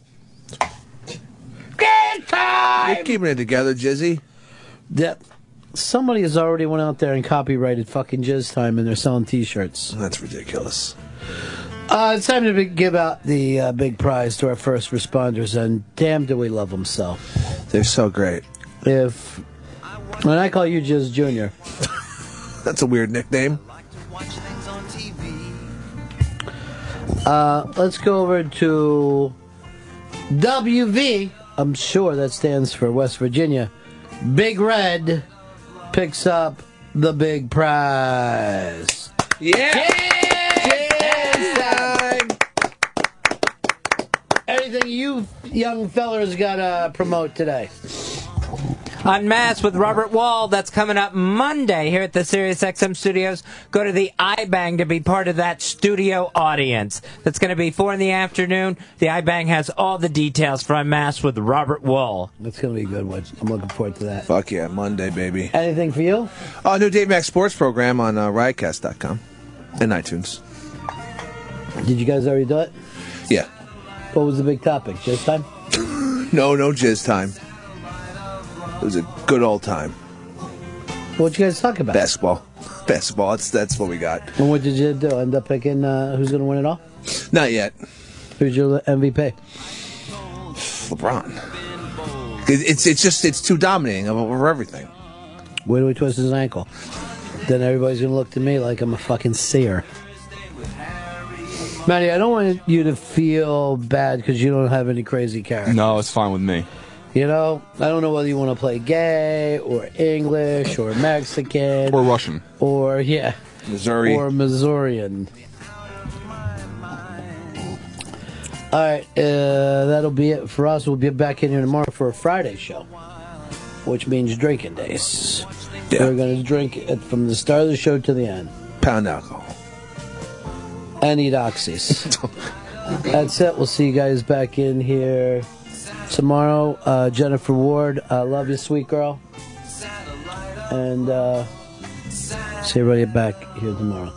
Good time! You're keeping it together, Jizzy. That somebody has already went out there and copyrighted fucking jizz time, and they're selling T-shirts. That's ridiculous. Uh, it's time to be- give out the uh, big prize to our first responders, and damn, do we love them so. They're so great. If when I call you Jizz Junior, that's a weird nickname. Uh, let's go over to WV. I'm sure that stands for West Virginia. Big Red picks up the big prize. Yeah. Anything you young fellers gotta promote today? Unmasked with Robert Wall. That's coming up Monday here at the SiriusXM studios. Go to the iBang to be part of that studio audience. That's going to be four in the afternoon. The iBang has all the details for Unmasked with Robert Wall. That's going to be a good one. I'm looking forward to that. Fuck yeah, Monday, baby. Anything for you? Uh, new Dave Max Sports program on uh, Riotcast.com and iTunes. Did you guys already do it? Yeah. What was the big topic? Jizz time? No, no jizz time. It was a good old time. What'd you guys talk about? Basketball. Basketball. That's, that's what we got. And what did you do? End up picking uh, who's going to win it all? Not yet. Who's your MVP? LeBron. 'Cause It's it's just it's too dominating over everything. Where do we twist his ankle? Then everybody's going to look to me like I'm a fucking seer. Matty, I don't want you to feel bad because you don't have any crazy character. No, it's fine with me. You know, I don't know whether you want to play gay or English or Mexican or Russian or yeah, Missouri. or Missourian. All right, uh, that'll be it for us. We'll be back in here tomorrow for a Friday show, which means drinking days. We're going to drink it from the start of the show to the end. Pound alcohol. And eat oxys. That's it. We'll see you guys back in here tomorrow. Uh, Jennifer Ward, uh, love you, sweet girl. And uh, see everybody back here tomorrow.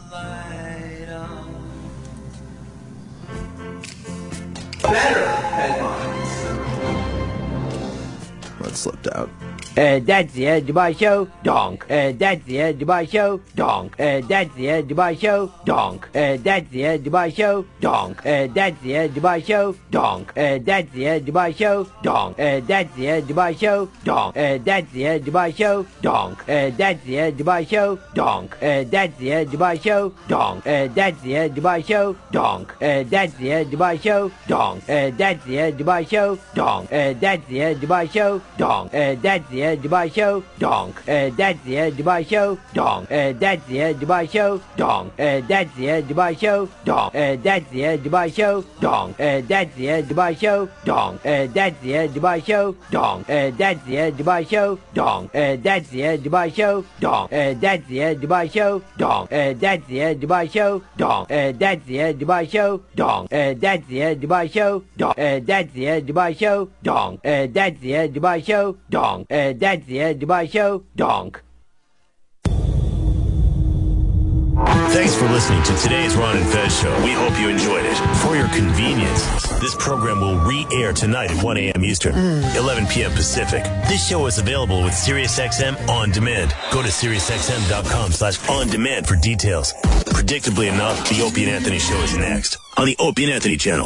That slipped out. And Uh, that's the end of my show, donk. And that's the end of my show, donk. And that's the end of my show, donk. And that's the end of my show, donk. And that's the end of my show, donk. And that's the end of my show, donk. And that's the end of my show, donk. And that's the end of my show, donk. And that's the end of my show, donk. And that's the end of my show, donk. And that's the end of my show, donk. And that's the end of my show, donk. And that's the end of my show, donk. And that's the end of my show, donk. And that's the end of my show, donk. And that's the end of my show, donk. And that's the end of my show, donk. And that's the end of my show, donk. And that's the end of my show, donk. And that's the end of my show, donk. And that's the end of my show, donk. And that's the end of my show, donk. And that's the end of my show, donk. And that's the end of my show, donk. And that's the end of my show, donk. And that's the end of my show, donk. And that's the end of my show, donk. And that's the end of my show, donk. And that's the end of my show, donk. And that's the end of my show, donk. Thanks for listening to today's Ron and Fez show. We hope you enjoyed it. For your convenience, this program will re-air tonight at 1 a.m. Eastern, 11 p.m. Pacific. This show is available with SiriusXM On Demand. Go to SiriusXM.com slash On Demand for details. Predictably enough, The Opie and Anthony show is next on the Opie and Anthony channel.